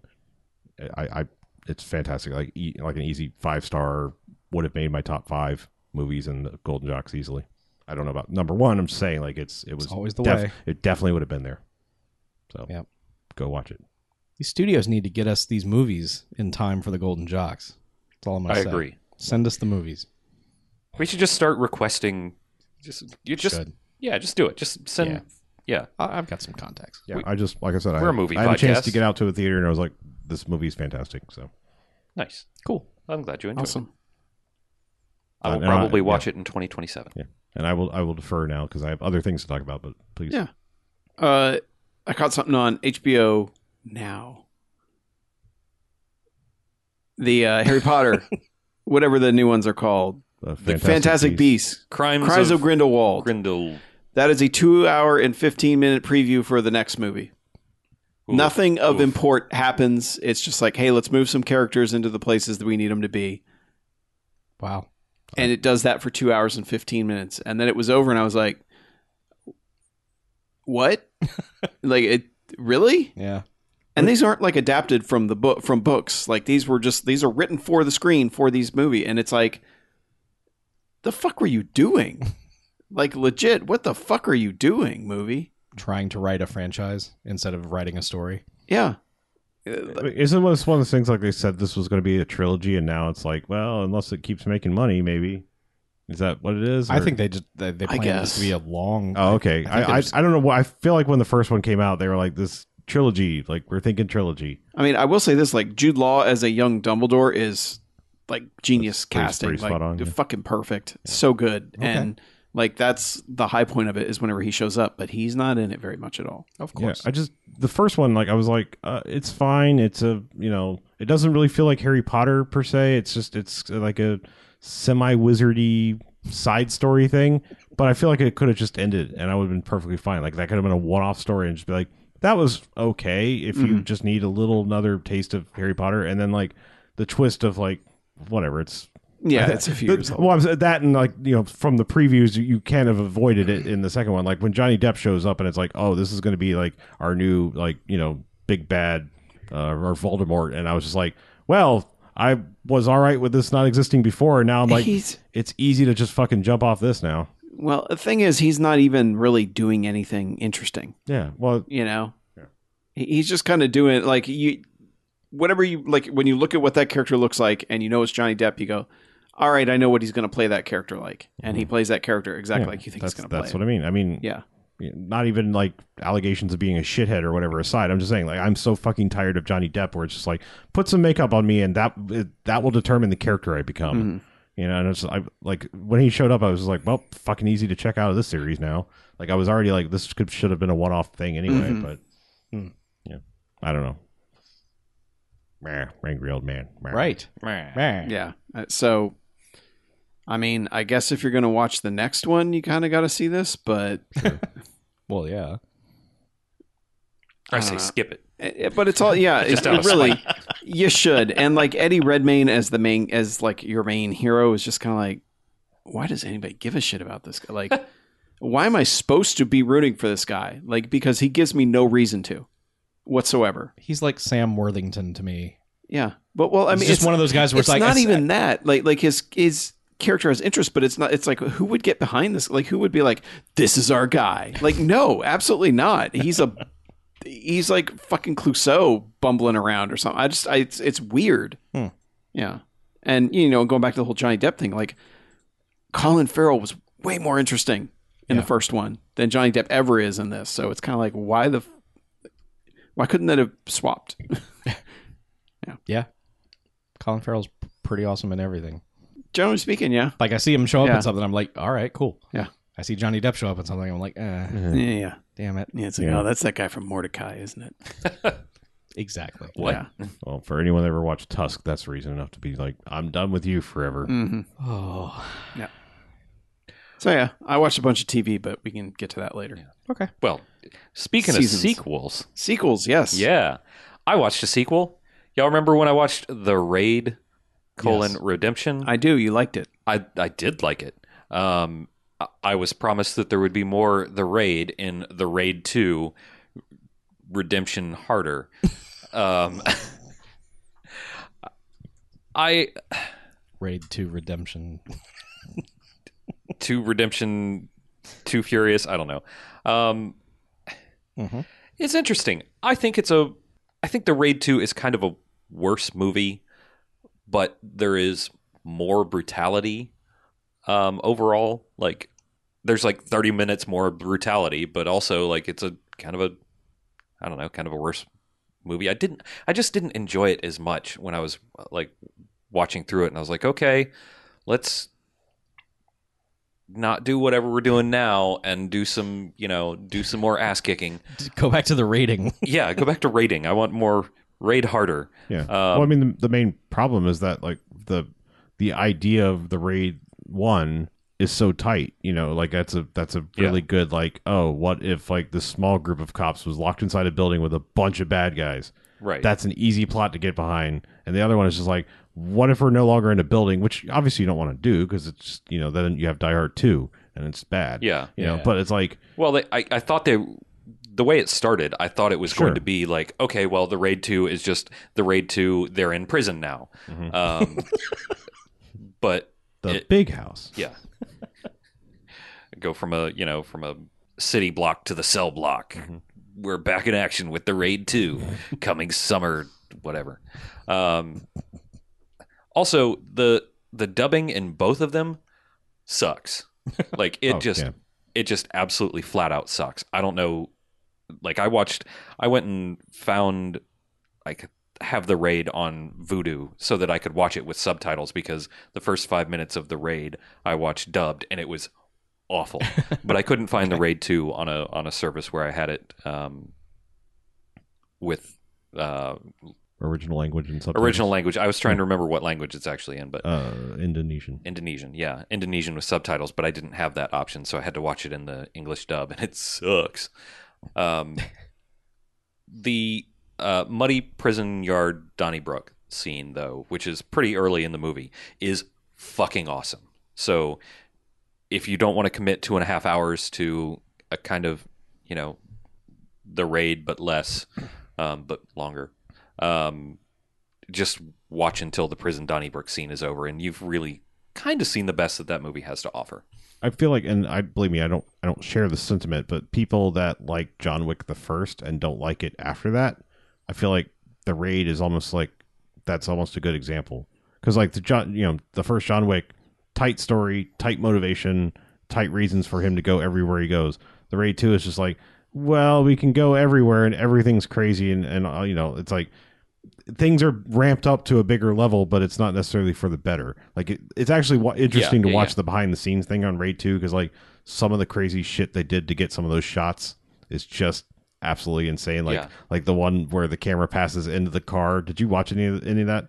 [SPEAKER 3] I, I it's fantastic like e- like an easy five star would have made my top five movies in the Golden Jocks easily I don't know about number one I'm just saying like it's it was
[SPEAKER 1] always the way.
[SPEAKER 3] it definitely would have been there so
[SPEAKER 1] Yep.
[SPEAKER 3] go watch it.
[SPEAKER 1] These studios need to get us these movies in time for the Golden Jocks. That's all I'm
[SPEAKER 4] I
[SPEAKER 1] gonna say.
[SPEAKER 4] agree.
[SPEAKER 1] Send us the movies.
[SPEAKER 4] We should just start requesting. Just you just
[SPEAKER 1] Should.
[SPEAKER 4] yeah, just do it. Just send. Yeah,
[SPEAKER 1] I- I've got some contacts.
[SPEAKER 3] Yeah,
[SPEAKER 4] We-
[SPEAKER 3] I just like I said, I,
[SPEAKER 4] We're a movie
[SPEAKER 3] I had a chance
[SPEAKER 4] podcast.
[SPEAKER 3] to get out to a theater, and I was like, "This movie's fantastic." So
[SPEAKER 4] nice.
[SPEAKER 1] Cool.
[SPEAKER 4] I'm glad you enjoyed
[SPEAKER 5] Awesome.
[SPEAKER 4] it. I
[SPEAKER 3] Uh,
[SPEAKER 4] will
[SPEAKER 3] no,
[SPEAKER 4] probably
[SPEAKER 3] I-
[SPEAKER 4] watch it in 2027.
[SPEAKER 3] and I will I will defer now because I have other things to talk about. But please,
[SPEAKER 5] Yeah. Uh, I caught something on HBO now. The uh, Harry Potter, whatever the new ones are called,
[SPEAKER 3] the
[SPEAKER 5] the Fantastic Beasts,
[SPEAKER 4] Crimes,
[SPEAKER 5] Crimes
[SPEAKER 4] of,
[SPEAKER 5] of Grindelwald.
[SPEAKER 4] Grindel.
[SPEAKER 5] that is a two-hour and fifteen-minute preview for the next movie.
[SPEAKER 4] Ooh.
[SPEAKER 5] Nothing of
[SPEAKER 4] Oof.
[SPEAKER 5] import happens. It's just like, hey, let's move some characters into the places that we need them to be,
[SPEAKER 1] Wow.
[SPEAKER 5] and it does that for two hours and fifteen minutes, and then it was over, and I was like, what? like it really?
[SPEAKER 1] Yeah.
[SPEAKER 5] And these aren't like adapted from the book from books. Like these were just these are written for the screen for these movie and it's like the fuck were you doing? like legit, what the fuck are you doing, movie?
[SPEAKER 1] Trying to write a franchise instead of writing a story.
[SPEAKER 5] Yeah. Uh,
[SPEAKER 3] Isn't this one of those things like they said this was going to be a trilogy, and now it's like, well, unless it keeps making money, maybe is that what it is?
[SPEAKER 1] I
[SPEAKER 3] Or-
[SPEAKER 1] think they just they, they
[SPEAKER 5] I
[SPEAKER 1] planned this
[SPEAKER 5] guess.
[SPEAKER 1] to be a long.
[SPEAKER 3] Oh,
[SPEAKER 1] I
[SPEAKER 3] okay.
[SPEAKER 1] think
[SPEAKER 3] I I, I,
[SPEAKER 1] there's-
[SPEAKER 3] don't know. why I feel like when the first one came out, they were like this trilogy. Like we're thinking trilogy.
[SPEAKER 5] I mean, I will say this like Jude Law as a young Dumbledore is like genius
[SPEAKER 3] pretty-
[SPEAKER 5] casting.
[SPEAKER 3] pretty
[SPEAKER 5] like
[SPEAKER 3] spot on, yeah.
[SPEAKER 5] fucking perfect. So good.
[SPEAKER 1] Okay.
[SPEAKER 5] And like that's the high point of it is whenever he shows up, but he's not in it very much at all.
[SPEAKER 1] of
[SPEAKER 3] Yeah,
[SPEAKER 1] course.
[SPEAKER 3] I just the first one, like I was like, uh, it's fine. It's a you know, it doesn't really feel like Harry Potter per se. It's just it's like a semi wizardy side story thing. But I feel like it could have just ended, and I would have been perfectly fine. Like that could have been a one off story, and just be like, that was okay. If
[SPEAKER 1] Mm-hmm.
[SPEAKER 3] you just need a little another taste of Harry Potter, and then like the twist of like whatever, it's
[SPEAKER 5] Yeah, it's a few
[SPEAKER 3] the-
[SPEAKER 5] years old.
[SPEAKER 3] Well, I'm, that and like you know, from the previews, you- you kind of avoided it in the second one. Like when Johnny Depp shows up, and it's like, oh, this is going to be like our new like you know big bad uh, or Voldemort, and I was just like, well, I was all right with this not existing before, and now I'm like,
[SPEAKER 5] He's-
[SPEAKER 3] it's easy to just fucking jump off this now.
[SPEAKER 5] Well, the thing is he's not even really doing anything interesting.
[SPEAKER 3] Yeah, well,
[SPEAKER 5] you know He he's just kind of doing like you whatever you like when you look at what that character looks like and you know it's johnny depp you go all right i know what he's going to play that character like and he plays that character exactly
[SPEAKER 3] Mm-hmm. yeah,
[SPEAKER 5] like you think
[SPEAKER 3] that's
[SPEAKER 5] he's going to play
[SPEAKER 3] that's
[SPEAKER 5] it.
[SPEAKER 3] what I mean. I mean,
[SPEAKER 5] yeah
[SPEAKER 3] not even like allegations of being a shithead or whatever aside i'm just saying like i'm so fucking tired of johnny depp where it's just like put some makeup on me and that it, that will determine the character i become
[SPEAKER 5] Mm-hmm.
[SPEAKER 3] you know and it's I, like when he showed up i was just like well fucking easy to check out of this series now like i was already like this could, should have been a one-off thing anyway
[SPEAKER 5] Mm-hmm.
[SPEAKER 3] but
[SPEAKER 1] Hmm.
[SPEAKER 3] yeah i don't know Meh, angry old man Meh.
[SPEAKER 1] right. Man.
[SPEAKER 5] yeah Uh, so i mean i guess if you're going to watch the next one you kind of got to see this but
[SPEAKER 1] Well, yeah.
[SPEAKER 4] I
[SPEAKER 5] I
[SPEAKER 4] say
[SPEAKER 5] dunno.
[SPEAKER 4] skip it.
[SPEAKER 5] eh, but it's all yeah it's
[SPEAKER 4] Just out
[SPEAKER 5] it
[SPEAKER 4] of
[SPEAKER 5] really you should and like eddie redmayne as the main as like your main hero is just kind of like why does anybody give a shit about this guy like why am i supposed to be rooting for this guy like because he gives me no reason to whatsoever
[SPEAKER 1] He's like Sam Worthington to me.
[SPEAKER 5] yeah but well i mean
[SPEAKER 1] it's just one of those guys where it's, uh,
[SPEAKER 5] it's
[SPEAKER 1] like
[SPEAKER 5] not
[SPEAKER 1] I-
[SPEAKER 5] even that like like his his character has interest but it's not it's like who would get behind this like who would be like this is our guy like no absolutely not he's a he's like fucking clouseau bumbling around or something i just I, it's it's weird
[SPEAKER 1] Hmm.
[SPEAKER 5] yeah and you know going back to the whole johnny depp thing like Colin Farrell was way more interesting in the first one than Johnny Depp ever is in this. So it's kind of like why the f- why couldn't that have swapped?
[SPEAKER 1] Yeah. Colin Farrell's pretty awesome in everything.
[SPEAKER 5] Generally speaking, yeah,
[SPEAKER 1] Like I see him show up
[SPEAKER 5] Yeah.
[SPEAKER 1] in something, I'm like, all right, cool.
[SPEAKER 5] Yeah. Mm-hmm.
[SPEAKER 1] I see Johnny Depp show up in something, I'm like, eh,
[SPEAKER 5] yeah, yeah.
[SPEAKER 1] damn it.
[SPEAKER 5] yeah it's like,
[SPEAKER 3] Yeah.
[SPEAKER 5] oh, that's that guy from Mordecai, isn't it?
[SPEAKER 1] Exactly.
[SPEAKER 4] What?
[SPEAKER 5] Yeah.
[SPEAKER 3] Well, for anyone that ever watched Tusk, that's reason enough to be like, I'm done with you forever.
[SPEAKER 5] hmm
[SPEAKER 1] Oh.
[SPEAKER 5] So yeah, I watched a bunch of TV, but we can get to that later.
[SPEAKER 1] Okay.
[SPEAKER 4] Well, speaking
[SPEAKER 5] Seasons.
[SPEAKER 4] of sequels,
[SPEAKER 5] Sequels, yes.
[SPEAKER 4] yeah, I watched a sequel. Y'all remember when I watched The Raid: colon
[SPEAKER 1] Yes.
[SPEAKER 4] Redemption?
[SPEAKER 5] I do. You liked it.
[SPEAKER 4] I I did like it. Um, I- I was promised that there would be more The Raid in The Raid Two, Redemption Harder. um, I
[SPEAKER 1] Raid 2 Redemption.
[SPEAKER 4] Two Redemption, Two Furious. I don't know. Um,
[SPEAKER 5] Mm-hmm.
[SPEAKER 1] Mhm.
[SPEAKER 4] It's interesting. I think it's a. I think the Raid Two is kind of a worse movie, but there is more brutality um, overall. Like there's like 30 minutes more brutality, but also like it's a kind of a. I don't know, kind of a worse movie. I didn't. I just didn't enjoy it as much when I was like watching through it, and I was like, okay, let's not do whatever we're doing now and do some, you know, do some more ass kicking
[SPEAKER 1] Go back to the rating.
[SPEAKER 4] yeah, go back to raiding. I want more raid harder.
[SPEAKER 3] Yeah.
[SPEAKER 4] Um,
[SPEAKER 3] well, I mean, the, the main problem is that like the the idea of the raid one is so tight. You know, like that's a that's a
[SPEAKER 4] Yeah.
[SPEAKER 3] really good like. Oh, what if like this small group of cops was locked inside a building with a bunch of bad guys?
[SPEAKER 4] right.
[SPEAKER 3] That's an easy plot to get behind. And the other one is just like, what if we're no longer in a building? Which obviously you don't want to do because it's just, you know then you have Die Hard two and it's bad.
[SPEAKER 4] Yeah.
[SPEAKER 3] You know,
[SPEAKER 1] Yeah.
[SPEAKER 3] but it's like
[SPEAKER 4] well, they, I, I thought they, the way it started, I thought it was
[SPEAKER 3] Sure.
[SPEAKER 4] going to be like, okay, well, the raid two is just the raid two. They're in prison now. Um, but
[SPEAKER 3] Mm-hmm. the
[SPEAKER 4] It-
[SPEAKER 3] big house.
[SPEAKER 4] yeah, go from a you know from a city block to the cell block.
[SPEAKER 3] Mm-hmm.
[SPEAKER 4] We're back in action with the raid two coming summer, whatever. Um, also, the the dubbing in both of them sucks. Like it
[SPEAKER 3] Oh,
[SPEAKER 4] just
[SPEAKER 3] yeah.
[SPEAKER 4] it just absolutely flat out sucks. I don't know. Like I watched, I went and found like have the raid on Vudu so that I could watch it with subtitles because the first five minutes of the raid I watched dubbed and it was awful. but I couldn't find the raid two on a on a service where I had it um, with uh,
[SPEAKER 3] original language and subtitles.
[SPEAKER 4] original language. I was trying to remember what language it's actually in, but
[SPEAKER 3] uh, Indonesian.
[SPEAKER 4] Indonesian, yeah, Indonesian with subtitles, but I didn't have that option, so I had to watch it in the English dub, and it sucks. Um, the uh, muddy prison yard Donnybrook scene, though, which is pretty early in the movie, is fucking awesome. So, if you don't want to commit two and a half hours to a kind of, you know, the raid but less, um, but longer, um, just watch until the prison Donnybrook scene is over, and you've really kind of seen the best that that movie has to offer.
[SPEAKER 3] I feel like, and I believe me, I don't, I don't share the sentiment, but people that like John Wick the first and don't like it after that, I feel like the raid is almost like that's almost a good example because like the John, you know, the first John Wick, tight story, tight motivation, tight reasons for him to go everywhere he goes. The raid two is just like, well, we can go everywhere and everything's crazy and and uh, you know, it's like things are ramped up to a bigger level, but it's not necessarily for the better. Like it, it's actually wa- interesting
[SPEAKER 4] yeah,
[SPEAKER 3] to watch
[SPEAKER 4] yeah.
[SPEAKER 3] the behind the scenes thing on Raid Two because like some of the crazy shit they did to get some of those shots is just absolutely insane. Like
[SPEAKER 4] Yeah.
[SPEAKER 3] like the one where the camera passes into the car. Did you watch any of, any of that?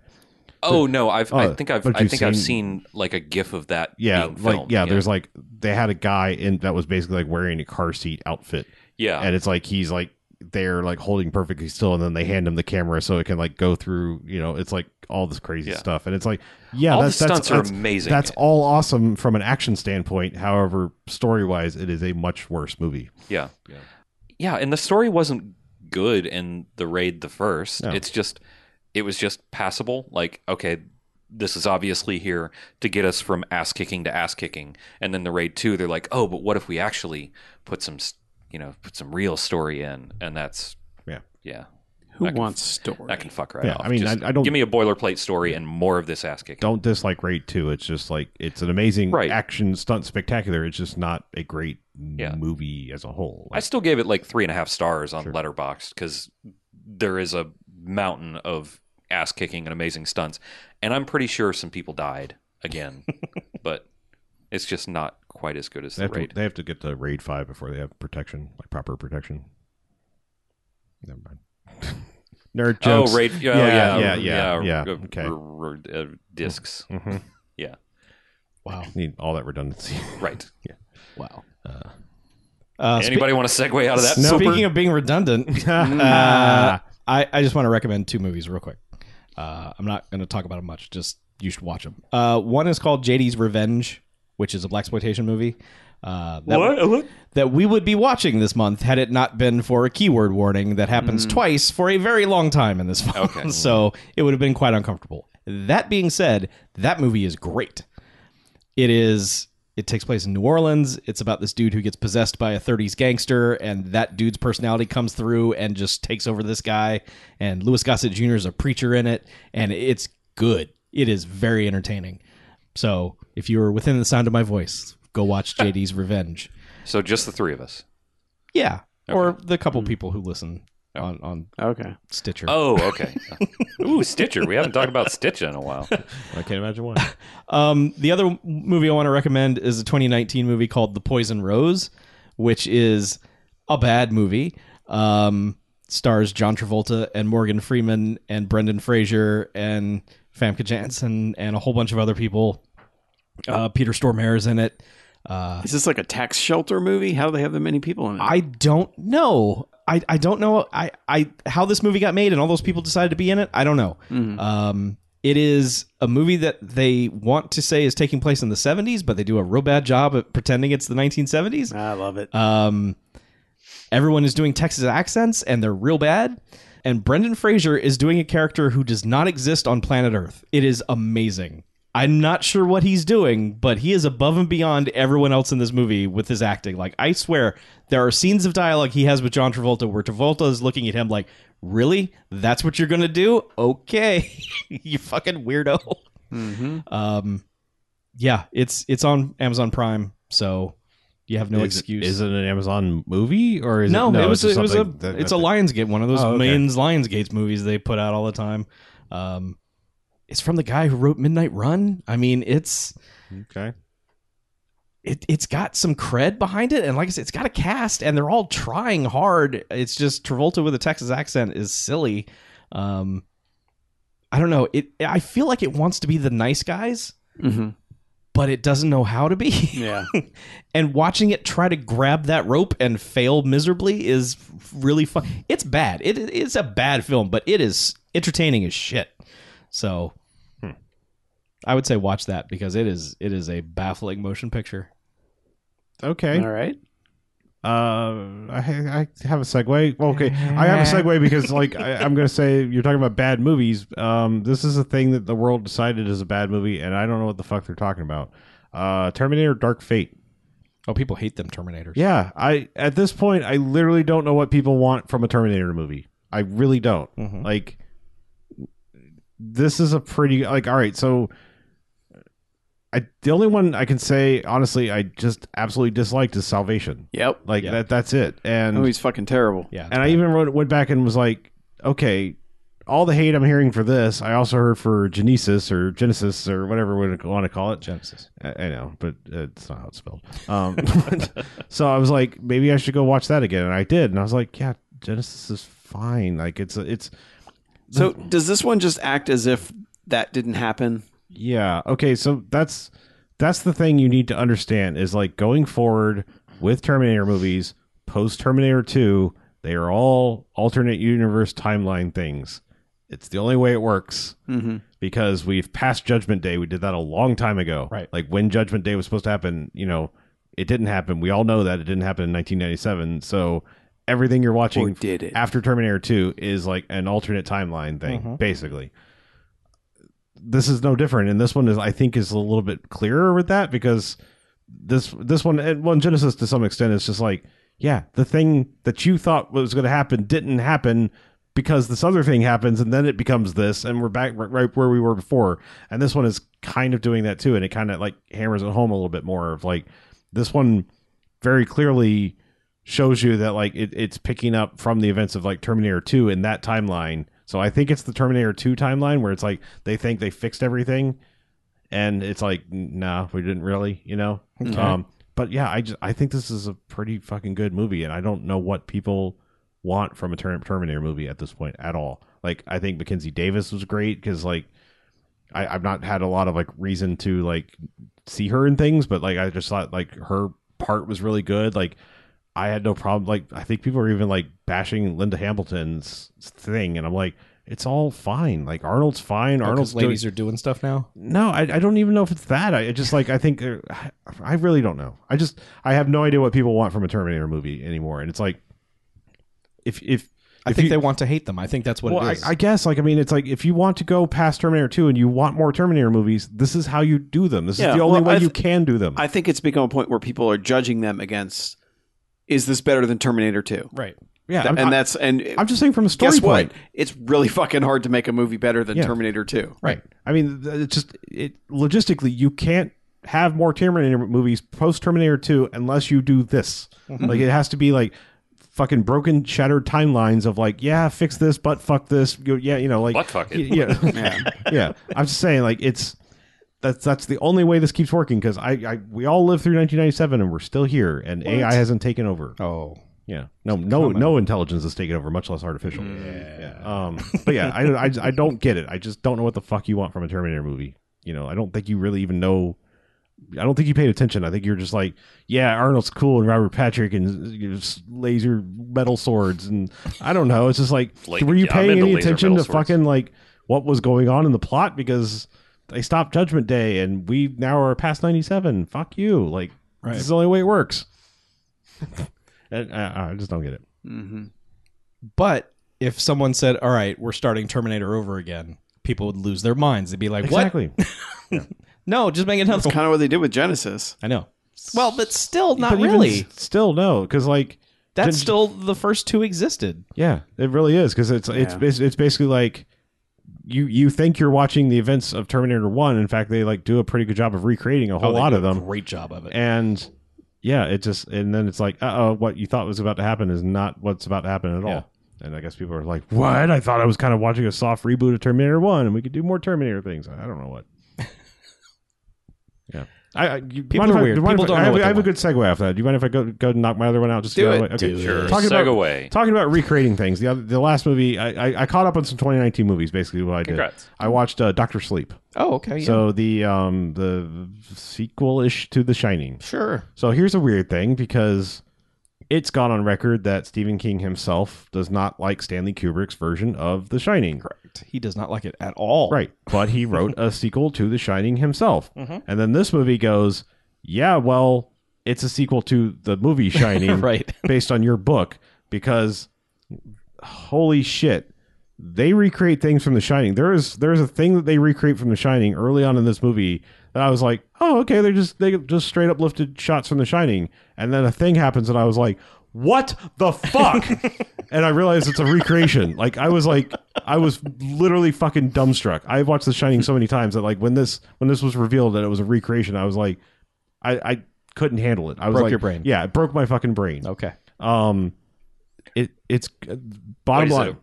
[SPEAKER 4] Oh no, I've I
[SPEAKER 3] Oh,
[SPEAKER 4] think I've
[SPEAKER 3] but
[SPEAKER 4] I
[SPEAKER 3] you've
[SPEAKER 4] think I've
[SPEAKER 3] seen-
[SPEAKER 4] seen like a gif of that.
[SPEAKER 3] Yeah,
[SPEAKER 4] being
[SPEAKER 3] like
[SPEAKER 4] filmed.
[SPEAKER 3] yeah, there's like they had a guy in that was basically like wearing a car seat outfit,
[SPEAKER 4] yeah,
[SPEAKER 3] and it's like he's like there like holding perfectly still and then they hand him the camera so it can like go through you know it's like all this crazy
[SPEAKER 4] Yeah.
[SPEAKER 3] stuff and it's like yeah
[SPEAKER 4] All the
[SPEAKER 3] that's, that's-
[SPEAKER 4] stunts are
[SPEAKER 3] that's-
[SPEAKER 4] amazing.
[SPEAKER 3] that's all awesome from an action standpoint however story wise it is a much worse movie
[SPEAKER 4] yeah, yeah, And the story wasn't good in the raid the first.
[SPEAKER 3] No.
[SPEAKER 4] It's just it was just passable. Like okay. This is obviously here to get us from ass kicking to ass kicking, and then the raid two. They're like, oh, but what if we actually put some, s- you know, put some real story in, and that's
[SPEAKER 3] Yeah.
[SPEAKER 4] yeah,
[SPEAKER 5] Who
[SPEAKER 4] That can-
[SPEAKER 5] wants story?
[SPEAKER 4] That can fuck right
[SPEAKER 3] Yeah,
[SPEAKER 4] off.
[SPEAKER 3] I mean,
[SPEAKER 4] Just
[SPEAKER 3] I- I don't-
[SPEAKER 4] give me a boilerplate story and more of this ass kicking.
[SPEAKER 3] Don't dislike Raid 2. It's just like it's an amazing
[SPEAKER 4] Right.
[SPEAKER 3] action stunt spectacular. It's just not a great
[SPEAKER 4] Yeah.
[SPEAKER 3] movie as a whole.
[SPEAKER 4] I
[SPEAKER 3] Like,
[SPEAKER 4] still gave it like three and a half stars on Letterboxd because there is a mountain of ass kicking and amazing stunts, and I'm pretty sure some people died again, but it's just not quite as good as
[SPEAKER 3] they,
[SPEAKER 4] the
[SPEAKER 3] have to,
[SPEAKER 4] raid.
[SPEAKER 3] they have to get to Raid 5 before they have protection, like proper protection. Never mind. Nerd jokes.
[SPEAKER 4] Oh, raid! Yeah,
[SPEAKER 3] Yeah,
[SPEAKER 4] yeah,
[SPEAKER 3] yeah, yeah, yeah,
[SPEAKER 4] r-
[SPEAKER 3] okay.
[SPEAKER 4] r- r- uh, discs.
[SPEAKER 3] Mhm.
[SPEAKER 4] Yeah,
[SPEAKER 1] Wow.
[SPEAKER 3] Need all that redundancy.
[SPEAKER 4] right.
[SPEAKER 1] Wow. Uh, spe-
[SPEAKER 4] Anybody want to segue out of that?
[SPEAKER 1] Speaking
[SPEAKER 4] super?
[SPEAKER 1] of being redundant, uh, I, I just want to recommend two movies real quick. Uh, I'm not going to talk about them much. Just you should watch them. Uh, one is called JD's Revenge, which is a black exploitation movie. Uh, that, that we would be watching this month had it not been for a keyword warning that happens twice for a very long time in this film.
[SPEAKER 4] Okay.
[SPEAKER 1] so it would have been quite uncomfortable. That being said, that movie is great. It is. It takes place in New Orleans. It's about this dude who gets possessed by a 30s gangster, and that dude's personality comes through and just takes over this guy. And Louis Gossett Jr. is a preacher in it, and it's good. It is very entertaining. So if you are within the sound of my voice, go watch JD's Revenge.
[SPEAKER 4] so just the three of us.
[SPEAKER 1] Yeah, or the couple people who listen on on
[SPEAKER 5] okay.
[SPEAKER 1] Stitcher.
[SPEAKER 4] Oh, okay. Ooh, Stitcher. We haven't talked about Stitcher in a while.
[SPEAKER 3] I can't imagine why.
[SPEAKER 1] Um, the other movie I want to recommend is a 2019 movie called The Poison Rose, which is a bad movie. Um, stars John Travolta and Morgan Freeman and Brendan Fraser and Famke Janssen and a whole bunch of other people. Uh, Peter Stormare is in it. Uh,
[SPEAKER 5] Is this like a tax shelter movie? How do they have that many people in it?
[SPEAKER 1] I don't know. I, I don't know I, I how this movie got made and all those people decided to be in it. I don't know. Um, it is a movie that they want to say is taking place in the 70s, but they do a real bad job at pretending it's the 1970s.
[SPEAKER 5] I love it.
[SPEAKER 1] Um, everyone is doing Texas accents and they're real bad. And Brendan Fraser is doing a character who does not exist on planet Earth. It is amazing. I'm not sure what he's doing, but he is above and beyond everyone else in this movie with his acting. Like, I swear, there are scenes of dialogue he has with John Travolta where Travolta is looking at him like, Really? That's what you're going to do? Okay. you fucking weirdo.
[SPEAKER 5] mm-hmm.
[SPEAKER 1] Um, yeah, it's it's on Amazon Prime, so you have no
[SPEAKER 3] is,
[SPEAKER 1] excuse
[SPEAKER 3] Is it an Amazon movie or is
[SPEAKER 1] no,
[SPEAKER 3] it?
[SPEAKER 1] it was
[SPEAKER 3] it's
[SPEAKER 1] it was a
[SPEAKER 3] something that-
[SPEAKER 1] it's a
[SPEAKER 3] that-
[SPEAKER 1] Lionsgate one of those
[SPEAKER 3] Oh, okay.
[SPEAKER 1] millions Lionsgates movies they put out all the time. Um, it's from the guy who wrote Midnight Run. I mean, it's
[SPEAKER 3] Okay.
[SPEAKER 1] it it's got some cred behind it, and like I said, it's got a cast, and they're all trying hard. It's just Travolta with a Texas accent is silly. Um, I don't know. It I feel like it wants to be the nice guys,
[SPEAKER 5] Mm-hmm.
[SPEAKER 1] but it doesn't know how to be.
[SPEAKER 5] Yeah.
[SPEAKER 1] and watching it try to grab that rope and fail miserably is really fun. It's bad. It it's a bad film, but it is entertaining as shit. So I would say watch that because it is it is a baffling motion picture.
[SPEAKER 3] Okay.
[SPEAKER 5] All right.
[SPEAKER 3] Uh, I, I have a segue. Well, okay, I have a segue because, like, I, I'm going to say you're talking about bad movies. Um, this is a thing that the world decided is a bad movie, and I don't know what the fuck they're talking about. Uh, Terminator: Dark Fate.
[SPEAKER 1] Oh, people hate them Terminators.
[SPEAKER 3] Yeah, I at this point, I literally don't know what people want from a Terminator movie. I really don't.
[SPEAKER 1] Mhm.
[SPEAKER 3] Like, this is a pretty like. All right, so I the only one I can say honestly, I just absolutely disliked is Salvation.
[SPEAKER 5] Yep.
[SPEAKER 3] Like
[SPEAKER 1] Yeah.
[SPEAKER 3] that. That's it. And
[SPEAKER 5] Oh, he's fucking terrible.
[SPEAKER 1] yeah.
[SPEAKER 3] and I even wrote, went back and was like, okay, all the hate I'm hearing for this, I also heard for Genesis or Genesis or whatever we want to call it.
[SPEAKER 1] Genesis.
[SPEAKER 3] I I know, but uh, it's not how it's spelled. Um, so I was like, maybe I should go watch that again, and I did, and I was like, yeah, Genesis is fine. Like it's it's
[SPEAKER 5] So does this one just act as if that didn't happen?
[SPEAKER 3] Yeah. Okay. So that's that's the thing you need to understand is like going forward with Terminator movies, post Terminator Two, they are all alternate universe timeline things. It's the only way it works
[SPEAKER 5] Mm-hmm.
[SPEAKER 3] because we've passed Judgment Day. We did that a long time ago.
[SPEAKER 1] Right.
[SPEAKER 3] Like when Judgment Day was supposed to happen, you know, it didn't happen. We all know that it didn't happen in 1997. So everything you're watching
[SPEAKER 5] Or did it? Mm-hmm.
[SPEAKER 3] after Terminator 2 is like an alternate timeline thing, basically. This is no different, and this one is, I think, is a little bit clearer with that because this this one, and one Genesis to some extent, is just like, yeah, the thing that you thought was going to happen didn't happen, because this other thing happens and then it becomes this and we're back r- right where we were before and this one is kind of doing that too and it kind of like hammers it home a little bit more of like this one very clearly shows you that like it, it's picking up from the events of like terminator 2 in that timeline so i think it's the terminator 2 timeline where it's like they think they fixed everything and it's like nah we didn't really you know um but yeah i just i think this is a pretty fucking good movie and i don't know what people want from a Ter- Terminator movie at this point at all. Like I think Mackenzie Davis was great because like I, I've not had a lot of like reason to like see her in things, but like I just thought like her part was really good. Like I had no problem. Like I think people are even like bashing Linda Hamilton's thing, and I'm like, it's all fine. Like Arnold's fine. Arnold's
[SPEAKER 1] Arnold's
[SPEAKER 3] doing-
[SPEAKER 1] ladies are doing stuff now.
[SPEAKER 3] no, I, I don't even know if it's that. I I just like I think uh, I really don't know. I just I have no idea what people want from a Terminator movie anymore, and it's like if if
[SPEAKER 1] I
[SPEAKER 3] if
[SPEAKER 1] think
[SPEAKER 3] you-
[SPEAKER 1] they want to hate them. I think that's what
[SPEAKER 3] well,
[SPEAKER 1] it is.
[SPEAKER 3] I, I guess like I mean, it's like if you want to go past Terminator Two and you want more Terminator movies, this is how you do them. This
[SPEAKER 5] Yeah,
[SPEAKER 3] is the only
[SPEAKER 5] well,
[SPEAKER 3] way
[SPEAKER 5] I th-
[SPEAKER 3] you can do them.
[SPEAKER 5] I think it's become a point where people are judging them against is this better than Terminator 2?
[SPEAKER 1] right.
[SPEAKER 3] yeah, I'm,
[SPEAKER 5] and
[SPEAKER 3] I,
[SPEAKER 5] that's and
[SPEAKER 3] am just saying from a story
[SPEAKER 5] guess
[SPEAKER 3] point.
[SPEAKER 5] what? It's really fucking hard to make a movie better than
[SPEAKER 3] Yeah.
[SPEAKER 5] Terminator 2.
[SPEAKER 3] Right. I mean, th- it's just it logistically you can't have more Terminator movies post Terminator 2 unless you do this.
[SPEAKER 4] Mm-hmm.
[SPEAKER 3] Like it has to be like fucking broken shattered timelines of like yeah, fix this, but fuck this. You- Yeah, you know, like
[SPEAKER 4] Butt fuck it.
[SPEAKER 3] y- Yeah. yeah. I'm just saying like it's that's that's the only way this keeps working because I, I we all lived through 1997 and we're still here and AI hasn't taken over.
[SPEAKER 1] Oh.
[SPEAKER 3] Yeah. No, no, no intelligence is taken over, much less artificial.
[SPEAKER 4] Mm.
[SPEAKER 3] Yeah. Um, but yeah, I, don't- I, just- I don't get it. I just don't know what the fuck you want from a Terminator movie. You know, I don't think you really even know. I don't think you paid attention. I think you're just like, yeah, Arnold's cool and Robert Patrick and you know, s- laser metal swords and I don't know. It's just like,
[SPEAKER 4] Like,
[SPEAKER 3] were you
[SPEAKER 4] yeah, I'm
[SPEAKER 3] paying
[SPEAKER 4] into
[SPEAKER 3] any
[SPEAKER 4] laser
[SPEAKER 3] attention to
[SPEAKER 4] metal swords.
[SPEAKER 3] fucking like what was going on in the plot because they stopped Judgment Day and we now are past ninety seven. Fuck you. Like
[SPEAKER 1] Right.
[SPEAKER 3] this is the only way it works. And uh, I, I just don't get it.
[SPEAKER 5] Mm-hmm.
[SPEAKER 1] But if someone said, "All right, we're starting Terminator over again," people would lose their minds. They'd be like, "What?
[SPEAKER 3] Exactly.
[SPEAKER 1] No, just make another
[SPEAKER 5] That's
[SPEAKER 1] one."
[SPEAKER 5] kind of what they did with Genesis.
[SPEAKER 1] I know. Well, but still, not
[SPEAKER 3] But even
[SPEAKER 1] really.
[SPEAKER 3] s- still no, because like
[SPEAKER 1] That's
[SPEAKER 3] Gen-
[SPEAKER 1] still the first two existed.
[SPEAKER 3] yeah, it really is because it's it's
[SPEAKER 5] Yeah.
[SPEAKER 3] it's it's basically like you you think you're watching the events of Terminator One. In fact, they like do a pretty good job of recreating a whole
[SPEAKER 1] Oh, they
[SPEAKER 3] lot
[SPEAKER 1] do
[SPEAKER 3] of
[SPEAKER 1] a
[SPEAKER 3] them.
[SPEAKER 1] Great job of it.
[SPEAKER 3] And yeah, it just and then it's like uh oh, what you thought was about to happen is not what's about to happen at all. And I guess people are like, "What? I thought I was kind of watching a soft reboot of Terminator One, and we could do more Terminator things." I don't know what. yeah, I, I you,
[SPEAKER 1] People
[SPEAKER 3] mind if
[SPEAKER 1] are
[SPEAKER 3] I-
[SPEAKER 1] weird.
[SPEAKER 3] do you mind
[SPEAKER 1] People
[SPEAKER 3] if
[SPEAKER 1] don't
[SPEAKER 3] I,
[SPEAKER 1] know
[SPEAKER 3] I have,
[SPEAKER 1] what
[SPEAKER 3] I
[SPEAKER 1] they
[SPEAKER 3] have a
[SPEAKER 1] want.
[SPEAKER 3] good segue after that. Do you mind if I go go knock my other one out? Just
[SPEAKER 5] Do
[SPEAKER 3] to get
[SPEAKER 5] it.
[SPEAKER 3] out of the way? Okay,
[SPEAKER 5] Do it.
[SPEAKER 3] Talking about
[SPEAKER 4] Segway.
[SPEAKER 3] talking about recreating things. The other, the last movie I, I, I caught up on some 2019 movies. Basically, what I did.
[SPEAKER 4] Congrats.
[SPEAKER 3] I watched uh, Doctor Sleep.
[SPEAKER 1] Oh, okay. Yeah.
[SPEAKER 3] So the um the sequel ish to The Shining.
[SPEAKER 1] sure.
[SPEAKER 3] So here's a weird thing because it's gone on record that Stephen King himself does not like Stanley Kubrick's version of The Shining.
[SPEAKER 1] Correct. He does not like it at all.
[SPEAKER 3] Right. But he wrote a sequel to The Shining himself.
[SPEAKER 1] Mm-hmm.
[SPEAKER 3] And then this movie goes, yeah, well, it's a sequel to the movie Shining
[SPEAKER 1] Right.
[SPEAKER 3] based on your book because holy shit. They recreate things from The Shining. There is there is a thing that they recreate from The Shining early on in this movie that I was like, oh okay, they just they just straight up lifted shots from The Shining, and then a thing happens, and I was like, what the fuck? and I realized it's a recreation. Like I was like I was literally fucking dumbstruck. I've watched The Shining so many times that like when this when this was revealed that it was a recreation, I was like, I I couldn't handle it. I was
[SPEAKER 1] Broke
[SPEAKER 3] like,
[SPEAKER 1] your brain.
[SPEAKER 3] Yeah, it broke my fucking brain.
[SPEAKER 1] Okay.
[SPEAKER 3] Um, it it's uh, bottom
[SPEAKER 4] Wait, is it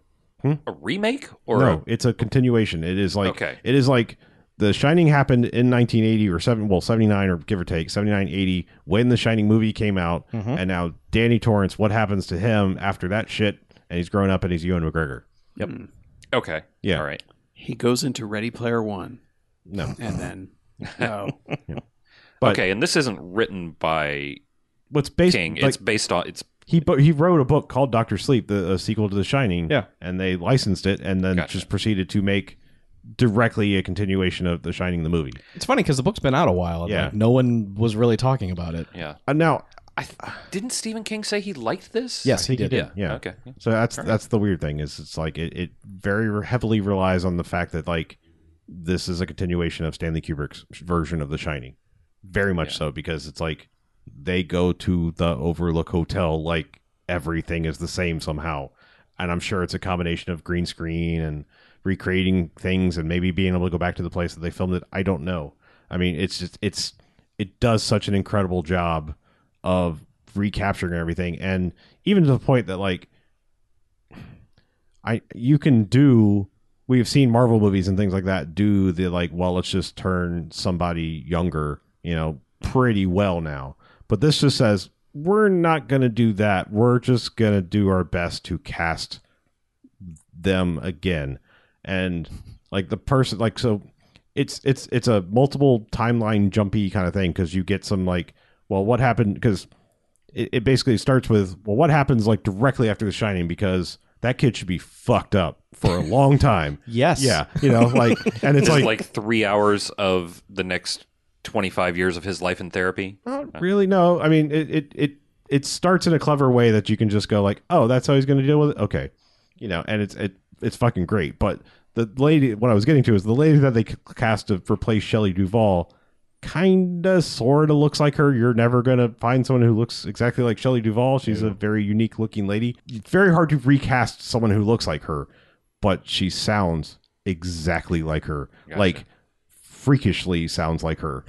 [SPEAKER 3] line.
[SPEAKER 4] a remake or
[SPEAKER 3] no,
[SPEAKER 4] a,
[SPEAKER 3] it's a continuation. It is like
[SPEAKER 4] Okay.
[SPEAKER 3] it is like The Shining happened in 1980 or seven, well, 79 or give or take 79, 80 when The Shining movie came out, and now Danny Torrance. What happens to him after that shit? And he's grown up and he's Ewan McGregor.
[SPEAKER 4] okay?
[SPEAKER 3] Yeah.
[SPEAKER 4] all right.
[SPEAKER 5] He goes into Ready Player One
[SPEAKER 3] No,
[SPEAKER 5] and then oh, no.
[SPEAKER 3] But-
[SPEAKER 4] okay, and this isn't written by
[SPEAKER 3] what's based
[SPEAKER 4] King.
[SPEAKER 3] like,
[SPEAKER 4] it's based on it's
[SPEAKER 3] he bu- he wrote a book called Doctor Sleep, the a sequel to The Shining.
[SPEAKER 1] Yeah.
[SPEAKER 3] and they licensed it and then
[SPEAKER 4] Gotcha.
[SPEAKER 3] just proceeded to make directly a continuation of The Shining, the movie.
[SPEAKER 1] It's funny because the book's been out a while. And
[SPEAKER 3] Yeah.
[SPEAKER 1] like, no one was really talking about it.
[SPEAKER 4] yeah.
[SPEAKER 3] Uh, now
[SPEAKER 4] I th- didn't Stephen King say he liked this?
[SPEAKER 1] Yes, he did.
[SPEAKER 4] Yeah.
[SPEAKER 3] Yeah.
[SPEAKER 4] Okay.
[SPEAKER 3] So that's that's the weird thing is it's like it, it very re- heavily relies on the fact that like this is a continuation of Stanley Kubrick's version of The Shining, very much
[SPEAKER 4] Yeah.
[SPEAKER 3] so because it's like they go to the Overlook Hotel like everything is the same somehow. and I'm sure it's a combination of green screen and recreating things and maybe being able to go back to the place that they filmed it. I don't know. I mean, it's just it's it does such an incredible job of recapturing everything, and even to the point that like I you can do we have seen Marvel movies and things like that do the like well let's just turn somebody younger you know pretty well now but this just says we're not going to do that we're just going to do our best to cast them again and like the person like so it's it's it's a multiple timeline jumpy kind of thing because you get some like well what happened because it, it basically starts with well what happens like directly after the shining because that kid should be fucked up for a long time
[SPEAKER 1] Yes.
[SPEAKER 3] yeah you know like and it's
[SPEAKER 4] It's
[SPEAKER 3] like,
[SPEAKER 4] like, three hours of the next 25 years of his life in therapy.
[SPEAKER 3] not really no i mean it, it it it starts in a clever way that you can just go like oh that's how he's going to deal with it okay you know and it's it it's fucking great but the lady what i was getting to is the lady that they c- cast to replace Shelley duvall kinda sorta looks like her you're never gonna find someone who looks exactly like Shelley duvall she's a very unique looking lady it's very hard to recast someone who looks like her but she sounds exactly like her
[SPEAKER 4] Gotcha.
[SPEAKER 3] like freakishly sounds like her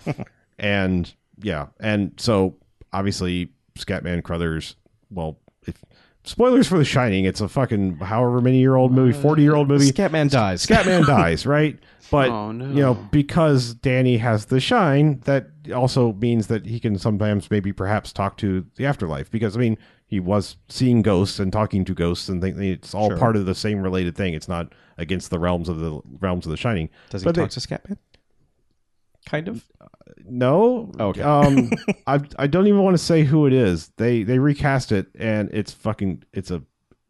[SPEAKER 3] and yeah and so obviously scatman crothers well if spoilers for the shining it's a fucking however many year old movie 40 year old movie
[SPEAKER 1] Scatman dies.
[SPEAKER 3] scatman dies right but
[SPEAKER 5] Oh, no.
[SPEAKER 3] you know because danny has the shine that also means that he can sometimes maybe perhaps talk to the afterlife because i mean he was seeing ghosts and talking to ghosts and things it's all
[SPEAKER 1] Sure.
[SPEAKER 3] part of the same related thing it's not against the realms of the realms of the shining
[SPEAKER 1] Does he
[SPEAKER 3] But they-
[SPEAKER 1] talk to Scatman? Kind of.
[SPEAKER 3] No.
[SPEAKER 1] Okay.
[SPEAKER 3] Um, I I don't even want to say who it is. They they recast it, and it's fucking it's a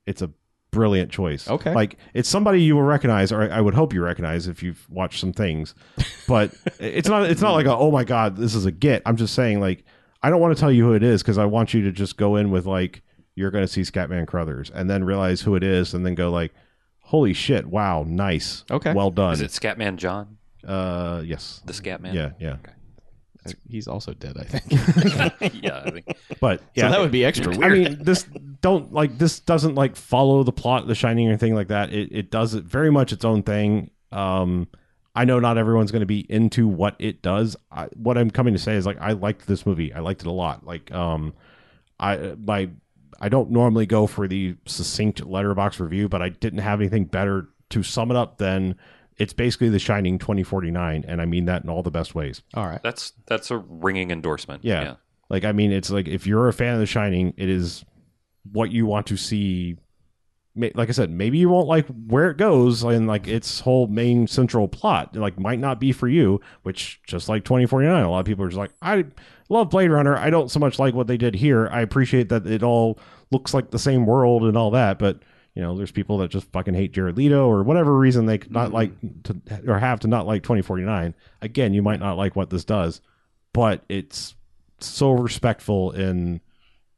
[SPEAKER 3] it's a brilliant choice.
[SPEAKER 1] Okay.
[SPEAKER 3] Like it's somebody you will recognize, or I I would hope you recognize if you've watched some things. But it's not it's not like a, oh my god this is a get. I'm just saying like I don't want to tell you who it is because I want you to just go in with like you're going to see Scatman Crothers, and then realize who it is, and then go like. Holy shit! Wow, nice.
[SPEAKER 1] Okay.
[SPEAKER 3] well done.
[SPEAKER 4] Is it Scatman John?
[SPEAKER 3] Uh, yes.
[SPEAKER 4] The Scatman?
[SPEAKER 3] Yeah, yeah.
[SPEAKER 1] He's also dead, I think.
[SPEAKER 4] yeah. I think.
[SPEAKER 3] But yeah,
[SPEAKER 1] So that would be extra weird.
[SPEAKER 3] I mean, this don't like this doesn't like follow the plot, of The Shining, or anything like that. It it does it very much its own thing. Um, I know not everyone's going to be into what it does. I, what I'm coming to say is like I liked this movie. I liked it a lot. Like um, I my I don't normally go for the succinct letterbox review, but I didn't have anything better to sum it up than it's basically The Shining 2049, and I mean that in all the best ways.
[SPEAKER 1] All right.
[SPEAKER 4] That's that's a ringing endorsement.
[SPEAKER 3] Yeah. Like I mean, it's like if you're a fan of The Shining, it is what you want to see. Ma- Like I said, maybe you won't like where it goes and like its whole main central plot. Like might not be for you, which just like 2049, a lot of people are just like, I love Blade Runner. I don't so much like what they did here. I appreciate that it all looks like the same world and all that, but you know, there's people that just fucking hate Jared Leto or whatever reason they could not like to or have to not like 2049. Again, you might not like what this does, but it's so respectful in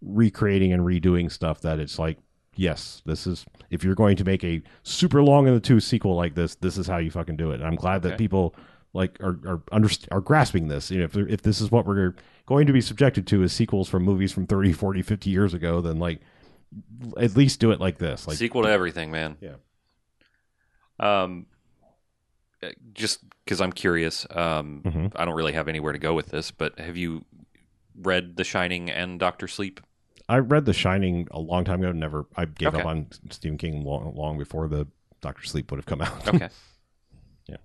[SPEAKER 3] recreating and redoing stuff that it's like, yes, this is if you're going to make a super long in the two sequel like this, this is how you fucking do it. And I'm glad that
[SPEAKER 4] Okay.
[SPEAKER 3] people like are are, underst- are grasping this. You know, if they're- if this is what we're going to be subjected to is sequels from movies from 30, 40, 50 years ago, then like at least do it like this. Like
[SPEAKER 4] Sequel to everything, man.
[SPEAKER 3] Yeah.
[SPEAKER 4] Um, uh, just because I'm curious, um,
[SPEAKER 3] Mhm.
[SPEAKER 4] I don't really have anywhere to go with this, but have you read The Shining and Doctor Sleep?
[SPEAKER 3] I read The Shining a long time ago. Never, I gave
[SPEAKER 4] Okay.
[SPEAKER 3] up on Stephen King long, long before the Doctor Sleep would have come out.
[SPEAKER 4] Okay.
[SPEAKER 3] Yeah.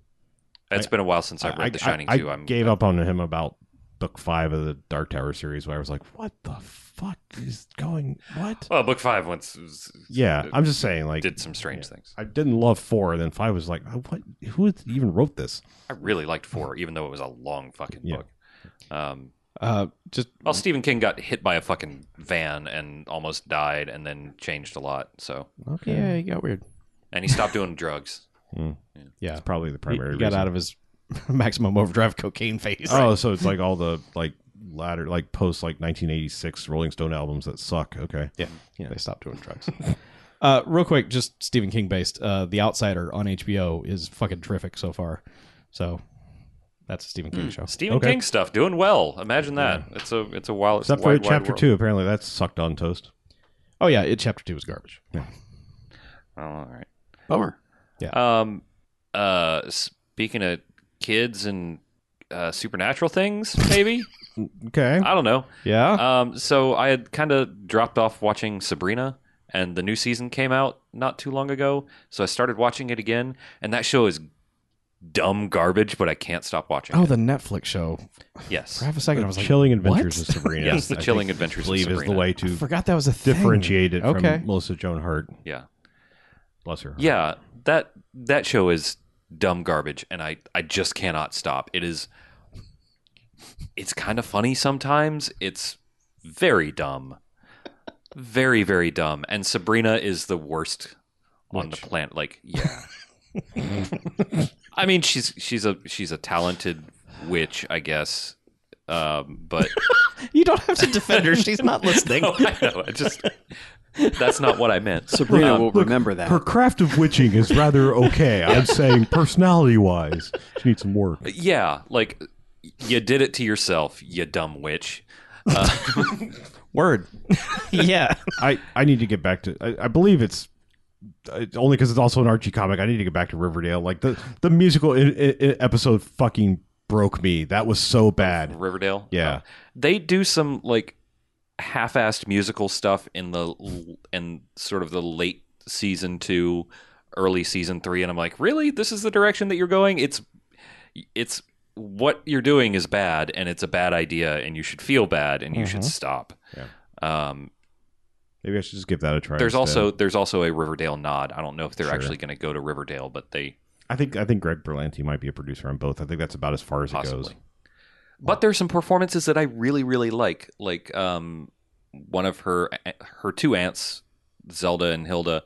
[SPEAKER 4] It's
[SPEAKER 3] I-
[SPEAKER 4] been a while since I've read The Shining
[SPEAKER 3] I
[SPEAKER 4] too. I'm
[SPEAKER 3] gave up on him about book five of the Dark Tower series, where I was like, "What the fuck is going? What?"
[SPEAKER 4] Well, book five once was- uh,
[SPEAKER 3] Yeah, I'm just saying, like,
[SPEAKER 4] did some strange things.
[SPEAKER 3] I didn't love four, and then five was like, oh, "What? Who even wrote this?"
[SPEAKER 4] I really liked four, even though it was a long fucking
[SPEAKER 3] Yeah. Mm-hmm.
[SPEAKER 4] book. Um,
[SPEAKER 1] Uh, just
[SPEAKER 4] well, Stephen King got hit by a fucking van and almost died, and then changed a lot. So,
[SPEAKER 3] Okay,
[SPEAKER 1] yeah, he got weird.
[SPEAKER 4] and he stopped doing drugs.
[SPEAKER 1] Yeah,
[SPEAKER 3] probably the primary.
[SPEAKER 1] he got
[SPEAKER 3] reason.
[SPEAKER 1] out of his maximum overdrive cocaine phase.
[SPEAKER 3] Oh, so it's like all the like latter, like post like 1986 Rolling Stone albums that suck. Okay,
[SPEAKER 1] Yeah, they stopped doing drugs. uh, real quick, just Stephen King based. Uh, the Outsider on HBO is fucking terrific so far. So that's a Hmm. Stephen King show.
[SPEAKER 4] Stephen
[SPEAKER 3] Okay.
[SPEAKER 4] King stuff doing well. Imagine that. It's a it's a wild.
[SPEAKER 3] except for
[SPEAKER 4] wide, wide
[SPEAKER 3] chapter
[SPEAKER 4] world.
[SPEAKER 3] two. Apparently, that's sucked on toast.
[SPEAKER 1] Oh yeah, it, chapter two is garbage.
[SPEAKER 4] Oh, all right.
[SPEAKER 5] Bummer.
[SPEAKER 4] Um, uh, speaking of kids and uh, supernatural things, maybe
[SPEAKER 3] Okay.
[SPEAKER 4] I don't know.
[SPEAKER 1] Yeah.
[SPEAKER 4] Um, so I had kind of dropped off watching Sabrina, and the new season came out not too long ago. So I started watching it again, and that show is dumb garbage, but I can't stop watching.
[SPEAKER 1] oh,
[SPEAKER 4] it.
[SPEAKER 1] the Netflix show.
[SPEAKER 4] yes,
[SPEAKER 1] For half a second, I was like,
[SPEAKER 3] Chilling
[SPEAKER 1] what?
[SPEAKER 3] Adventures of Sabrina.
[SPEAKER 4] Yes, The
[SPEAKER 3] I
[SPEAKER 4] Chilling
[SPEAKER 3] think,
[SPEAKER 4] Adventures of
[SPEAKER 3] believe is the
[SPEAKER 4] Sabrina.
[SPEAKER 3] way
[SPEAKER 1] I
[SPEAKER 3] to
[SPEAKER 1] forgot that was a thing.
[SPEAKER 3] differentiate it
[SPEAKER 1] Okay.
[SPEAKER 3] from Melissa Joan Hart.
[SPEAKER 4] yeah,
[SPEAKER 3] Bless her.
[SPEAKER 4] yeah. That that show is dumb garbage, and I I just cannot stop. It is. It's kind of funny sometimes. It's very dumb, very very dumb, and Sabrina is the worst on the planet. Like, yeah. I mean, she's she's a she's a talented witch, I guess. Um, but
[SPEAKER 1] You don't have to defend her. She's not listening.
[SPEAKER 4] no, I know. I just that's not what I meant.
[SPEAKER 5] Sabrina will remember that.
[SPEAKER 3] Her craft of witching is rather okay. I'm saying personality wise, she needs some work.
[SPEAKER 4] Yeah, like you did it to yourself, you dumb witch.
[SPEAKER 1] Word. yeah.
[SPEAKER 3] I, I need to get back to. I, I believe it's uh, only because it's also an Archie comic. I need to get back to Riverdale. Like the the musical i i i- episode fucking broke me. That was so bad.
[SPEAKER 4] Riverdale.
[SPEAKER 3] Yeah.
[SPEAKER 4] Uh, they do some like half-assed musical stuff in the l- in sort of the late season 2, early season 3 and I'm like, "Really? This is the direction that you're going? It's it's what you're doing is bad and it's a bad idea and you should feel bad and you should stop."
[SPEAKER 3] Mm-hmm. Yeah.
[SPEAKER 4] Um,
[SPEAKER 3] Maybe I should just give that a try.
[SPEAKER 4] there's
[SPEAKER 3] instead.
[SPEAKER 4] also there's also a Riverdale nod. I don't know if they're
[SPEAKER 3] Sure.
[SPEAKER 4] actually going to go to Riverdale, but they
[SPEAKER 3] I think I think Greg Berlanti might be a producer on both. I think that's about as far as it goes.
[SPEAKER 4] Possibly. but there's some performances that I really really like like um one of her her two aunts Zelda and Hilda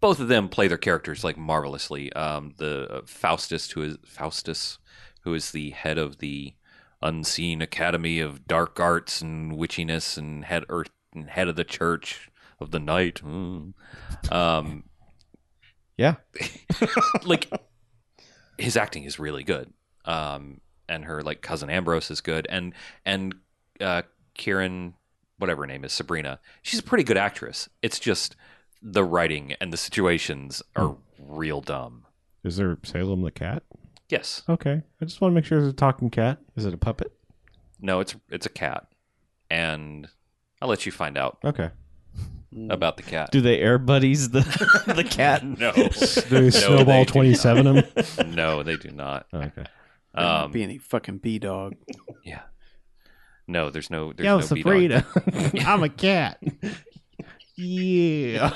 [SPEAKER 4] both of them play their characters like marvelously um the uh, Faustus who is Faustus who is the head of the unseen academy of dark arts and witchiness and head or and head of the church of the night mm. um
[SPEAKER 1] Yeah.
[SPEAKER 4] like his acting is really good. Um, and her like cousin Ambrose is good, and and uh, Kieran, whatever her name is, Sabrina, she's a pretty good actress. It's just the writing and the situations are real dumb.
[SPEAKER 3] Is there Salem the cat?
[SPEAKER 4] Yes,
[SPEAKER 3] Okay, I just want to make sure there's a talking cat.
[SPEAKER 1] Is it a puppet?
[SPEAKER 4] no, it's it's a cat, and I'll let you find out
[SPEAKER 3] Okay,
[SPEAKER 4] about the cat.
[SPEAKER 1] Do they air buddies the the cat?
[SPEAKER 4] no,
[SPEAKER 3] do we snowball
[SPEAKER 4] do
[SPEAKER 3] twenty seven him?
[SPEAKER 4] no, they do not.
[SPEAKER 3] Oh, Okay,
[SPEAKER 5] There won't
[SPEAKER 4] Um,
[SPEAKER 5] be any fucking bee dog.
[SPEAKER 4] yeah, no, there's no, there's
[SPEAKER 3] yo
[SPEAKER 4] no beat on-
[SPEAKER 3] Sabrina, I'm a cat. Yeah,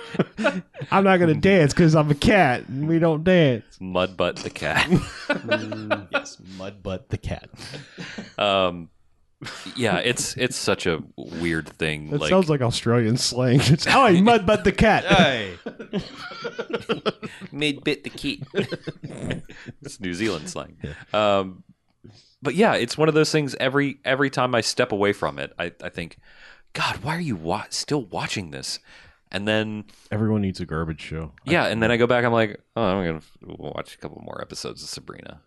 [SPEAKER 3] I'm not
[SPEAKER 4] Hmm.
[SPEAKER 3] gonna dance because I'm a cat and we don't dance.
[SPEAKER 4] Mudbutt the cat.
[SPEAKER 1] yes, Mudbutt the cat.
[SPEAKER 4] um yeah it's it's such a weird thing
[SPEAKER 3] That
[SPEAKER 4] like,
[SPEAKER 3] sounds like Australian slang. It's how I mud butt the cat.
[SPEAKER 4] mid bit the key it's new zealand slang um but yeah it's one of those things every every time i step away from it i, I think god why are you wa- still watching this and then
[SPEAKER 3] Everyone needs a garbage show.
[SPEAKER 4] yeah and then i go back i'm like oh i'm gonna f- watch a couple more episodes of sabrina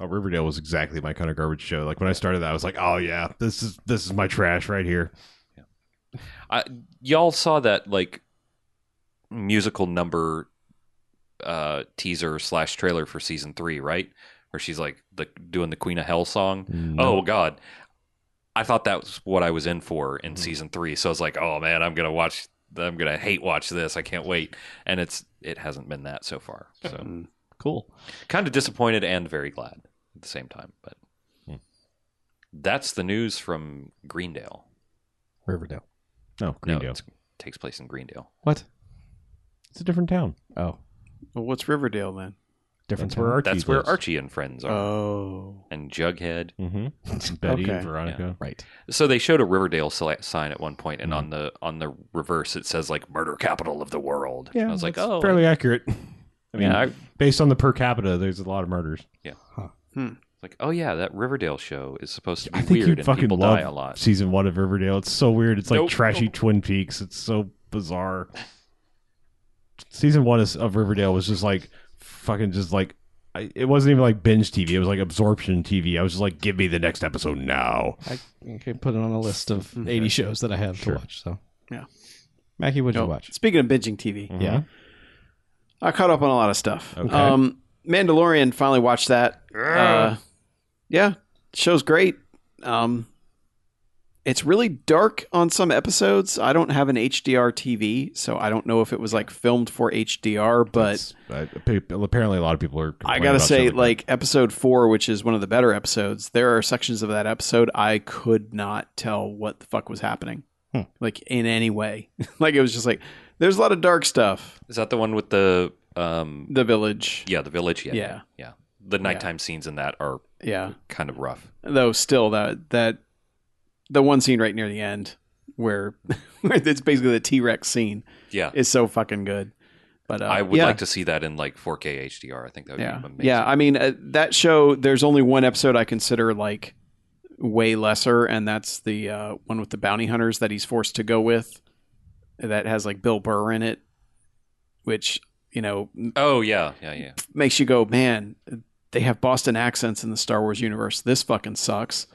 [SPEAKER 3] Oh, Riverdale was exactly my kind of garbage show. Like when I started that, I was like, "Oh yeah, this is this is my trash right here."
[SPEAKER 4] I, y'all saw that like musical number uh teaser slash trailer for season three, right? Where she's like the doing the Queen of Hell song. Oh God, I thought that was what I was in for in season three. So I was like, oh man, I'm gonna watch. I'm gonna hate watch this. I can't wait. And it's it hasn't been that so far. So
[SPEAKER 1] Cool.
[SPEAKER 4] kind of disappointed and very glad at the same time. But that's the news from Greendale.
[SPEAKER 1] Riverdale.
[SPEAKER 3] No,
[SPEAKER 4] No,
[SPEAKER 3] Greendale.
[SPEAKER 4] it takes place in Greendale.
[SPEAKER 1] What?
[SPEAKER 3] it's a different town.
[SPEAKER 1] Oh,
[SPEAKER 5] Well, what's Riverdale then?
[SPEAKER 1] different.
[SPEAKER 3] That's where Archie.
[SPEAKER 4] That's where
[SPEAKER 3] lives.
[SPEAKER 4] Archie and friends are,
[SPEAKER 5] Oh,
[SPEAKER 4] and Jughead.
[SPEAKER 3] Mhm. Betty,
[SPEAKER 5] Okay.
[SPEAKER 3] Veronica.
[SPEAKER 1] Right.
[SPEAKER 4] So they showed a Riverdale sli- sign at one point, and on the on the reverse it says like "Murder Capital of the World." And I was like,
[SPEAKER 3] that's
[SPEAKER 4] "Oh,
[SPEAKER 3] fairly accurate. I mean,
[SPEAKER 4] Yeah, I-
[SPEAKER 3] based on the per capita, there's a lot of murders.
[SPEAKER 4] like oh yeah, that Riverdale show is supposed to be
[SPEAKER 3] I think
[SPEAKER 4] weird
[SPEAKER 3] you
[SPEAKER 4] and
[SPEAKER 3] fucking
[SPEAKER 4] people
[SPEAKER 3] love
[SPEAKER 4] die a lot."
[SPEAKER 3] season one of Riverdale. It's so weird. It's like
[SPEAKER 4] Nope.
[SPEAKER 3] trashy Twin Peaks. It's so bizarre. season one is, of Riverdale was just like fucking just like I, it wasn't even like binge TV. It was like absorption TV. I was just like, give me the next episode now.
[SPEAKER 5] Mm-hmm.
[SPEAKER 1] I can put it on a list of 80 shows that I have to watch. So Mackie, what'd
[SPEAKER 5] Oh,
[SPEAKER 1] you watch?
[SPEAKER 5] Speaking of binging TV,
[SPEAKER 1] Yeah.
[SPEAKER 5] I caught up on a lot of stuff. Um, Mandalorian finally watched that. Uh, yeah, show's great. Um, it's really dark on some episodes. I don't have an HDR TV, so I don't know if it was like filmed for HDR, but
[SPEAKER 3] It's- I- apparently a lot of people are.
[SPEAKER 5] I
[SPEAKER 3] complaining
[SPEAKER 5] gotta
[SPEAKER 3] about
[SPEAKER 5] say,
[SPEAKER 3] something.
[SPEAKER 5] like episode four, which is one of the better episodes, there are sections of that episode I could not tell what the fuck was happening,
[SPEAKER 1] Hmm.
[SPEAKER 5] like in any way. like it was just like there's a lot of dark stuff.
[SPEAKER 4] Is that the one with the um
[SPEAKER 5] The village,
[SPEAKER 4] yeah, the village? Yeah.
[SPEAKER 5] Yeah.
[SPEAKER 4] Yeah. The nighttime scenes in that are
[SPEAKER 5] yeah.
[SPEAKER 4] kind of rough.
[SPEAKER 5] Though still that that the one scene right near the end where where it's basically the T Rex scene
[SPEAKER 4] Yeah.
[SPEAKER 5] is so fucking good. But uh,
[SPEAKER 4] I would
[SPEAKER 5] yeah.
[SPEAKER 4] like to see that in like 4K HDR. I think that would
[SPEAKER 5] yeah
[SPEAKER 4] be amazing.
[SPEAKER 5] yeah i mean uh, that show there's only one episode i consider like way lesser and that's the uh, one with the bounty hunters that he's forced to go with that has like bill burr in it which you know m-
[SPEAKER 4] Oh yeah, yeah, yeah.
[SPEAKER 5] makes you go man they have boston accents in the star wars universe this fucking sucks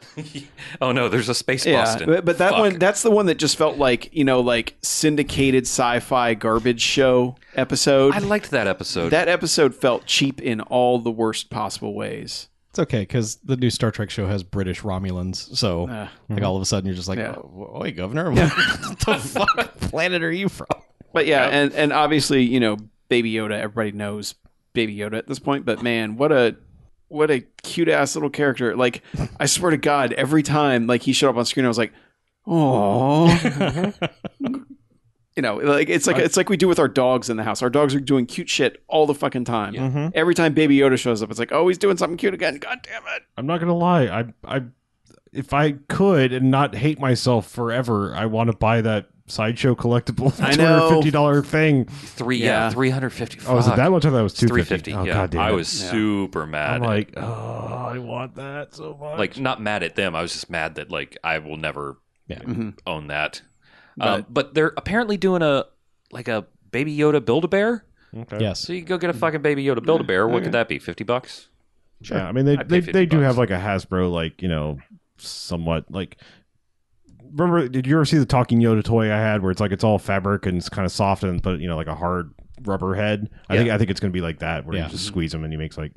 [SPEAKER 4] oh no, there's a space Boston.
[SPEAKER 5] but- but that
[SPEAKER 4] Fuck.
[SPEAKER 5] one that's the one that just felt like you know like syndicated sci-fi garbage show episode
[SPEAKER 4] I liked that episode.
[SPEAKER 5] that episode felt cheap in all the worst possible ways
[SPEAKER 1] It's okay because the new Star Trek show has British Romulans, so
[SPEAKER 5] Ah.
[SPEAKER 1] like all of a sudden you're just like,
[SPEAKER 5] Yeah.
[SPEAKER 1] oh, wait, Governor, what the fuck planet are you from?
[SPEAKER 5] But yeah, and and obviously, you know, Baby Yoda. Everybody knows Baby Yoda at this point. But man, what a what a cute ass little character! Like, I swear to God, every time like he showed up on screen, I was like, oh.
[SPEAKER 3] Mm-hmm.
[SPEAKER 5] You know, like it's like it's like we do with our dogs in the house. Our dogs are doing cute shit all the fucking time.
[SPEAKER 3] Mm-hmm.
[SPEAKER 5] Every time Baby Yoda shows up, it's like, oh, he's doing something cute again. God damn it!
[SPEAKER 3] I'm not gonna lie. I, I, if I could and not hate myself forever, I want to buy that sideshow collectible
[SPEAKER 5] I
[SPEAKER 3] two hundred
[SPEAKER 5] know.
[SPEAKER 3] fifty dollar thing.
[SPEAKER 4] Three, yeah,
[SPEAKER 5] Yeah.
[SPEAKER 4] three hundred fifty.
[SPEAKER 3] Oh, is it that much? I thought it was two
[SPEAKER 4] Three fifty.
[SPEAKER 3] Oh,
[SPEAKER 4] yeah,
[SPEAKER 3] God damn
[SPEAKER 4] I
[SPEAKER 3] it.
[SPEAKER 4] was super mad.
[SPEAKER 3] I'm
[SPEAKER 4] at-
[SPEAKER 3] like, oh, I want that so much.
[SPEAKER 4] like not mad at them. I was just mad that like I will never
[SPEAKER 1] Yeah.
[SPEAKER 5] Mhm.
[SPEAKER 4] own that. But, um,
[SPEAKER 5] But-
[SPEAKER 4] but they're apparently doing a like a Baby Yoda Build a Bear.
[SPEAKER 3] okay.
[SPEAKER 1] Yes,
[SPEAKER 4] So you can go get
[SPEAKER 5] Mm.
[SPEAKER 4] a fucking Baby Yoda Build a Bear. What could that be? Fifty bucks.
[SPEAKER 1] sure.
[SPEAKER 3] Yeah, I mean they
[SPEAKER 4] I'd
[SPEAKER 3] they,
[SPEAKER 4] pay
[SPEAKER 3] they
[SPEAKER 4] 50
[SPEAKER 3] do have
[SPEAKER 4] bucks.
[SPEAKER 3] like a Hasbro like you know somewhat like. Remember, did you ever see the Talking Yoda toy I had where it's like it's all fabric and it's kind of soft and but you know like a hard rubber head? I think I think it's gonna be like that where
[SPEAKER 1] Yeah.
[SPEAKER 3] you just squeeze him and he makes like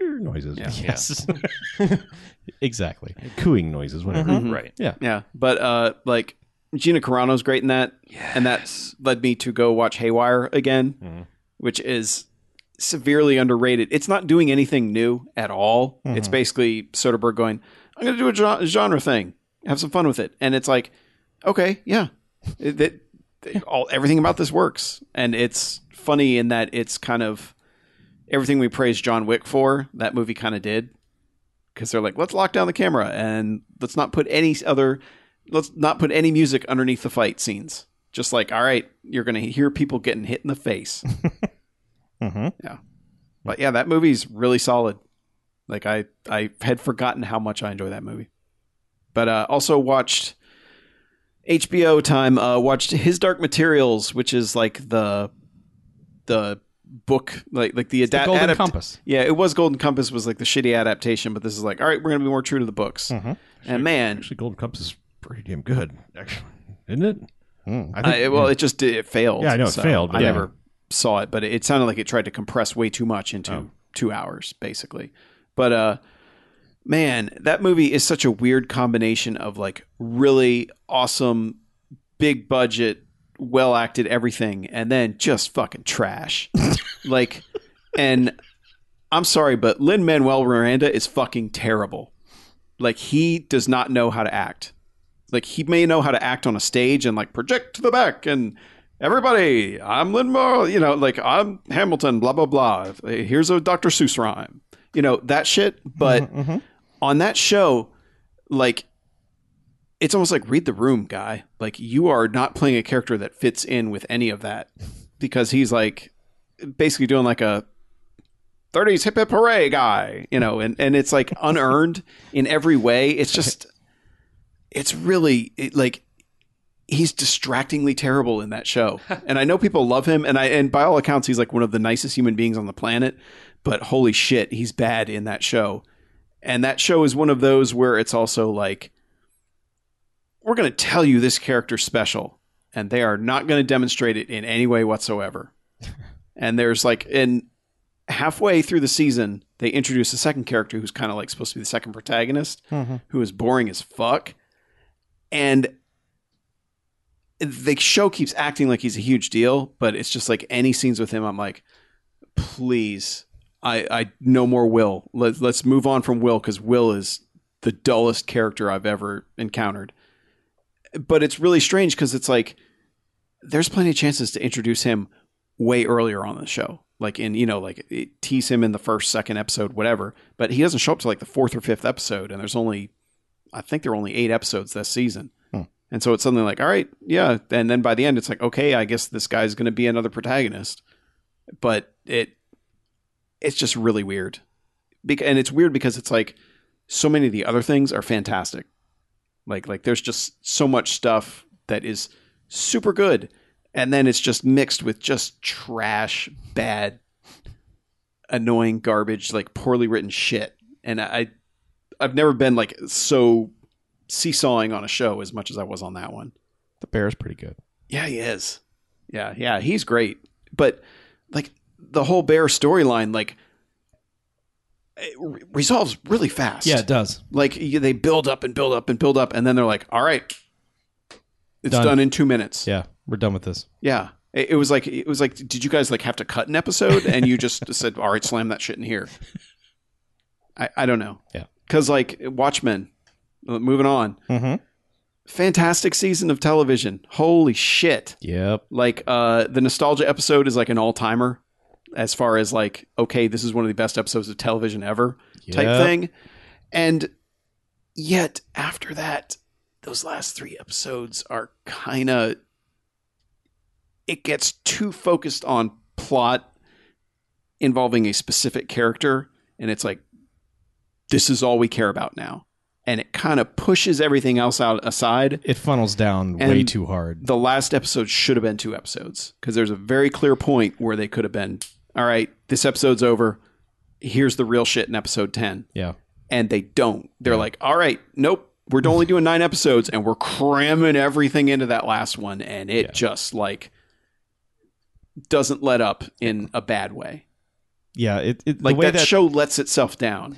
[SPEAKER 3] noises,
[SPEAKER 1] yes, exactly.
[SPEAKER 3] cooing noises, whatever.
[SPEAKER 5] Mhm.
[SPEAKER 4] Right.
[SPEAKER 5] Yeah, but uh, like Gina Carano's great in that, and that led me to go watch Haywire again, which is severely underrated. It's not doing anything new at all. It's basically Soderbergh going, "I'm going to do a gen- genre thing, have some fun with it," and it's like, okay, yeah, it, it- it- all everything about this works, and it's funny in that it's kind of everything we praised John Wick for. That movie kind of did because they're like, let's lock down the camera and let's not put any other, let's not put any music underneath the fight scenes. Just like, all right, you're going to hear people getting hit in the face.
[SPEAKER 1] Mhm.
[SPEAKER 5] Yeah. But yeah, that movie's really solid. Like I, I had forgotten how much I enjoy that movie, but uh, also watched HBO time. Uh, watched His Dark Materials, which is like the, the book, like like the,
[SPEAKER 1] The
[SPEAKER 5] adapt-
[SPEAKER 1] Golden
[SPEAKER 5] adapt-
[SPEAKER 1] Compass.
[SPEAKER 5] yeah, it was Golden Compass was like the shitty adaptation, but this is like, all right, we're gonna be more true to the books. And man,
[SPEAKER 3] Actually, Golden Cups is pretty damn good, actually, isn't it? I
[SPEAKER 5] I, well, it just did, it failed.
[SPEAKER 3] Yeah, I know it failed,
[SPEAKER 5] I
[SPEAKER 3] but yeah.
[SPEAKER 5] never saw it, but it, it sounded like it tried to compress way too much into
[SPEAKER 3] Oh.
[SPEAKER 5] two hours, basically. But uh, man, that movie is such a weird combination of like really awesome, big budget, well acted everything, and then just fucking trash. like, and I'm sorry, but Lin Manuel Miranda is fucking terrible. Like, he does not know how to act. Like, he may know how to act on a stage and like project to the back and everybody, I'm Lin Manuel, you know, like I'm Hamilton, blah, blah, blah. Here's a Dr. Seuss rhyme, you know, that shit. But on that show, like it's almost like read the room guy. Like you are not playing a character that fits in with any of that because he's like basically doing like a 30s hip hip hooray guy, you know, and and it's like unearned in every way. It's just it's really it, like he's distractingly terrible in that show. And I know people love him and I and by all accounts he's like one of the nicest human beings on the planet, but holy shit, he's bad in that show. And that show is one of those where it's also like, we're going to tell you this character's special. and they are not going to demonstrate it in any way whatsoever. and there's like, and halfway through the season, they introduce a second character who's kind of like supposed to be the second protagonist, who is boring as fuck. And the show keeps acting like he's a huge deal, but it's just like any scenes with him, I'm like, please, I, I no more Will. Let, let's move on from Will because Will is the dullest character I've ever encountered. But it's really strange because it's like there's plenty of chances to introduce him way earlier on the show, like in you know like it, tease him in the first, second episode, whatever. But he doesn't show up to like the fourth or fifth episode, and there's only I think there are only eight episodes this season. And so it's suddenly like, all right, yeah. And then by the end, it's like, okay, I guess this guy's going to be another protagonist. But it, it's just really weird, Bec- and it's weird because it's like so many of the other things are fantastic. Like, like there's just so much stuff that is super good, and then it's just mixed with just trash, bad, annoying garbage, like poorly written shit. And I, I've never been like so seesawing on a show as much as I was on that one.
[SPEAKER 1] The bear is pretty good.
[SPEAKER 5] Yeah, he is. Yeah, yeah, he's great. But like the whole bear storyline, like it re- resolves really fast.
[SPEAKER 1] Yeah, it does.
[SPEAKER 5] like you, they build up and build up and build up, and then they're like, "All right, it's
[SPEAKER 1] Done.
[SPEAKER 5] done, in two minutes."
[SPEAKER 1] Yeah, we're done with this.
[SPEAKER 5] Yeah. It, it was like it was like, did you guys like have to cut an episode and you just said, all right, slam that shit in here? I, I don't know.
[SPEAKER 1] Yeah.
[SPEAKER 5] Because like Watchmen, uh, moving on,
[SPEAKER 1] Mhm.
[SPEAKER 5] fantastic season of television. Holy shit!
[SPEAKER 1] Yep.
[SPEAKER 5] Like uh, the nostalgia episode is like an all timer as far as like, okay, this is one of the best episodes of television ever type
[SPEAKER 1] Yep.
[SPEAKER 5] thing. And yet after that, those last three episodes are kind of it gets too focused on plot involving a specific character and it's like this is all we care about now and it kind of pushes everything else out aside
[SPEAKER 1] It funnels down
[SPEAKER 5] And
[SPEAKER 1] way too hard.
[SPEAKER 5] the last episode should have been two episodes because there's a very clear point where they could have been all right this episode's over here's the real shit in episode 10
[SPEAKER 1] yeah.
[SPEAKER 5] and they don't they're like all right nope we're only doing nine episodes and we're cramming everything into that last one and it just like doesn't let up in a bad way
[SPEAKER 1] Yeah, it, it
[SPEAKER 5] like
[SPEAKER 1] the way
[SPEAKER 5] that,
[SPEAKER 1] that
[SPEAKER 5] show lets itself down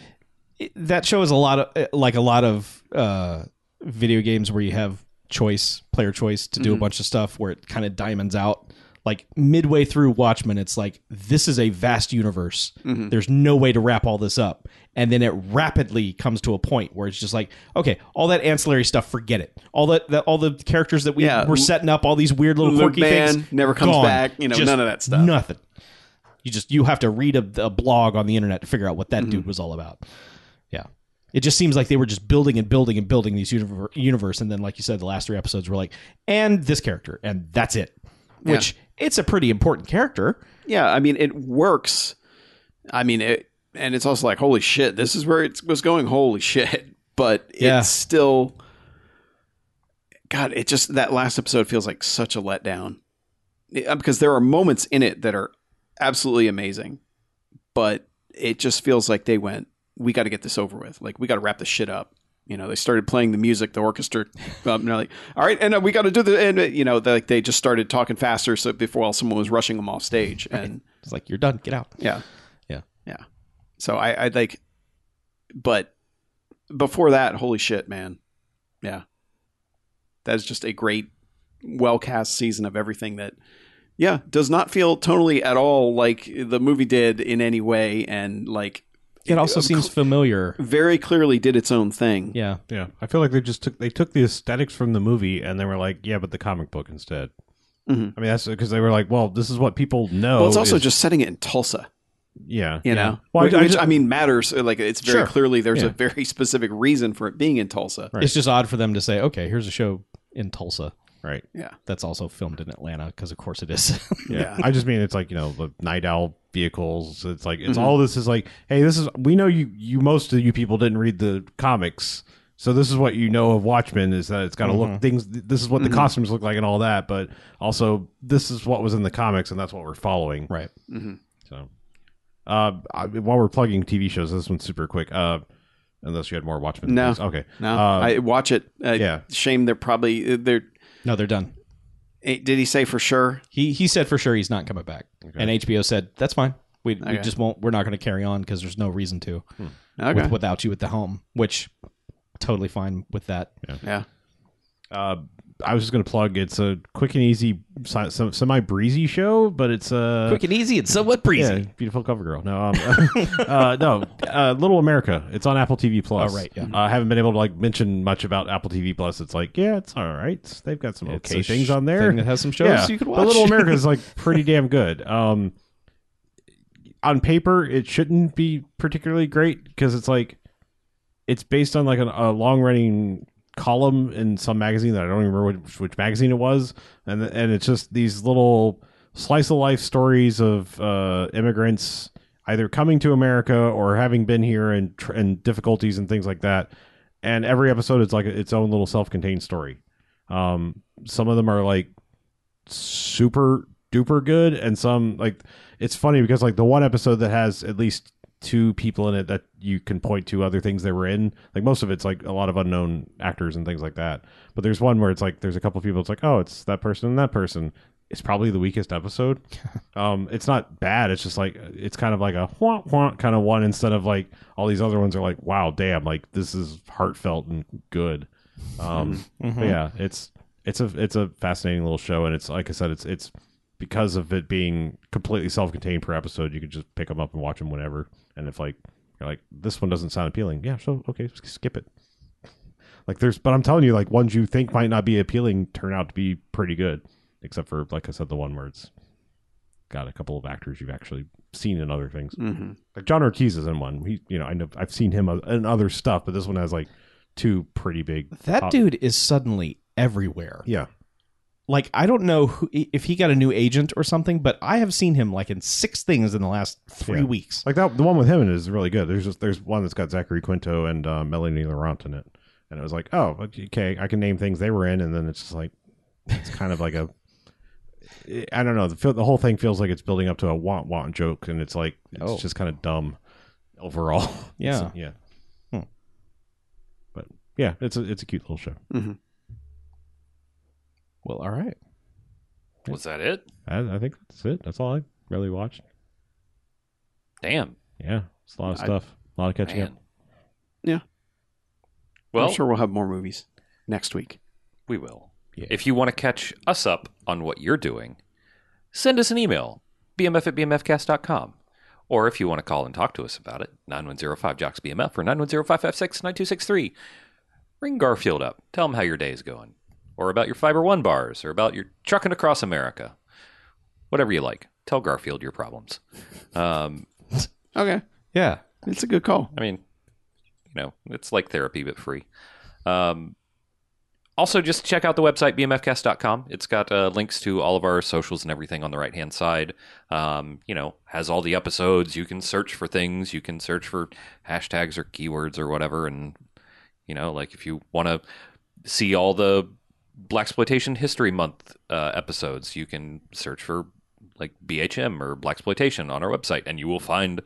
[SPEAKER 1] it- that show is a lot of uh, like a lot of uh, video games where you have choice, player choice to do a bunch of stuff where it kind of diamonds out. Like midway through Watchmen, it's like this is a vast universe. There's no way to wrap all this up, and then it rapidly comes to a point where it's just like, okay, all that ancillary stuff, forget it. All that, that all the characters that we
[SPEAKER 5] Yeah.
[SPEAKER 1] were setting up, all these weird little
[SPEAKER 5] Luke
[SPEAKER 1] quirky
[SPEAKER 5] Man
[SPEAKER 1] things,
[SPEAKER 5] never comes
[SPEAKER 1] gone.
[SPEAKER 5] back, you know,
[SPEAKER 1] Just
[SPEAKER 5] none of that stuff.
[SPEAKER 1] Nothing. You just you have to read a, a blog on the internet to figure out what that
[SPEAKER 5] Mm-hmm.
[SPEAKER 1] dude was all about. Yeah. It just seems like they were just building and building and building these univer- universe, and then, like you said, the last three episodes were like, and this character, and that's it. Which it's a pretty important character.
[SPEAKER 5] yeah i mean it works i mean it and it's also like holy shit this is where it was going holy shit but
[SPEAKER 1] Yeah.
[SPEAKER 5] it's still god it just that last episode feels like such a letdown Yeah, uh, because there are moments in it that are absolutely amazing but it just feels like they went we got to get this over with like we got to wrap this shit up you know they started playing the music the orchestra um, and they're like all right and uh, we got to do the and uh, you know they, like they just started talking faster so before while someone was rushing them off stage and
[SPEAKER 1] It's like you're done, get out.
[SPEAKER 5] yeah.
[SPEAKER 1] Yeah.
[SPEAKER 5] Yeah. So I, I like, but before that, holy shit, man. Yeah. That is just a great, well cast season of everything that, yeah, does not feel tonally at all like the movie did in any way. And like,
[SPEAKER 1] It also
[SPEAKER 5] Of
[SPEAKER 1] seems familiar.
[SPEAKER 5] very clearly did its own thing.
[SPEAKER 1] Yeah,
[SPEAKER 3] Yeah, I feel like they just took they took the aesthetics from the movie and they were like, yeah, but the comic book instead.
[SPEAKER 5] Mhm.
[SPEAKER 3] I mean, that's because they were like, well, this is what people know.
[SPEAKER 5] Well, it's
[SPEAKER 1] Oh,
[SPEAKER 5] also
[SPEAKER 3] is-
[SPEAKER 5] just setting it in Tulsa,
[SPEAKER 3] yeah,
[SPEAKER 5] you
[SPEAKER 3] yeah.
[SPEAKER 5] know,
[SPEAKER 3] Well, I-
[SPEAKER 5] which,
[SPEAKER 3] I
[SPEAKER 5] I,
[SPEAKER 3] just-
[SPEAKER 5] mean matters. uh, Like it's very
[SPEAKER 3] Sure.
[SPEAKER 5] clearly there's
[SPEAKER 3] Yeah.
[SPEAKER 5] a very specific reason for it being in Tulsa.
[SPEAKER 3] Right.
[SPEAKER 1] it's just odd for them to say, okay, here's a show in Tulsa
[SPEAKER 3] right.
[SPEAKER 1] that's also filmed in Atlanta, because of course it is.
[SPEAKER 3] Yeah. I just mean it's like, you know, the night owl vehicles. It's like
[SPEAKER 5] Mm-hmm.
[SPEAKER 3] it's all this is like, hey, this is we know you you most of you people didn't read the comics. So this is what you know of Watchmen is that it's got to look things this is what
[SPEAKER 5] Mm-hmm.
[SPEAKER 3] the costumes look like and all that, but also this is what was in the comics and that's what we're following.
[SPEAKER 1] right.
[SPEAKER 3] So uh I, while we're plugging TV shows, this one's super quick. Uh unless you had more Watchmen.
[SPEAKER 5] No.
[SPEAKER 3] please. Okay.
[SPEAKER 5] No,
[SPEAKER 3] Uh,
[SPEAKER 5] I watch it. Uh,
[SPEAKER 3] yeah.
[SPEAKER 5] Shame they're probably they're
[SPEAKER 1] No, they're done.
[SPEAKER 5] Eh, Did he say for sure?
[SPEAKER 1] He he said for sure he's not coming back, and HBO said that's fine. We, we
[SPEAKER 5] Okay.
[SPEAKER 1] just won't. We're not going to carry on because there's no reason to
[SPEAKER 5] Okay.
[SPEAKER 1] with, without you at the helm. Which totally fine with that.
[SPEAKER 5] yeah.
[SPEAKER 3] Uh, I was just going to plug. It's a quick and easy, si- some semi breezy show, but it's a
[SPEAKER 1] Quick and easy and somewhat breezy.
[SPEAKER 3] Yeah, beautiful cover girl. No, um, uh, no, uh, Little America. It's on Apple TV Plus.
[SPEAKER 1] Oh, right, yeah.
[SPEAKER 3] Uh, I haven't been able to like mention much about Apple TV Plus. It's like, yeah, it's all right. They've got some
[SPEAKER 1] It's
[SPEAKER 3] okay
[SPEAKER 1] a sh-
[SPEAKER 3] things on there.
[SPEAKER 1] thing that has some shows you can
[SPEAKER 3] But
[SPEAKER 1] watch.
[SPEAKER 3] Little America is like pretty damn good. Um, on paper, it shouldn't be particularly great because it's like it's based on like an, a long running column in some magazine that I don't even remember which, which magazine it was, and and it's just these little slice of life stories of uh, immigrants either coming to America or having been here and tr- and difficulties and things like that. And every episode is like its own little self contained story. Um, some of them are like super duper good and some like it's funny because like the one episode that has at least two people in it that you can point to other things they were in like most of it's like a lot of unknown actors and things like that but there's one where it's like there's a couple people it's like oh it's that person and that person it's probably the weakest episode um it's not bad it's just like it's kind of like a wah, wah kind of one instead of like all these other ones are like wow damn like this is heartfelt and good um but yeah it's it's a it's a fascinating little show and it's like i said it's it's because of it being completely self-contained per episode you could just pick them up and watch them whenever and if like you're like this one doesn't sound appealing yeah so okay s- skip it like there's but i'm telling you like ones you think might not be appealing turn out to be pretty good except for like i said the one where it's got a couple of actors you've actually seen in other things
[SPEAKER 5] hmm
[SPEAKER 3] like John Ortiz is in one. He, you know, I know I've seen him o- in other stuff, but this one has like two pretty big.
[SPEAKER 1] That
[SPEAKER 3] pop-
[SPEAKER 1] dude is suddenly everywhere.
[SPEAKER 3] yeah,
[SPEAKER 1] Like I don't know who, if he got a new agent or something, but I have seen him like in six things in the last three
[SPEAKER 3] Yeah.
[SPEAKER 1] weeks.
[SPEAKER 3] like that. The one with him is really good. There's just there's one that's got Zachary Quinto and uh, Melanie Laurent in it, and it was like, oh, okay, I can name things they were in, and then it's just like, it's kind of like a, I don't know. The feel- the whole thing feels like it's building up to a want want joke, and it's like it's
[SPEAKER 1] Oh.
[SPEAKER 3] just kind of dumb overall. It's-
[SPEAKER 1] Yeah.
[SPEAKER 3] yeah.
[SPEAKER 1] Hmm.
[SPEAKER 3] But yeah, it's a it's a cute little show.
[SPEAKER 1] Well, all right.
[SPEAKER 4] Was that it?
[SPEAKER 3] I, I think that's it. That's all I really watched.
[SPEAKER 4] Damn.
[SPEAKER 3] Yeah, it's a lot of
[SPEAKER 5] I-
[SPEAKER 3] stuff. A lot of catching
[SPEAKER 4] Man.
[SPEAKER 3] up.
[SPEAKER 5] Yeah.
[SPEAKER 4] Well,
[SPEAKER 5] I'm sure we'll have more movies next week.
[SPEAKER 4] we will.
[SPEAKER 1] Yeah.
[SPEAKER 4] If you want to catch us up on what you're doing, send us an email, bmf at bmfcast.com. Or if you want to call and talk to us about it, 9105-JOCKS-BMF or 910556-9263. Ring Garfield up. Tell him how your day is going. Or about your Fiber One bars, or about your trucking across America. Whatever you like. Tell Garfield your problems. Um,
[SPEAKER 5] Okay.
[SPEAKER 1] Yeah.
[SPEAKER 5] It's a good call.
[SPEAKER 4] I mean, you know, it's like therapy but free. Um, also, just check out the website bmfcast.com. It's got uh, links to all of our socials and everything on the right hand side. Um, you know, has all the episodes. You can search for things. You can search for hashtags or keywords or whatever. And you know, like if you want to see all the Black Exploitation History Month uh, episodes, you can search for like BHM or Black Exploitation on our website, and you will find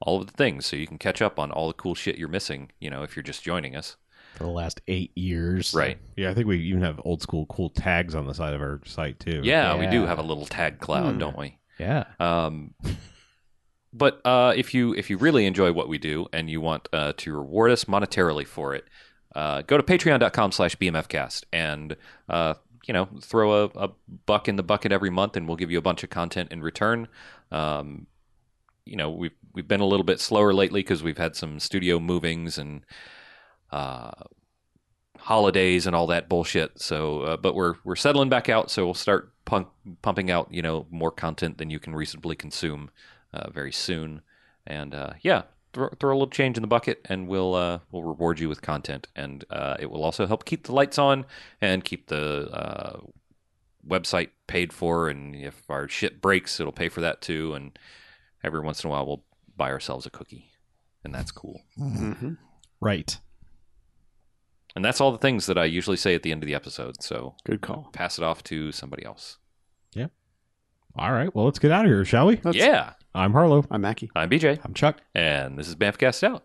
[SPEAKER 4] all of the things. So you can catch up on all the cool shit you're missing. You know, if you're just joining us,
[SPEAKER 1] For the last eight years.
[SPEAKER 4] right?
[SPEAKER 3] Yeah, I think we even have old school cool tags on the side of our site too.
[SPEAKER 4] Yeah, we do
[SPEAKER 1] Yeah.
[SPEAKER 4] have a little tag cloud, don't we?
[SPEAKER 1] Yeah.
[SPEAKER 4] Um, but uh, if you if you really enjoy what we do and you want uh, to reward us monetarily for it, uh, go to patreon.com slash bmfcast and uh, you know throw a, a buck in the bucket every month and we'll give you a bunch of content in return. Um, you know we've we've been a little bit slower lately because we've had some studio movings and uh, holidays and all that bullshit. So, uh, but we're we're settling back out. So we'll start punk, pumping out you know more content than you can reasonably consume uh, very soon. And uh, yeah, throw, throw a little change in the bucket, and we'll uh, we'll reward you with content, and uh, it will also help keep the lights on and keep the uh, website paid for. And if our shit breaks, it'll pay for that too. And every once in a while, we'll buy ourselves a cookie, and that's cool.
[SPEAKER 5] Mm-hmm.
[SPEAKER 1] Right.
[SPEAKER 4] And that's all the things that I usually say at the end of the episode. So
[SPEAKER 5] Good call.
[SPEAKER 4] pass it off to somebody else.
[SPEAKER 3] All right, well, let's get out of here, shall we?
[SPEAKER 5] That's-
[SPEAKER 4] yeah.
[SPEAKER 3] I'm Harlow.
[SPEAKER 5] I'm Mackie.
[SPEAKER 4] I'm BJ,
[SPEAKER 1] I'm Chuck.
[SPEAKER 4] and this is Banff Cast Out.